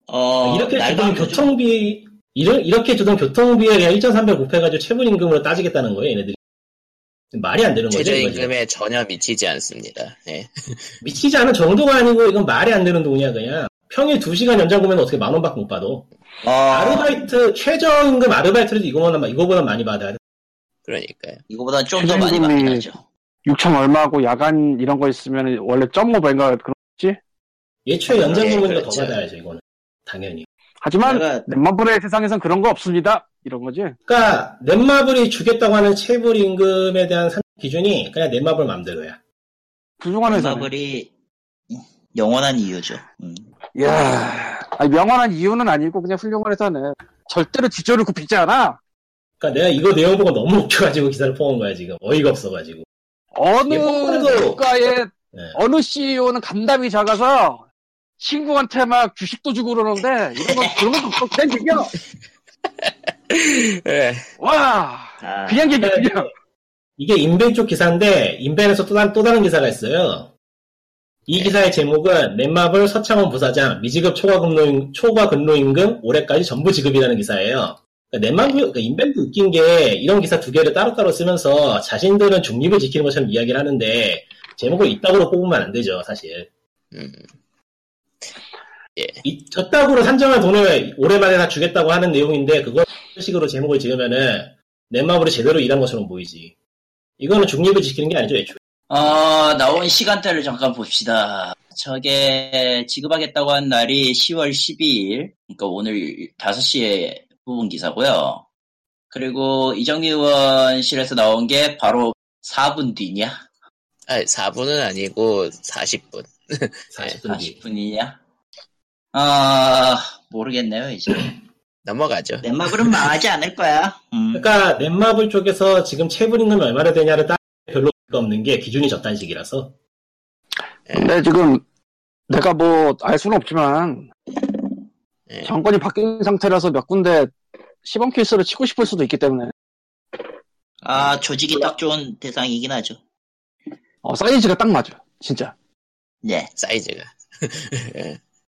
[SPEAKER 2] 어
[SPEAKER 3] 아, 이렇게
[SPEAKER 2] 날밤
[SPEAKER 3] 주던 교통비, 이러, 이렇게 주던 교통비에 그냥 1.3배 곱해가지고 체불임금으로 따지겠다는 거예요, 얘네들이. 말이 안 되는 거죠, 이거죠.
[SPEAKER 1] 최저임금에 전혀 미치지 않습니다. 예.
[SPEAKER 3] 미치지 않은 정도가 아니고 이건 말이 안 되는 돈이야 그냥 평일 2시간 연장 보면 어떻게 만 원밖에 못 받아
[SPEAKER 2] 어,
[SPEAKER 3] 아르바이트 최저임금 아르바이트로도 이거보다, 이거보다 많이 받아야 돼
[SPEAKER 1] 그러니까요.
[SPEAKER 2] 이거보다 좀 더 많이 받긴 하죠.
[SPEAKER 4] 6천 얼마고 야간 이런 거 있으면 원래 점오 배인가 그런
[SPEAKER 3] 예초에 연장
[SPEAKER 1] 예,
[SPEAKER 3] 보면 이거
[SPEAKER 1] 그렇죠.
[SPEAKER 3] 더 받아야죠 이거는 당연히
[SPEAKER 4] 하지만
[SPEAKER 2] 내가-
[SPEAKER 4] 넷마블의 세상에선 그런 거 없습니다. 이런 거지.
[SPEAKER 3] 그러니까 넷마블이 주겠다고 하는 체불임금에 대한 산- 기준이 그냥 넷마블 맘대로야
[SPEAKER 4] 그 부중한 회사.
[SPEAKER 2] 마블이 영원한 이유죠. 음.
[SPEAKER 4] 야, 아니, 명언한 이유는 아니고 그냥 훌륭한 회사네. 절대로 뒷조를 굽히지 않아.
[SPEAKER 3] 그러니까 내가 이거 내용 보고 너무 웃겨가지고 기사를 뽑은 거야 지금 어이가 없어가지고
[SPEAKER 4] 어느
[SPEAKER 3] 예, 뽀뽀해도-
[SPEAKER 4] 국가의
[SPEAKER 3] 네.
[SPEAKER 4] 어느 CEO는 간담이 작아서 친구한테 막 주식도 주고 그러는데 이런 건 그런 것도 없어. 그냥 얘기야.
[SPEAKER 1] 예.
[SPEAKER 4] 와,
[SPEAKER 2] 아,
[SPEAKER 4] 그냥 얘기야. 그냥.
[SPEAKER 3] 이게 인벤 쪽 기사인데 인벤에서 또, 다- 또 다른 기사가 있어요. 이 기사의 제목은 넷마블 서창원 부사장 미지급 초과 근로 초과 근로임금 올해까지 전부 지급이라는 기사예요. 그러니까 넷마블 그러니까 인벤도 웃긴 게 이런 기사 두 개를 따로따로 쓰면서 자신들은 중립을 지키는 것처럼 이야기를 하는데 제목을 이따구로 뽑으면 안 되죠 사실.
[SPEAKER 1] 음.
[SPEAKER 3] 이, 저따구로 산정한 돈을 올해만에 다 주겠다고 하는 내용인데 그걸 이런 식으로 제목을 지으면은 넷마블이 제대로 일한 것처럼 보이지. 이거는 중립을 지키는 게 아니죠 애초에.
[SPEAKER 2] 어, 나온 시간대를 잠깐 봅시다. 저게 지급하겠다고 한 날이 10월 12일, 그러니까 오늘 5시에 부분 기사고요. 그리고 이정희 의원실에서 나온 게 바로 4분 뒤냐?
[SPEAKER 1] 아, 4분은 아니고 40분.
[SPEAKER 3] 40분 뒤.
[SPEAKER 2] 40분이냐? 아, 모르겠네요, 이제.
[SPEAKER 1] 넘어가죠.
[SPEAKER 2] 넷마블은 망하지 않을 거야. 음.
[SPEAKER 3] 그러니까 넷마블 쪽에서 지금 체불임금이 얼마나 되냐를 따 별로 없는 게 기준이 저단식이라서
[SPEAKER 4] 근데 네, 지금 내가 뭐 알 수는 없지만
[SPEAKER 1] 예.
[SPEAKER 4] 정권이 바뀐 상태라서 몇 군데 시범 케이스를 치고 싶을 수도 있기 때문에
[SPEAKER 2] 아, 조직이 딱 좋은 대상이긴 하죠.
[SPEAKER 4] 어, 사이즈가 딱 맞아. 진짜
[SPEAKER 2] 네.
[SPEAKER 1] 사이즈가.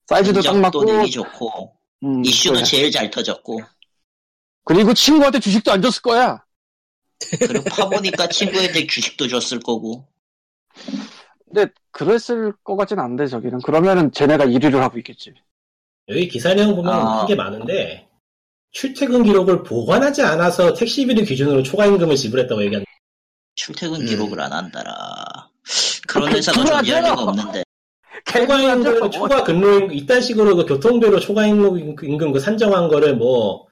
[SPEAKER 4] 사이즈도 딱
[SPEAKER 2] 인정도
[SPEAKER 4] 맞고
[SPEAKER 2] 능이 좋고.
[SPEAKER 4] 음,
[SPEAKER 2] 이슈도
[SPEAKER 4] 그래.
[SPEAKER 2] 제일 잘 터졌고
[SPEAKER 4] 그리고 친구한테 주식도 안 줬을 거야.
[SPEAKER 2] 그리고 파보니까 친구한테 주식도 줬을 거고
[SPEAKER 4] 근데 그랬을 것 같진 않은데 저기는 그러면은 쟤네가 1위를 하고 있겠지.
[SPEAKER 3] 여기 기사 내용 보면
[SPEAKER 2] 아.
[SPEAKER 3] 한 게 많은데 출퇴근 기록을 보관하지 않아서 택시비를 기준으로 초과임금을 지불했다고 얘기한
[SPEAKER 2] 출퇴근
[SPEAKER 1] 음.
[SPEAKER 2] 기록을 안 한다라 그런
[SPEAKER 4] 그-
[SPEAKER 2] 회사가
[SPEAKER 4] 그걸
[SPEAKER 2] 존재할
[SPEAKER 4] 음, 하잖아.
[SPEAKER 2] 리가 없는데
[SPEAKER 3] 초과임금,
[SPEAKER 4] 뭐
[SPEAKER 3] 초과 근로임금 이딴 식으로 그 교통비로 초과임금 그 산정한 거를 뭐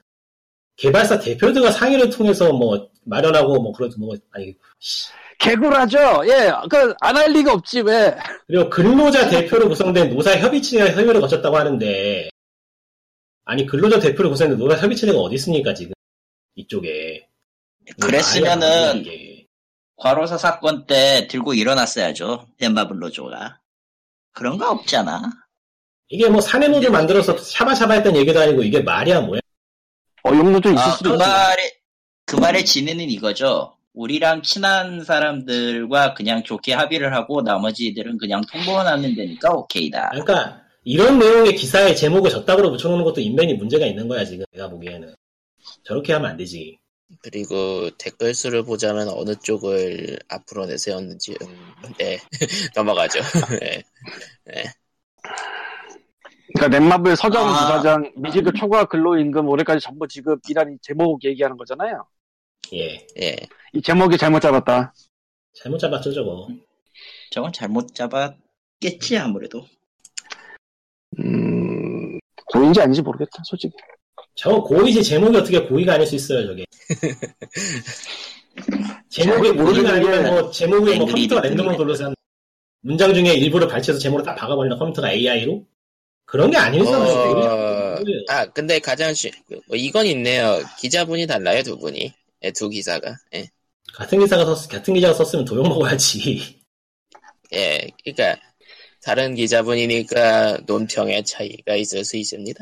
[SPEAKER 3] 개발사 대표들과 상의를 통해서 뭐 마련하고 뭐 그런 뭐 아니
[SPEAKER 4] 개구라죠. 예, 그 안 할 리가 없지 왜?
[SPEAKER 3] 그리고 근로자 대표로 구성된 노사 협의체가 협의를 거쳤다고 하는데 아니 근로자 대표로 구성된 노사 협의체가 어디 있습니까 지금 이쪽에 말이 안
[SPEAKER 2] 그랬으면은
[SPEAKER 3] 되는 게.
[SPEAKER 2] 과로사 사건 때 들고 일어났어야죠 덴마블로조가 그런 거 없잖아
[SPEAKER 3] 이게 뭐 사내노조 만들어서 샤바샤바 했던 얘기도 아니고 이게 말이야 뭐야
[SPEAKER 4] 어용도 좀 있을
[SPEAKER 2] 아, 그
[SPEAKER 4] 수도 있어.
[SPEAKER 2] 말에 그 말의 진위는 이거죠 우리랑 친한 사람들과 그냥 좋게 합의를 하고 나머지들은 그냥 통보하면 되니까 오케이다
[SPEAKER 3] 그러니까 이런 내용의 기사에 제목을 저따구로 붙여놓는 것도 인벤이 문제가 있는 거야 지금 내가 보기에는 저렇게 하면 안 되지
[SPEAKER 1] 그리고 댓글 수를 보자면 어느 쪽을 앞으로 내세웠는지 음, 네 넘어가죠. 네.
[SPEAKER 4] 그러니까 넷마블
[SPEAKER 2] 아.
[SPEAKER 4] 서정 부사장 미지급 초과 근로임금 올해까지 전부 지급이라는 제목 얘기하는 거잖아요.
[SPEAKER 3] 예
[SPEAKER 1] 예.
[SPEAKER 4] 이 제목이 잘못 잡았다.
[SPEAKER 3] 잘못 잡았죠 저거
[SPEAKER 2] 저건 잘못 잡았겠지 아무래도
[SPEAKER 4] 음, 고인지 아닌지 모르겠다, 솔직히.
[SPEAKER 3] 저거 고의지 제목이 어떻게 고의가 아닐 수 있어요 저게 제목이
[SPEAKER 4] 제목이
[SPEAKER 3] 고의가 아니면
[SPEAKER 4] 모르는
[SPEAKER 3] 뭐 제목을 뭐
[SPEAKER 2] 앵그리
[SPEAKER 3] 컴퓨터가
[SPEAKER 2] 리듬이네.
[SPEAKER 3] 랜덤으로 돌려서 한 문장 중에 일부를 발췌해서 제목을 다 박아버리는 컴퓨터가 AI로 그런 게 아닐 수
[SPEAKER 1] 어,
[SPEAKER 3] 없어요
[SPEAKER 1] 아 근데 가장 쉬, 뭐 이건 있네요. 기자분이 달라요 두 분이 예, 두 기사가. 예.
[SPEAKER 3] 같은 기사가 썼 같은 기자가 썼으면 도용 먹어야지
[SPEAKER 1] 예. 그러니까 다른 기자분이니까 논평의 차이가 있을 수 있습니다.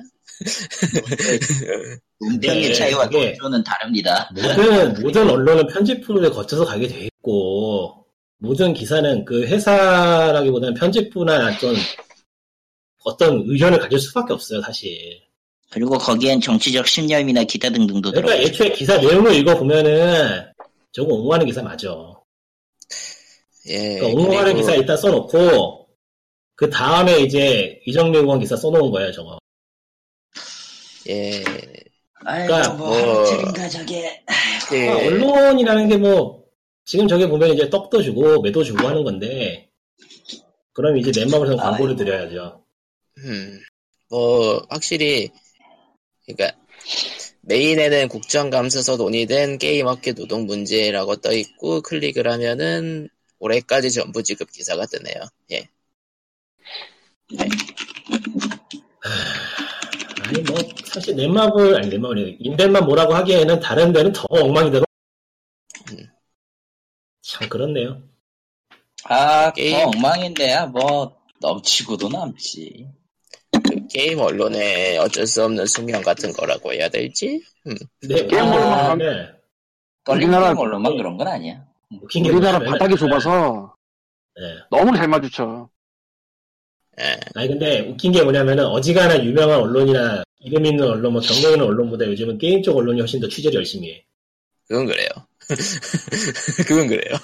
[SPEAKER 2] 논평의
[SPEAKER 3] 네,
[SPEAKER 2] 차이와
[SPEAKER 3] 그게-
[SPEAKER 2] 논조는 다릅니다
[SPEAKER 3] 모든 모든 언론은 편집부를 거쳐서 가게 돼 있고 모든 기사는 그 회사라기보다는 편집부나 어떤 어떤 의견을 가질 수밖에 없어요 사실.
[SPEAKER 2] 그리고 거기엔 정치적 신념이나 기타 등등도
[SPEAKER 3] 그러니까
[SPEAKER 1] 그렇죠.
[SPEAKER 2] 들어가죠
[SPEAKER 3] 애초에 기사 내용을 읽어보면은 저거 옹호하는 기사 맞아.
[SPEAKER 1] 예.
[SPEAKER 3] 그러니까 옹호하는
[SPEAKER 1] 그리고-
[SPEAKER 3] 기사 일단 써놓고 그 다음에 이제 이정미 의원 기사 써놓은 거예요 저거.
[SPEAKER 1] 예.
[SPEAKER 2] 아이고 뭐
[SPEAKER 1] 뭐-
[SPEAKER 2] 하루틀인가 저게
[SPEAKER 1] 예.
[SPEAKER 3] 그러니까 언론이라는 게 뭐 지금 저게 보면 이제 떡도 주고 매도 주고 하는 건데 그럼 이제 맨마블에서 광고를
[SPEAKER 2] 아이고.
[SPEAKER 3] 드려야죠.
[SPEAKER 1] 음, 뭐 확실히 그러니까 메인에는 국정감사서 논의된 게임업계 노동 문제라고 떠 있고 클릭을 하면은 올해까지 전부 지급 기사가 뜨네요. 예,
[SPEAKER 3] 아니 뭐 사실 넷마블 아니 넷마블이 인벤만 뭐라고 하기에는 다른 데는 더 엉망이 되고
[SPEAKER 1] 음.
[SPEAKER 3] 참 그렇네요
[SPEAKER 2] 아
[SPEAKER 1] 게임.
[SPEAKER 2] 더 엉망인데야 뭐 넘치고도 남지
[SPEAKER 1] 그 게임 언론의 어쩔 수 없는 숙명 같은 거라고 해야 될지.
[SPEAKER 3] 근데 아,
[SPEAKER 4] 게임
[SPEAKER 3] 뭐냐면
[SPEAKER 2] 떨리는
[SPEAKER 4] 우리나라-
[SPEAKER 2] 걸로만 그런 건 아니야
[SPEAKER 3] 웃긴 게
[SPEAKER 4] 우리나라
[SPEAKER 3] 뭐냐면은,
[SPEAKER 4] 바닥이 좁아서
[SPEAKER 3] 예.
[SPEAKER 4] 너무 잘 마주쳐.
[SPEAKER 1] 예,
[SPEAKER 3] 아니 근데 웃긴 게 뭐냐면은 어지간한 유명한 언론이나 이름 있는 언론 뭐 경력 있는 언론보다 요즘은 게임 쪽 언론이 훨씬 더 취재를 열심히 해
[SPEAKER 1] 그건 그래요. 그건 그래요.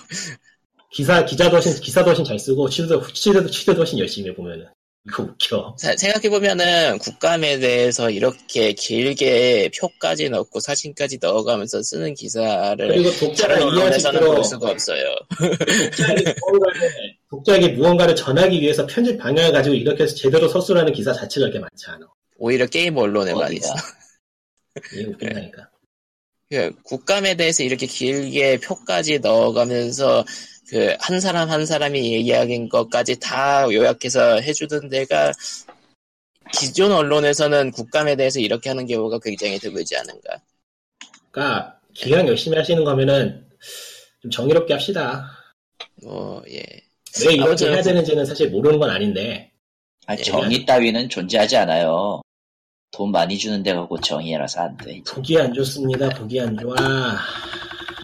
[SPEAKER 3] 기사 기자도 훨씬 기사도 훨씬 잘 쓰고 취재도 취재도 취재도 훨씬 열심히 해 보면은 이거 웃겨
[SPEAKER 1] 생각해 보면은 국감에 대해서 이렇게 길게 표까지 넣고 사진까지 넣어가면서 쓰는 기사를
[SPEAKER 3] 그리고 독자가
[SPEAKER 1] 다른
[SPEAKER 3] 이해하지
[SPEAKER 1] 언론에서는
[SPEAKER 3] 들어
[SPEAKER 1] 볼 수가 없어요.
[SPEAKER 3] 독자에게 무언가를- 독자에게 무언가를 전하기 위해서 편집 방향을 가지고 이렇게 해서 제대로 서술하는 기사 자체가 그렇게 많지 않아.
[SPEAKER 1] 오히려 게임 언론에 많이 있어.
[SPEAKER 2] 어디가
[SPEAKER 3] 이게 웃긴다니까.
[SPEAKER 1] 그 국감에 대해서 이렇게 길게 표까지 넣어가면서 그 한 사람 한 사람이 얘기하는 것까지 다 요약해서 해주던 데가 기존 언론에서는 국감에 대해서 이렇게 하는 경우가 굉장히 드물지 않은가.
[SPEAKER 3] 그러니까 기왕 열심히 하시는 거면은 좀 정의롭게 합시다.
[SPEAKER 1] 뭐 예.
[SPEAKER 3] 왜 네, 이렇게
[SPEAKER 1] 아무튼
[SPEAKER 3] 해야 되는지는 사실 모르는 건 아닌데
[SPEAKER 2] 아, 정의 따위는 존재하지 않아요 돈 많이 주는 데가 곧 정의라서 안돼
[SPEAKER 3] 보기 안 좋습니다. 보기 안 좋아.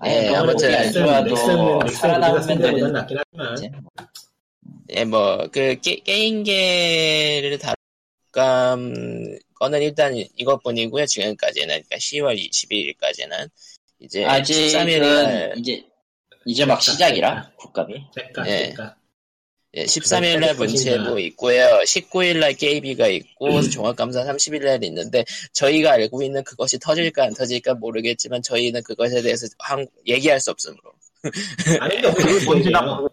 [SPEAKER 1] 예, 아무튼
[SPEAKER 2] 안 그러니까 좋아도 살아남으면
[SPEAKER 3] 넥슨 보다
[SPEAKER 2] 되는
[SPEAKER 3] 낫긴 하지만
[SPEAKER 2] 거지.
[SPEAKER 1] 예, 뭐 그 게임계를 다 독감 거는 일단 이것뿐이고요. 지금까지는 그러니까 10월 22일까지는 이제
[SPEAKER 2] 아직은 그
[SPEAKER 1] 13일날
[SPEAKER 2] 이제 이제 막 시작이라 국감이
[SPEAKER 3] 색깔,
[SPEAKER 1] 예.
[SPEAKER 3] 색깔. 어,
[SPEAKER 1] 예, 13일날 문체부 있고요. 19일날 게이비가 있고
[SPEAKER 3] 음.
[SPEAKER 1] 종합감사 30일날 있는데 저희가 알고 있는 그것이 터질까 안 터질까 모르겠지만 저희는 그것에 대해서 한, 얘기할 수 없으므로
[SPEAKER 3] 아는 게 없는
[SPEAKER 4] 뭔지 나
[SPEAKER 3] 거예요.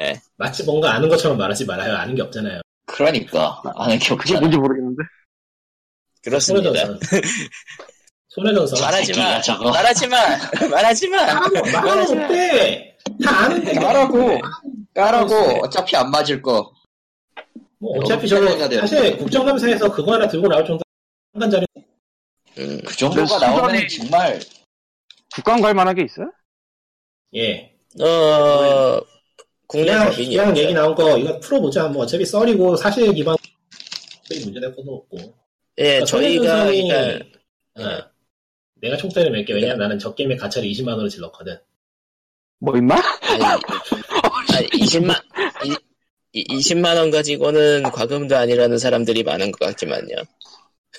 [SPEAKER 1] 예.
[SPEAKER 3] 마치 뭔가 아는 것처럼 말하지 말아요. 아는 게 없잖아요.
[SPEAKER 2] 그러니까 아는 게
[SPEAKER 4] 그게
[SPEAKER 2] 없잖아.
[SPEAKER 4] 뭔지 모르겠는데.
[SPEAKER 1] 그렇습니다.
[SPEAKER 3] 손해정상.
[SPEAKER 2] 새끼야,
[SPEAKER 1] 말하지마
[SPEAKER 2] 저거.
[SPEAKER 1] 말하지마 말하지마
[SPEAKER 3] 어, 말하고, 말하고
[SPEAKER 1] 네.
[SPEAKER 3] 어때? 다 아는데.
[SPEAKER 2] 까라고
[SPEAKER 3] 글쎄.
[SPEAKER 2] 까라고 네. 어차피 안 맞을 거.
[SPEAKER 3] 뭐
[SPEAKER 2] 너무
[SPEAKER 3] 어차피 저는
[SPEAKER 2] 편리하게 돼요.
[SPEAKER 3] 사실 국정감사에서 그거 하나 들고 나올 정도 한간짜리
[SPEAKER 1] 음,
[SPEAKER 2] 그 정도가
[SPEAKER 4] 근데
[SPEAKER 2] 나오면
[SPEAKER 4] 수선이-
[SPEAKER 2] 정말
[SPEAKER 4] 국감 갈 만한 게 있어요?
[SPEAKER 3] 예
[SPEAKER 1] 어, 국내
[SPEAKER 3] 그냥
[SPEAKER 1] 법인이
[SPEAKER 3] 그냥 얘기 나온 거 이거 풀어보자 뭐 어차피 썰이고 사실 기반 문제될 것도 없고
[SPEAKER 1] 예,
[SPEAKER 3] 그러니까
[SPEAKER 1] 저희가
[SPEAKER 3] 손해배상이-
[SPEAKER 1] 그러니까
[SPEAKER 3] 어, 내가 총대를 맺게 왜냐 면 나는 저 게임에 가차를 20만 원을 질렀거든
[SPEAKER 4] 뭐 임마?
[SPEAKER 1] 아니, 아니, 20만 이, 이, 20만 원 가지고는 과금도 아니라는 사람들이 많은 것 같지만요.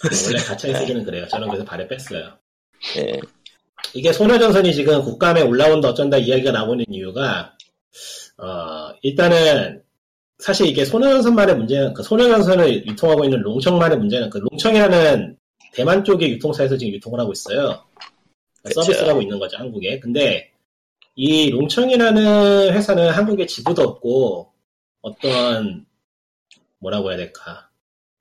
[SPEAKER 3] 원래 가차에 쓰기는 그래요 저는 그래서 발에 뺐어요
[SPEAKER 1] 예.
[SPEAKER 3] 이게 소녀전선이 지금 국감에 올라온다 어쩐다 이야기가 나오는 이유가 어, 일단은 사실 이게 소녀전선만의 문제는 그 소녀전선을 유통하고 있는 롱청만의 문제는 그 롱청이라는 대만 쪽의 유통사에서 지금 유통을 하고 있어요
[SPEAKER 1] 그쵸.
[SPEAKER 3] 서비스를 하고 있는 거죠 한국에 근데 이 롱청이라는 회사는 한국에 지부도 없고 어떤 뭐라고 해야 될까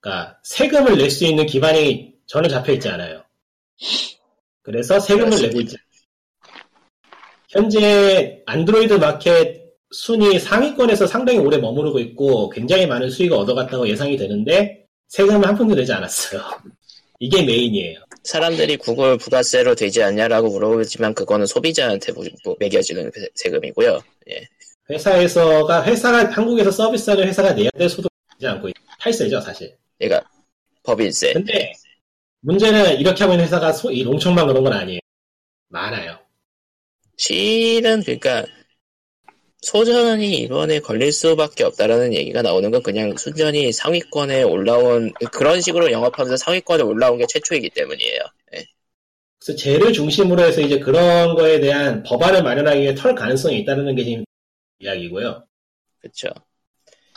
[SPEAKER 3] 그러니까 세금을 낼 수 있는 기반이 전혀 잡혀 있지 않아요 그래서 세금을
[SPEAKER 1] 그렇습니다.
[SPEAKER 3] 내고 있지 현재 안드로이드 마켓 순위 상위권에서 상당히 오래 머무르고 있고 굉장히 많은 수익을 얻어갔다고 예상이 되는데 세금을 한 푼도 내지 않았어요. 이게 메인이에요.
[SPEAKER 1] 사람들이 구글 부가세로 되지 않냐라고 물어보지만 그거는 소비자한테 부- 부- 매겨지는 세- 세금이고요. 예.
[SPEAKER 3] 회사에서가 회사가 한국에서 서비스하는 회사가 내야 될 소득이 되지 않고 있- 탈세죠 사실.
[SPEAKER 1] 그러니까 법인세.
[SPEAKER 3] 근데 문제는 이렇게 하고 있는 회사가 소, 이 롱청만 그런 건 아니에요. 많아요.
[SPEAKER 1] 실은 그러니까 소전이 이번에 걸릴 수밖에 없다라는 얘기가 나오는 건 그냥 순전히 상위권에 올라온 그런 식으로 영업하면서 상위권에 올라온 게 최초이기 때문이에요. 예.
[SPEAKER 3] 그래서 재료 중심으로 해서 이제 그런 거에 대한 법안을 마련하기 위해 털 가능성이 있다는 게 지금 이야기고요.
[SPEAKER 1] 그렇죠.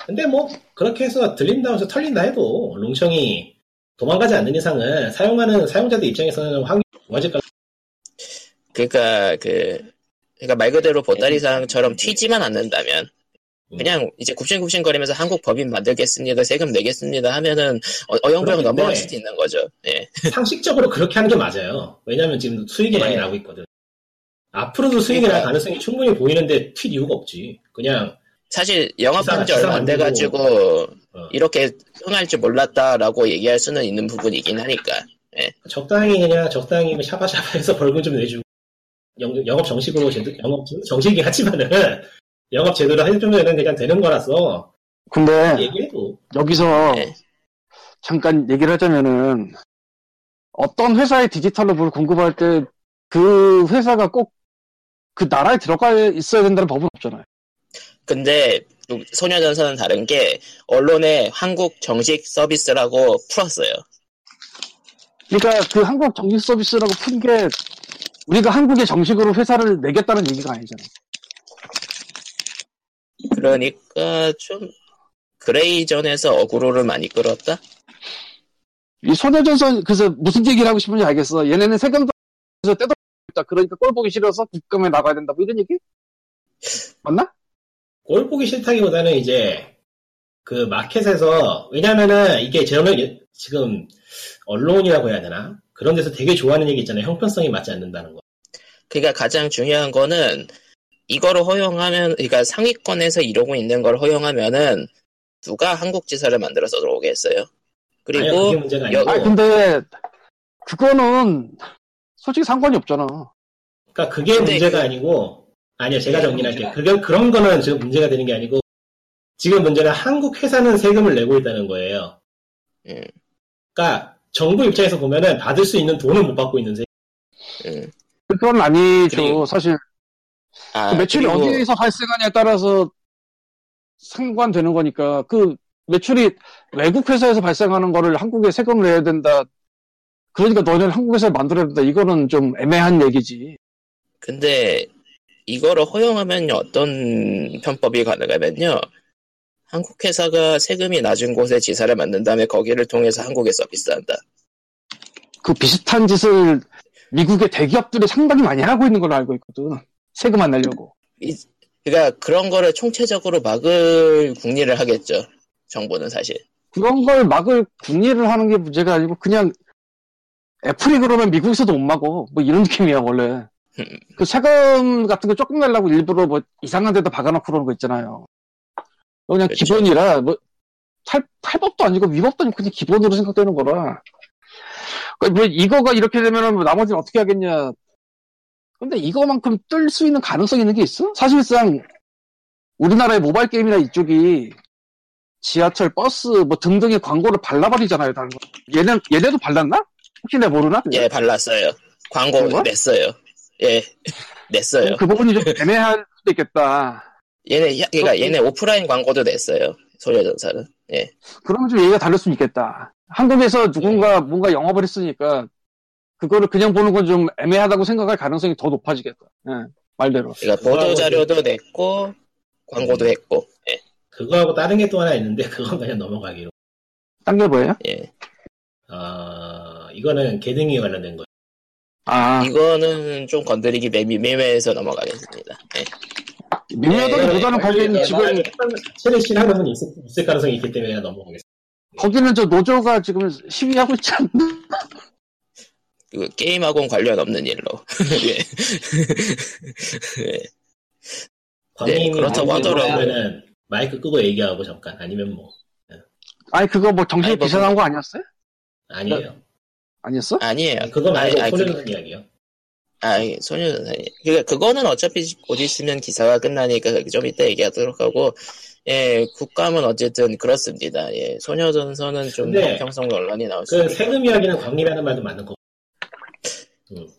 [SPEAKER 3] 근데 뭐 그렇게 해서 들린다 해서 털린다 해도 롱청이 도망가지 않는 이상은 사용하는 사용자들 입장에서는 확률이 높아질 거
[SPEAKER 1] 그러니까 그 그러니까 말 그대로
[SPEAKER 3] 네.
[SPEAKER 1] 보따리상처럼 튀지만 않는다면
[SPEAKER 3] 음.
[SPEAKER 1] 그냥 이제 굽신굽신거리면서 한국 법인 만들겠습니다 세금 내겠습니다 하면은 어, 영병
[SPEAKER 3] 그런데-
[SPEAKER 1] 넘어갈 수도 있는 거죠. 예.
[SPEAKER 3] 상식적으로 그렇게 하는 게 맞아요. 왜냐면 하 지금 수익이 많이
[SPEAKER 1] 네.
[SPEAKER 3] 나고 있거든. 앞으로도 수익이 날
[SPEAKER 1] 그러니까.
[SPEAKER 3] 가능성이 충분히 보이는데 튈 이유가 없지. 그냥
[SPEAKER 1] 사실 영업한 지
[SPEAKER 3] 기사
[SPEAKER 1] 얼마 안
[SPEAKER 3] 만들고.
[SPEAKER 1] 돼가지고
[SPEAKER 3] 어.
[SPEAKER 1] 이렇게 흥할 줄 몰랐다라고 얘기할 수는 있는 부분이긴 하니까
[SPEAKER 3] 적당히 그냥 적당히 뭐 샤바샤바해서 벌금 좀 내주고 영, 영업 정식으로 제대- 영업 정식이긴 하지만은 영업 제대로 해주면은 그냥 되는 거라서
[SPEAKER 4] 근데
[SPEAKER 3] 얘기해도
[SPEAKER 4] 여기서
[SPEAKER 1] 네.
[SPEAKER 4] 잠깐 얘기를 하자면은 어떤 회사의 디지털로 뭘 공급할 때 그 회사가 꼭 그 나라에 들어가 있어야 된다는 법은 없잖아요.
[SPEAKER 1] 근데 또 소녀전선은 다른 게 언론에 한국 정식 서비스라고 풀었어요
[SPEAKER 4] 그러니까 그 한국 정식 서비스라고 푼 게 우리가 한국에 정식으로 회사를 내겠다는 얘기가 아니잖아요.
[SPEAKER 1] 그러니까 좀 그레이전에서 어그로를 많이 끌었다
[SPEAKER 4] 이 소녀전선 그래서 무슨 얘기를 하고 싶은지 알겠어. 얘네는 세금도 그래서 떼도 있다. 그러니까 꼴 보기 싫어서 국감에 나가야 된다. 뭐 이런 얘기? 맞나?
[SPEAKER 3] 꼴 보기 싫다기보다는 이제 그 마켓에서 왜냐면은 이게 저는 예- 지금 언론이라고 해야 되나 그런 데서 되게 좋아하는 얘기 있잖아요 형편성이 맞지 않는다는 거
[SPEAKER 1] 그러니까 가장 중요한 거는 이거를 허용하면 그러니까 상위권에서 이러고 있는 걸 허용하면은 누가 한국 지사를 만들어서 들어오겠어요
[SPEAKER 3] 아니
[SPEAKER 1] 그리고
[SPEAKER 3] 그게 문제가
[SPEAKER 1] 여-
[SPEAKER 3] 아니고
[SPEAKER 4] 아 근데 그거는 솔직히 상관이 없잖아.
[SPEAKER 3] 그러니까 그게
[SPEAKER 1] 근데
[SPEAKER 3] 문제가
[SPEAKER 1] 그-
[SPEAKER 3] 아니고 아니요 제가
[SPEAKER 2] 그게
[SPEAKER 3] 정리할게요
[SPEAKER 2] 문제가-
[SPEAKER 3] 그건 그런 거는 지금 문제가 되는 게 아니고 지금 문제는 한국 회사는 세금을 내고 있다는 거예요
[SPEAKER 1] 예.
[SPEAKER 3] 그러니까 정부 입장에서 보면은 받을 수 있는 돈을 못 받고 있는 세
[SPEAKER 1] 음.
[SPEAKER 4] 그건 아니죠.
[SPEAKER 1] 그리고-
[SPEAKER 4] 사실
[SPEAKER 1] 아,
[SPEAKER 4] 그 매출이
[SPEAKER 1] 그리고-
[SPEAKER 4] 어디에서 발생하냐에 따라서 상관되는 거니까 그 매출이 외국 회사에서 발생하는 거를 한국에 세금을 내야 된다. 그러니까 너네는 한국에서 만들어야 된다. 이거는 좀 애매한 얘기지.
[SPEAKER 1] 근데 이거를 허용하면 어떤 편법이 가능하면요. 한국 회사가 세금이 낮은 곳에 지사를 만든 다음에 거기를 통해서 한국에 서비스한다.
[SPEAKER 4] 그 비슷한 짓을 미국의 대기업들이 상당히 많이 하고 있는 걸로 알고 있거든. 세금 안 내려고.
[SPEAKER 1] 그러니까 그런 거를 총체적으로 막을 국리를 하겠죠. 정부는 사실.
[SPEAKER 4] 그런 걸 막을 국리를 하는 게 문제가 아니고 그냥 애플이 그러면 미국에서도 못 막어. 뭐 이런 느낌이야 원래. 그 세금 같은 거 조금 내려고 일부러 뭐 이상한 데다 박아놓고 그러는 거 있잖아요. 그냥
[SPEAKER 1] 그렇죠.
[SPEAKER 4] 기본이라 뭐 탈, 탈법도 아니고 위법도 아니고 그냥 기본으로 생각되는 거라. 그뭐 이거가 이렇게 되면은 뭐 나머지는 어떻게 하겠냐. 근데 이거만큼 뜰 수 있는 가능성이 있는 게 있어? 사실상 우리나라의 모바일 게임이나 이쪽이 지하철, 버스 뭐 등등의 광고를 발라버리잖아요. 다른 거. 얘네 얘네도 발랐나? 혹시 내가 모르나?
[SPEAKER 1] 예, 발랐어요. 광고
[SPEAKER 4] 그런 거야?
[SPEAKER 1] 냈어요. 예, 냈어요.
[SPEAKER 4] 그 부분이 좀 애매할 수도 있겠다.
[SPEAKER 1] 얘네 야- 그러니까
[SPEAKER 4] 그럼-
[SPEAKER 1] 얘네 오프라인 광고도 냈어요. 소녀전사는. 예.
[SPEAKER 4] 그러면 좀 얘기가 다를 수 있겠다. 한국에서
[SPEAKER 1] 네.
[SPEAKER 4] 누군가 뭔가 영업을 했으니까 그거를 그냥 보는 건 좀 애매하다고 생각할 가능성이 더 높아지겠다. 예, 말대로.
[SPEAKER 1] 그러니까 보도 자료도 냈고 광고도 했고. 예.
[SPEAKER 3] 그거하고 다른 게 또 하나 있는데 그건 그냥 넘어가기로.
[SPEAKER 4] 딴 게 뭐예요?
[SPEAKER 1] 예.
[SPEAKER 3] 아 이거는 개등이 관련된 거.
[SPEAKER 1] 네.
[SPEAKER 4] 아,
[SPEAKER 1] 이거는 좀 건드리기 매미 매매해서 넘어가겠습니다. 예.
[SPEAKER 4] 밀려던
[SPEAKER 1] 예,
[SPEAKER 4] 노자는
[SPEAKER 1] 예,
[SPEAKER 4] 관련이
[SPEAKER 1] 예,
[SPEAKER 4] 지금
[SPEAKER 1] 예.
[SPEAKER 3] 체리 씨하는 있을, 있을 가능성이 있기 때문에 그냥 넘어가겠습니다.
[SPEAKER 4] 거기는 저 노조가 지금 시위하고 있지 않나?
[SPEAKER 1] 그 게임하고는 관련 없는 일로. 예.
[SPEAKER 3] 광님이
[SPEAKER 1] 네, 그렇다고 하더라고요.
[SPEAKER 3] 면 마이크 끄고 얘기하고 잠깐 아니면 뭐
[SPEAKER 4] 아니 그거 뭐 정신이
[SPEAKER 1] 아니, 뭐,
[SPEAKER 4] 비상한 거 아니었어요?
[SPEAKER 3] 아니에요.
[SPEAKER 4] 아니었어?
[SPEAKER 1] 아니에요.
[SPEAKER 3] 그거 말고
[SPEAKER 1] 네. 아니, 아니,
[SPEAKER 3] 소리는
[SPEAKER 1] 그-
[SPEAKER 3] 이야기요.
[SPEAKER 1] 아, 예, 소녀전사님. 그러니까 그거는 어차피 곧 있으면 기사가 끝나니까 좀 이따 얘기하도록 하고, 예, 국감은 어쨌든 그렇습니다. 예, 소녀전선은 좀
[SPEAKER 3] 근데
[SPEAKER 1] 형평성 논란이 나올 수
[SPEAKER 3] 그
[SPEAKER 1] 있고.
[SPEAKER 3] 세금 이야기는 광님이 하는 말도 맞는 거.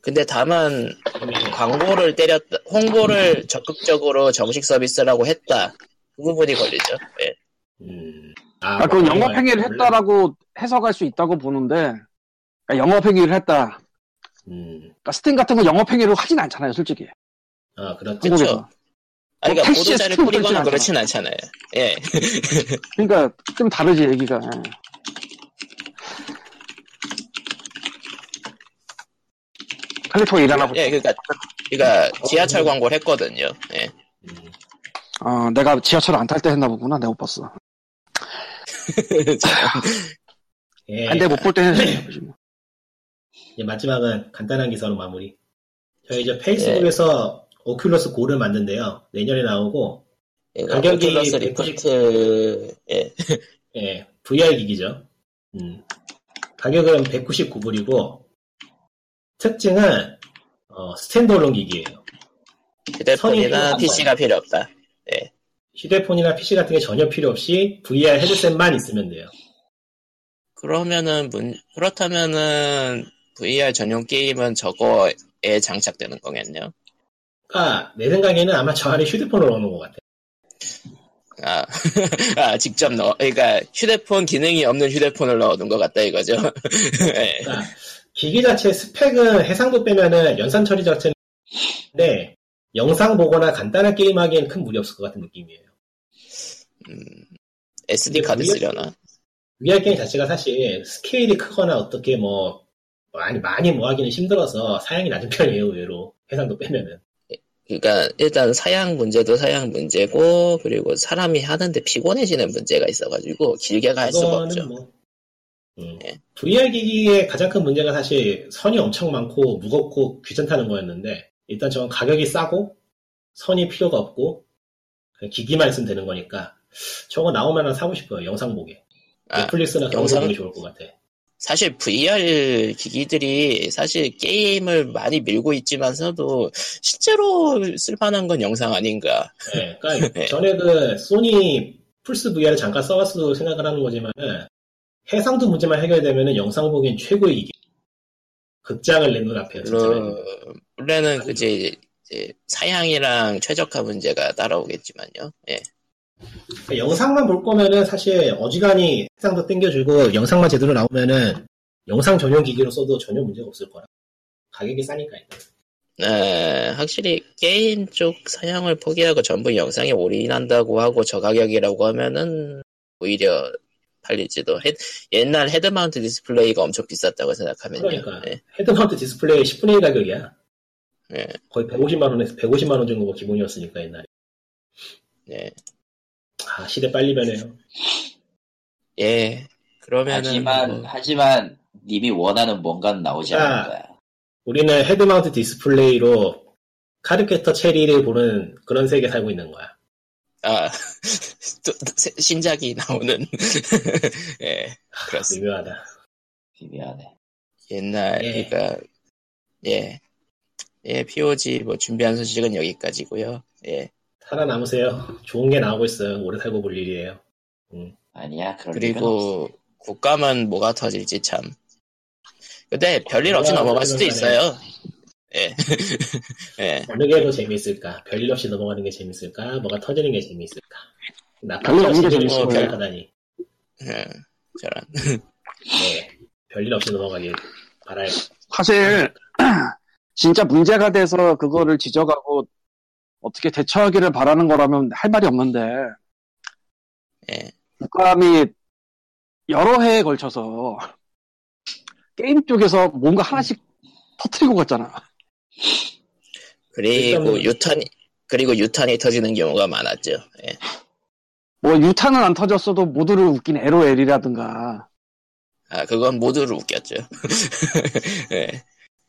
[SPEAKER 1] 근데 다만
[SPEAKER 3] 같아요.
[SPEAKER 1] 광고를 때렸다, 홍보를 적극적으로 정식 서비스라고 했다. 그 부분이 걸리죠. 예.
[SPEAKER 3] 음.
[SPEAKER 4] 아,
[SPEAKER 1] 네.
[SPEAKER 4] 그건 영업행위를 했다라고 해석할 수 있다고 보는데 그러니까 영업행위를 했다.
[SPEAKER 3] 음.
[SPEAKER 4] 그러니까 스팀 같은 거 영업행위로 하진 않잖아요, 솔직히.
[SPEAKER 3] 아 그렇죠.
[SPEAKER 1] 그쵸.
[SPEAKER 4] 한국에서.
[SPEAKER 1] 아, 그러니까
[SPEAKER 4] 택시에
[SPEAKER 1] 보도자를
[SPEAKER 4] 스티커를
[SPEAKER 1] 뿌리거나
[SPEAKER 4] 붙이지
[SPEAKER 1] 그렇진 않잖아요. 예.
[SPEAKER 4] 그러니까 좀 다르지 얘기가. 예. 칼리토가 일하나 보다.
[SPEAKER 1] 예, 그러니까, 그러니까 지하철 광고를 했거든요. 예.
[SPEAKER 4] 아,
[SPEAKER 3] 음.
[SPEAKER 4] 어, 내가 지하철 안 탈 때 했나 보구나. 내가 못 봤어.
[SPEAKER 1] 그러니까
[SPEAKER 3] 예.
[SPEAKER 4] 아니, 내가 못 볼 때 했나 보지. 뭐.
[SPEAKER 3] 이제 마지막은 간단한 기사로 마무리. 저희
[SPEAKER 4] 예.
[SPEAKER 3] 이제 페이스북에서 오큘러스 고를 만든대요. 내년에 나오고
[SPEAKER 1] 그러니까
[SPEAKER 3] 가격이
[SPEAKER 1] 오큘러스
[SPEAKER 3] 190
[SPEAKER 1] 리프트, 예.
[SPEAKER 3] 예, VR 기기죠. 음. 가격은 199불이고 특징은 어, 스탠드얼론 기기예요.
[SPEAKER 1] 휴대폰이나
[SPEAKER 3] 선이
[SPEAKER 1] PC가 필요 없다.
[SPEAKER 3] 휴대폰이나 PC 같은 게 전혀 필요 없이 VR 헤드셋만 있으면 돼요.
[SPEAKER 1] 그러면은 문- 그렇다면은 VR 전용 게임은 저거에 장착되는 거겠네요.
[SPEAKER 3] 아, 내 생각에는 아마 저 안에 휴대폰을 넣어놓은 것 같아요.
[SPEAKER 1] 아, 아, 직접 넣어. 그러니까 휴대폰 기능이 없는 휴대폰을 넣어둔 것 같다 이거죠. 예.
[SPEAKER 3] 그러니까 기기 자체 스펙은 해상도 빼면은 연산 처리 자체인데 영상 보거나 간단한 게임 하기엔 큰 무리 없을 것 같은 느낌이에요.
[SPEAKER 1] 음, SD 카드
[SPEAKER 3] 근데
[SPEAKER 1] 쓰려나?
[SPEAKER 3] VR 게임 자체가 사실 스케일이 크거나 어떻게 뭐 많이 많이 모하기는 힘들어서 사양이 낮은 편이에요 의외로 해상도 빼면은
[SPEAKER 1] 그러니까 일단 사양 문제도 사양 문제고 그리고 사람이 하는데 피곤해지는 문제가 있어가지고 길게 갈 수가 없죠.
[SPEAKER 3] 뭐 음.
[SPEAKER 1] 예.
[SPEAKER 3] VR 기기의 가장 큰 문제가 사실 선이 엄청 많고 무겁고 귀찮다는 거였는데 일단 저건 가격이 싸고 선이 필요가 없고 그냥 기기만 있으면 되는 거니까 저거 나오면 하나 사고 싶어요 영상 보게
[SPEAKER 1] 아,
[SPEAKER 3] 넷플릭스나 그런 거
[SPEAKER 1] 영상?
[SPEAKER 3] 보기 좋을 것 같아
[SPEAKER 1] 사실 VR 기기들이 사실 게임을 많이 밀고 있지만서도 실제로 쓸만한 건 영상 아닌가.
[SPEAKER 3] 예, 그러니까
[SPEAKER 1] 네.
[SPEAKER 3] 전에 그 소니 플스 VR을 잠깐 써봤어도 생각을 하는 거지만은 해상도 문제만 해결되면은 영상 보기엔 최고의 이기. 극장을 내 눈 앞에
[SPEAKER 1] 물론
[SPEAKER 3] 진짜로.
[SPEAKER 1] 원래는 그지 이제 사양이랑 최적화 문제가 따라오겠지만요. 예.
[SPEAKER 3] 그러니까 영상만 볼 거면은 사실 어지간히 해상도 땡겨주고 영상만 제대로 나오면은 영상 전용 기기로 써도 전혀 문제가 없을 거라. 가격이 싸니까 일단.
[SPEAKER 1] 네, 확실히 게임 쪽 사양을 포기하고 전부 영상에 올인한다고 하고 저 가격이라고 하면은 오히려 팔리지도 헤- 옛날 헤드마운트 디스플레이가 엄청 비쌌다고 생각하면요.
[SPEAKER 3] 그러니까.
[SPEAKER 1] 네.
[SPEAKER 3] 헤드마운트 디스플레이 10분의 1 가격이야.
[SPEAKER 1] 예.
[SPEAKER 3] 거의 150만 원에서 150만 원 정도가 기본이었으니까 옛날에.
[SPEAKER 1] 예.
[SPEAKER 3] 아 시대 빨리 변해요.
[SPEAKER 1] 예. 그러면은
[SPEAKER 2] 하지만
[SPEAKER 1] 뭐,
[SPEAKER 2] 하지만 님이 원하는 뭔가는 나오지
[SPEAKER 3] 아.
[SPEAKER 2] 않을 거야.
[SPEAKER 3] 우리는 헤드마운트 디스플레이로 카르케터 체리를 보는 그런 세계 살고 있는 거야.
[SPEAKER 1] 아, 또, 또 새- 신작이 나오는 예. 그렇습니다.
[SPEAKER 3] 미묘하다.
[SPEAKER 2] 미안해.
[SPEAKER 1] 옛날
[SPEAKER 3] 예.
[SPEAKER 1] 그러니까 예. 예, POG 뭐 준비한 소식은 여기까지고요. 예.
[SPEAKER 3] 살아남으세요. 좋은 게 나오고 있어요. 오래 살고 볼 일이에요.
[SPEAKER 2] 아니야 그럴 리가 없어.
[SPEAKER 1] 그리고 국가만 뭐가 터질지 참. 근데 별일 없이
[SPEAKER 3] 뭐가
[SPEAKER 1] 넘어갈 수도
[SPEAKER 3] 터질까요?
[SPEAKER 1] 있어요. 예. 예.
[SPEAKER 3] 어느 게 더 재미있을까? 별일 없이 넘어가는 게 재미있을까? 뭐가 터지는 게 재미있을까? 나
[SPEAKER 4] 별일 없는 게
[SPEAKER 1] 재밌어요.
[SPEAKER 3] 하다니.
[SPEAKER 1] 예. 저런.
[SPEAKER 3] 네. 별일 없이 넘어가길 바랄.
[SPEAKER 4] 사실 진짜 문제가 돼서 그거를 지적하고 어떻게 대처하기를 바라는 거라면 할 말이 없는데
[SPEAKER 1] 예.
[SPEAKER 4] 국감이 여러 해에 걸쳐서 게임 쪽에서 뭔가 하나씩 터트리고 갔잖아.
[SPEAKER 1] 그리고
[SPEAKER 3] 일단은-
[SPEAKER 1] 유탄이 그리고 유탄이 터지는 경우가 많았죠. 예.
[SPEAKER 4] 뭐 유탄은 안 터졌어도 모두를 웃긴 LOL이라든가
[SPEAKER 1] 아 그건 모두를 웃겼죠. 예.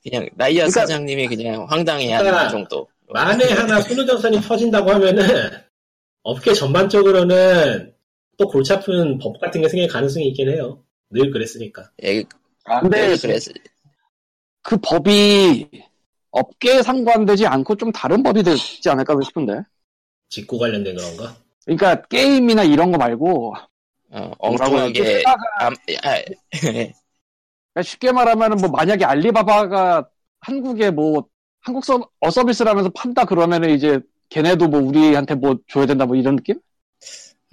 [SPEAKER 1] 그냥 라이언
[SPEAKER 4] 그러니까-
[SPEAKER 1] 사장님이 그냥 황당해하는
[SPEAKER 3] 그러니까-
[SPEAKER 1] 정도.
[SPEAKER 3] 만에 하나 손우정선이 터진다고 하면은 업계 전반적으로는 또 골치 아픈 법 같은 게 생길 가능성이 있긴 해요. 늘 그랬으니까.
[SPEAKER 1] 예.
[SPEAKER 2] 아,
[SPEAKER 4] 근데
[SPEAKER 1] 그랬
[SPEAKER 4] 그 법이 업계에 상관되지 않고 좀 다른 법이 되지 않을까 싶은데
[SPEAKER 3] 직구 관련된 그런가?
[SPEAKER 4] 그러니까 게임이나 이런 거 말고
[SPEAKER 1] 어,
[SPEAKER 4] 뭐라고 해야 되지?
[SPEAKER 1] 엉뚱하게
[SPEAKER 4] 회사가
[SPEAKER 1] 암, 아, 예.
[SPEAKER 4] 그러니까 쉽게 말하면 뭐 만약에 알리바바가 한국에 뭐 한국 서, 어 서비스라면서 판다 그러면은 이제 걔네도 뭐 우리한테 뭐 줘야 된다 뭐 이런 느낌?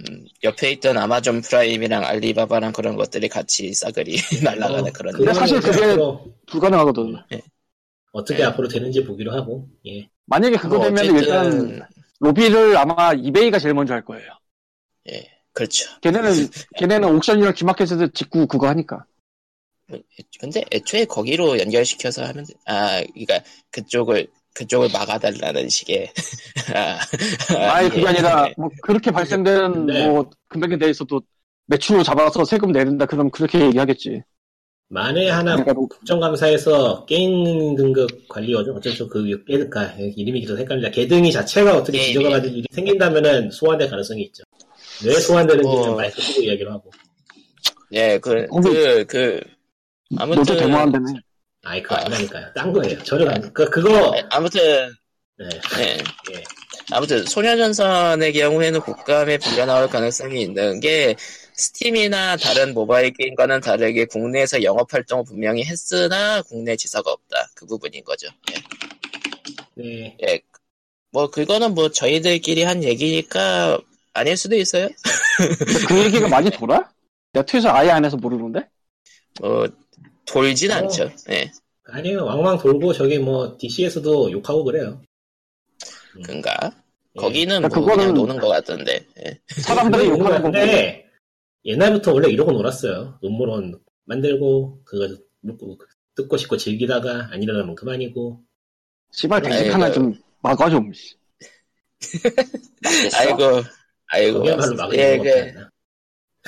[SPEAKER 1] 음, 옆에 있던 아마존 프라임이랑 알리바바랑 그런 것들이 같이 싸그리 날아가는
[SPEAKER 3] 어,
[SPEAKER 1] 그런
[SPEAKER 4] 근데 사실
[SPEAKER 3] 그거는
[SPEAKER 4] 그게-
[SPEAKER 3] 앞으로
[SPEAKER 4] 불가능하거든.
[SPEAKER 3] 어떻게
[SPEAKER 1] 네.
[SPEAKER 3] 앞으로 되는지 보기로 하고. 예.
[SPEAKER 4] 만약에 그거
[SPEAKER 1] 뭐
[SPEAKER 4] 되면 일단
[SPEAKER 1] 어쨌든,
[SPEAKER 4] 로비를 아마 이베이가 제일 먼저 할 거예요.
[SPEAKER 1] 그렇죠.
[SPEAKER 4] 걔네는 걔네는 옥션이랑 기마켓에서 직구 그거 하니까.
[SPEAKER 1] 근데 애초에 거기로 연결시켜서 하면 돼. 아, 그러니까 그쪽을 그쪽을 막아달라는 식의 아,
[SPEAKER 4] 아예 그게
[SPEAKER 1] 예.
[SPEAKER 4] 아니라 뭐 그렇게 발생되는
[SPEAKER 3] 네.
[SPEAKER 4] 뭐 금액에 대해서도 매출로 잡아서 세금 내린다 그럼 그렇게 얘기하겠지.
[SPEAKER 3] 만에 하나
[SPEAKER 4] 그러니까 뭐
[SPEAKER 3] 국정감사에서 게임 등급 관리 어쩌- 어쩌고 그 깨드가 이름이 계속 헷갈린다. 개등이 자체가 어떻게
[SPEAKER 1] 예,
[SPEAKER 3] 지적을
[SPEAKER 1] 예.
[SPEAKER 3] 받을 일이 생긴다면은 소환될 가능성이 있죠. 왜 소환되는지
[SPEAKER 1] 뭐.
[SPEAKER 3] 는 마이크 쓰고 이야기를 하고.
[SPEAKER 1] 예, 그, 그, 그, 아무튼
[SPEAKER 4] 노조 대모한다며.
[SPEAKER 3] 아이크
[SPEAKER 1] 아.
[SPEAKER 3] 아니라니까요. 딴 거예요. 저를 안, 그, 그거,
[SPEAKER 1] 예, 아무튼
[SPEAKER 3] 네.
[SPEAKER 1] 예.
[SPEAKER 3] 예.
[SPEAKER 1] 아무튼 소녀전선의 경우에는 국감에 불려 나올 가능성이 있는 게 스팀이나 다른 모바일 게임과는 다르게 국내에서 영업 활동을 분명히 했으나 국내 지사가 없다 그 부분인 거죠. 예.
[SPEAKER 3] 네.
[SPEAKER 1] 뭐 그거는 뭐 저희들끼리 한 얘기니까 아닐 수도 있어요.
[SPEAKER 4] 근데 그 얘기가 많이 돌아? 내가 트위터 아예 안 해서 모르는데?
[SPEAKER 1] 뭐 돌진
[SPEAKER 3] 어.
[SPEAKER 1] 않죠. 예.
[SPEAKER 3] 아니에요. 왕왕 돌고 저기 뭐, DC에서도 욕하고 그래요.
[SPEAKER 1] 그런가?
[SPEAKER 3] 예.
[SPEAKER 1] 거기는
[SPEAKER 4] 그러니까
[SPEAKER 1] 뭐
[SPEAKER 4] 그거는-
[SPEAKER 1] 그냥 노는 것 같던데. 예.
[SPEAKER 4] 사람들이
[SPEAKER 3] 그건
[SPEAKER 4] 욕하는 거고.
[SPEAKER 3] 근데, 옛날부터 원래 이러고 놀았어요. 음모론 만들고, 그거 묻고, 듣고 싶고 즐기다가 안 일어나면 그만이고.
[SPEAKER 4] 씨발
[SPEAKER 1] 아이고.
[SPEAKER 4] 백색 하나 좀 뭐, 막아 좀.
[SPEAKER 2] 맞겠어?
[SPEAKER 1] 아이고, 아이고.
[SPEAKER 3] 그야말로 막을
[SPEAKER 1] 예,
[SPEAKER 3] 이유가 없지
[SPEAKER 1] 그,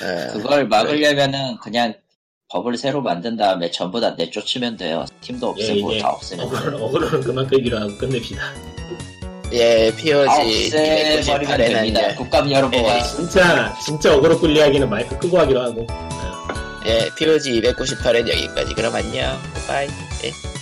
[SPEAKER 3] 않나.
[SPEAKER 1] 아,
[SPEAKER 2] 그걸 막으려면은 그냥 법을 새로 만든 다음에 전부 다 내쫓으면 돼요. 팀도 없애고
[SPEAKER 3] 예, 예.
[SPEAKER 2] 다 없애면 돼.
[SPEAKER 3] 어그로, 어그로는 그만 끌기로 하고 끝냅시다.
[SPEAKER 1] 예, POG
[SPEAKER 2] 없애버리면
[SPEAKER 1] 298에
[SPEAKER 2] 됩니다.
[SPEAKER 1] 는
[SPEAKER 2] 국감 여러분.
[SPEAKER 1] 예.
[SPEAKER 3] 진짜, 진짜 어그로 끌리 하기는 마이크 끄고 하기로 하고. 아,
[SPEAKER 1] 예, POG 298엔 여기까지. 그럼 안녕. 바이.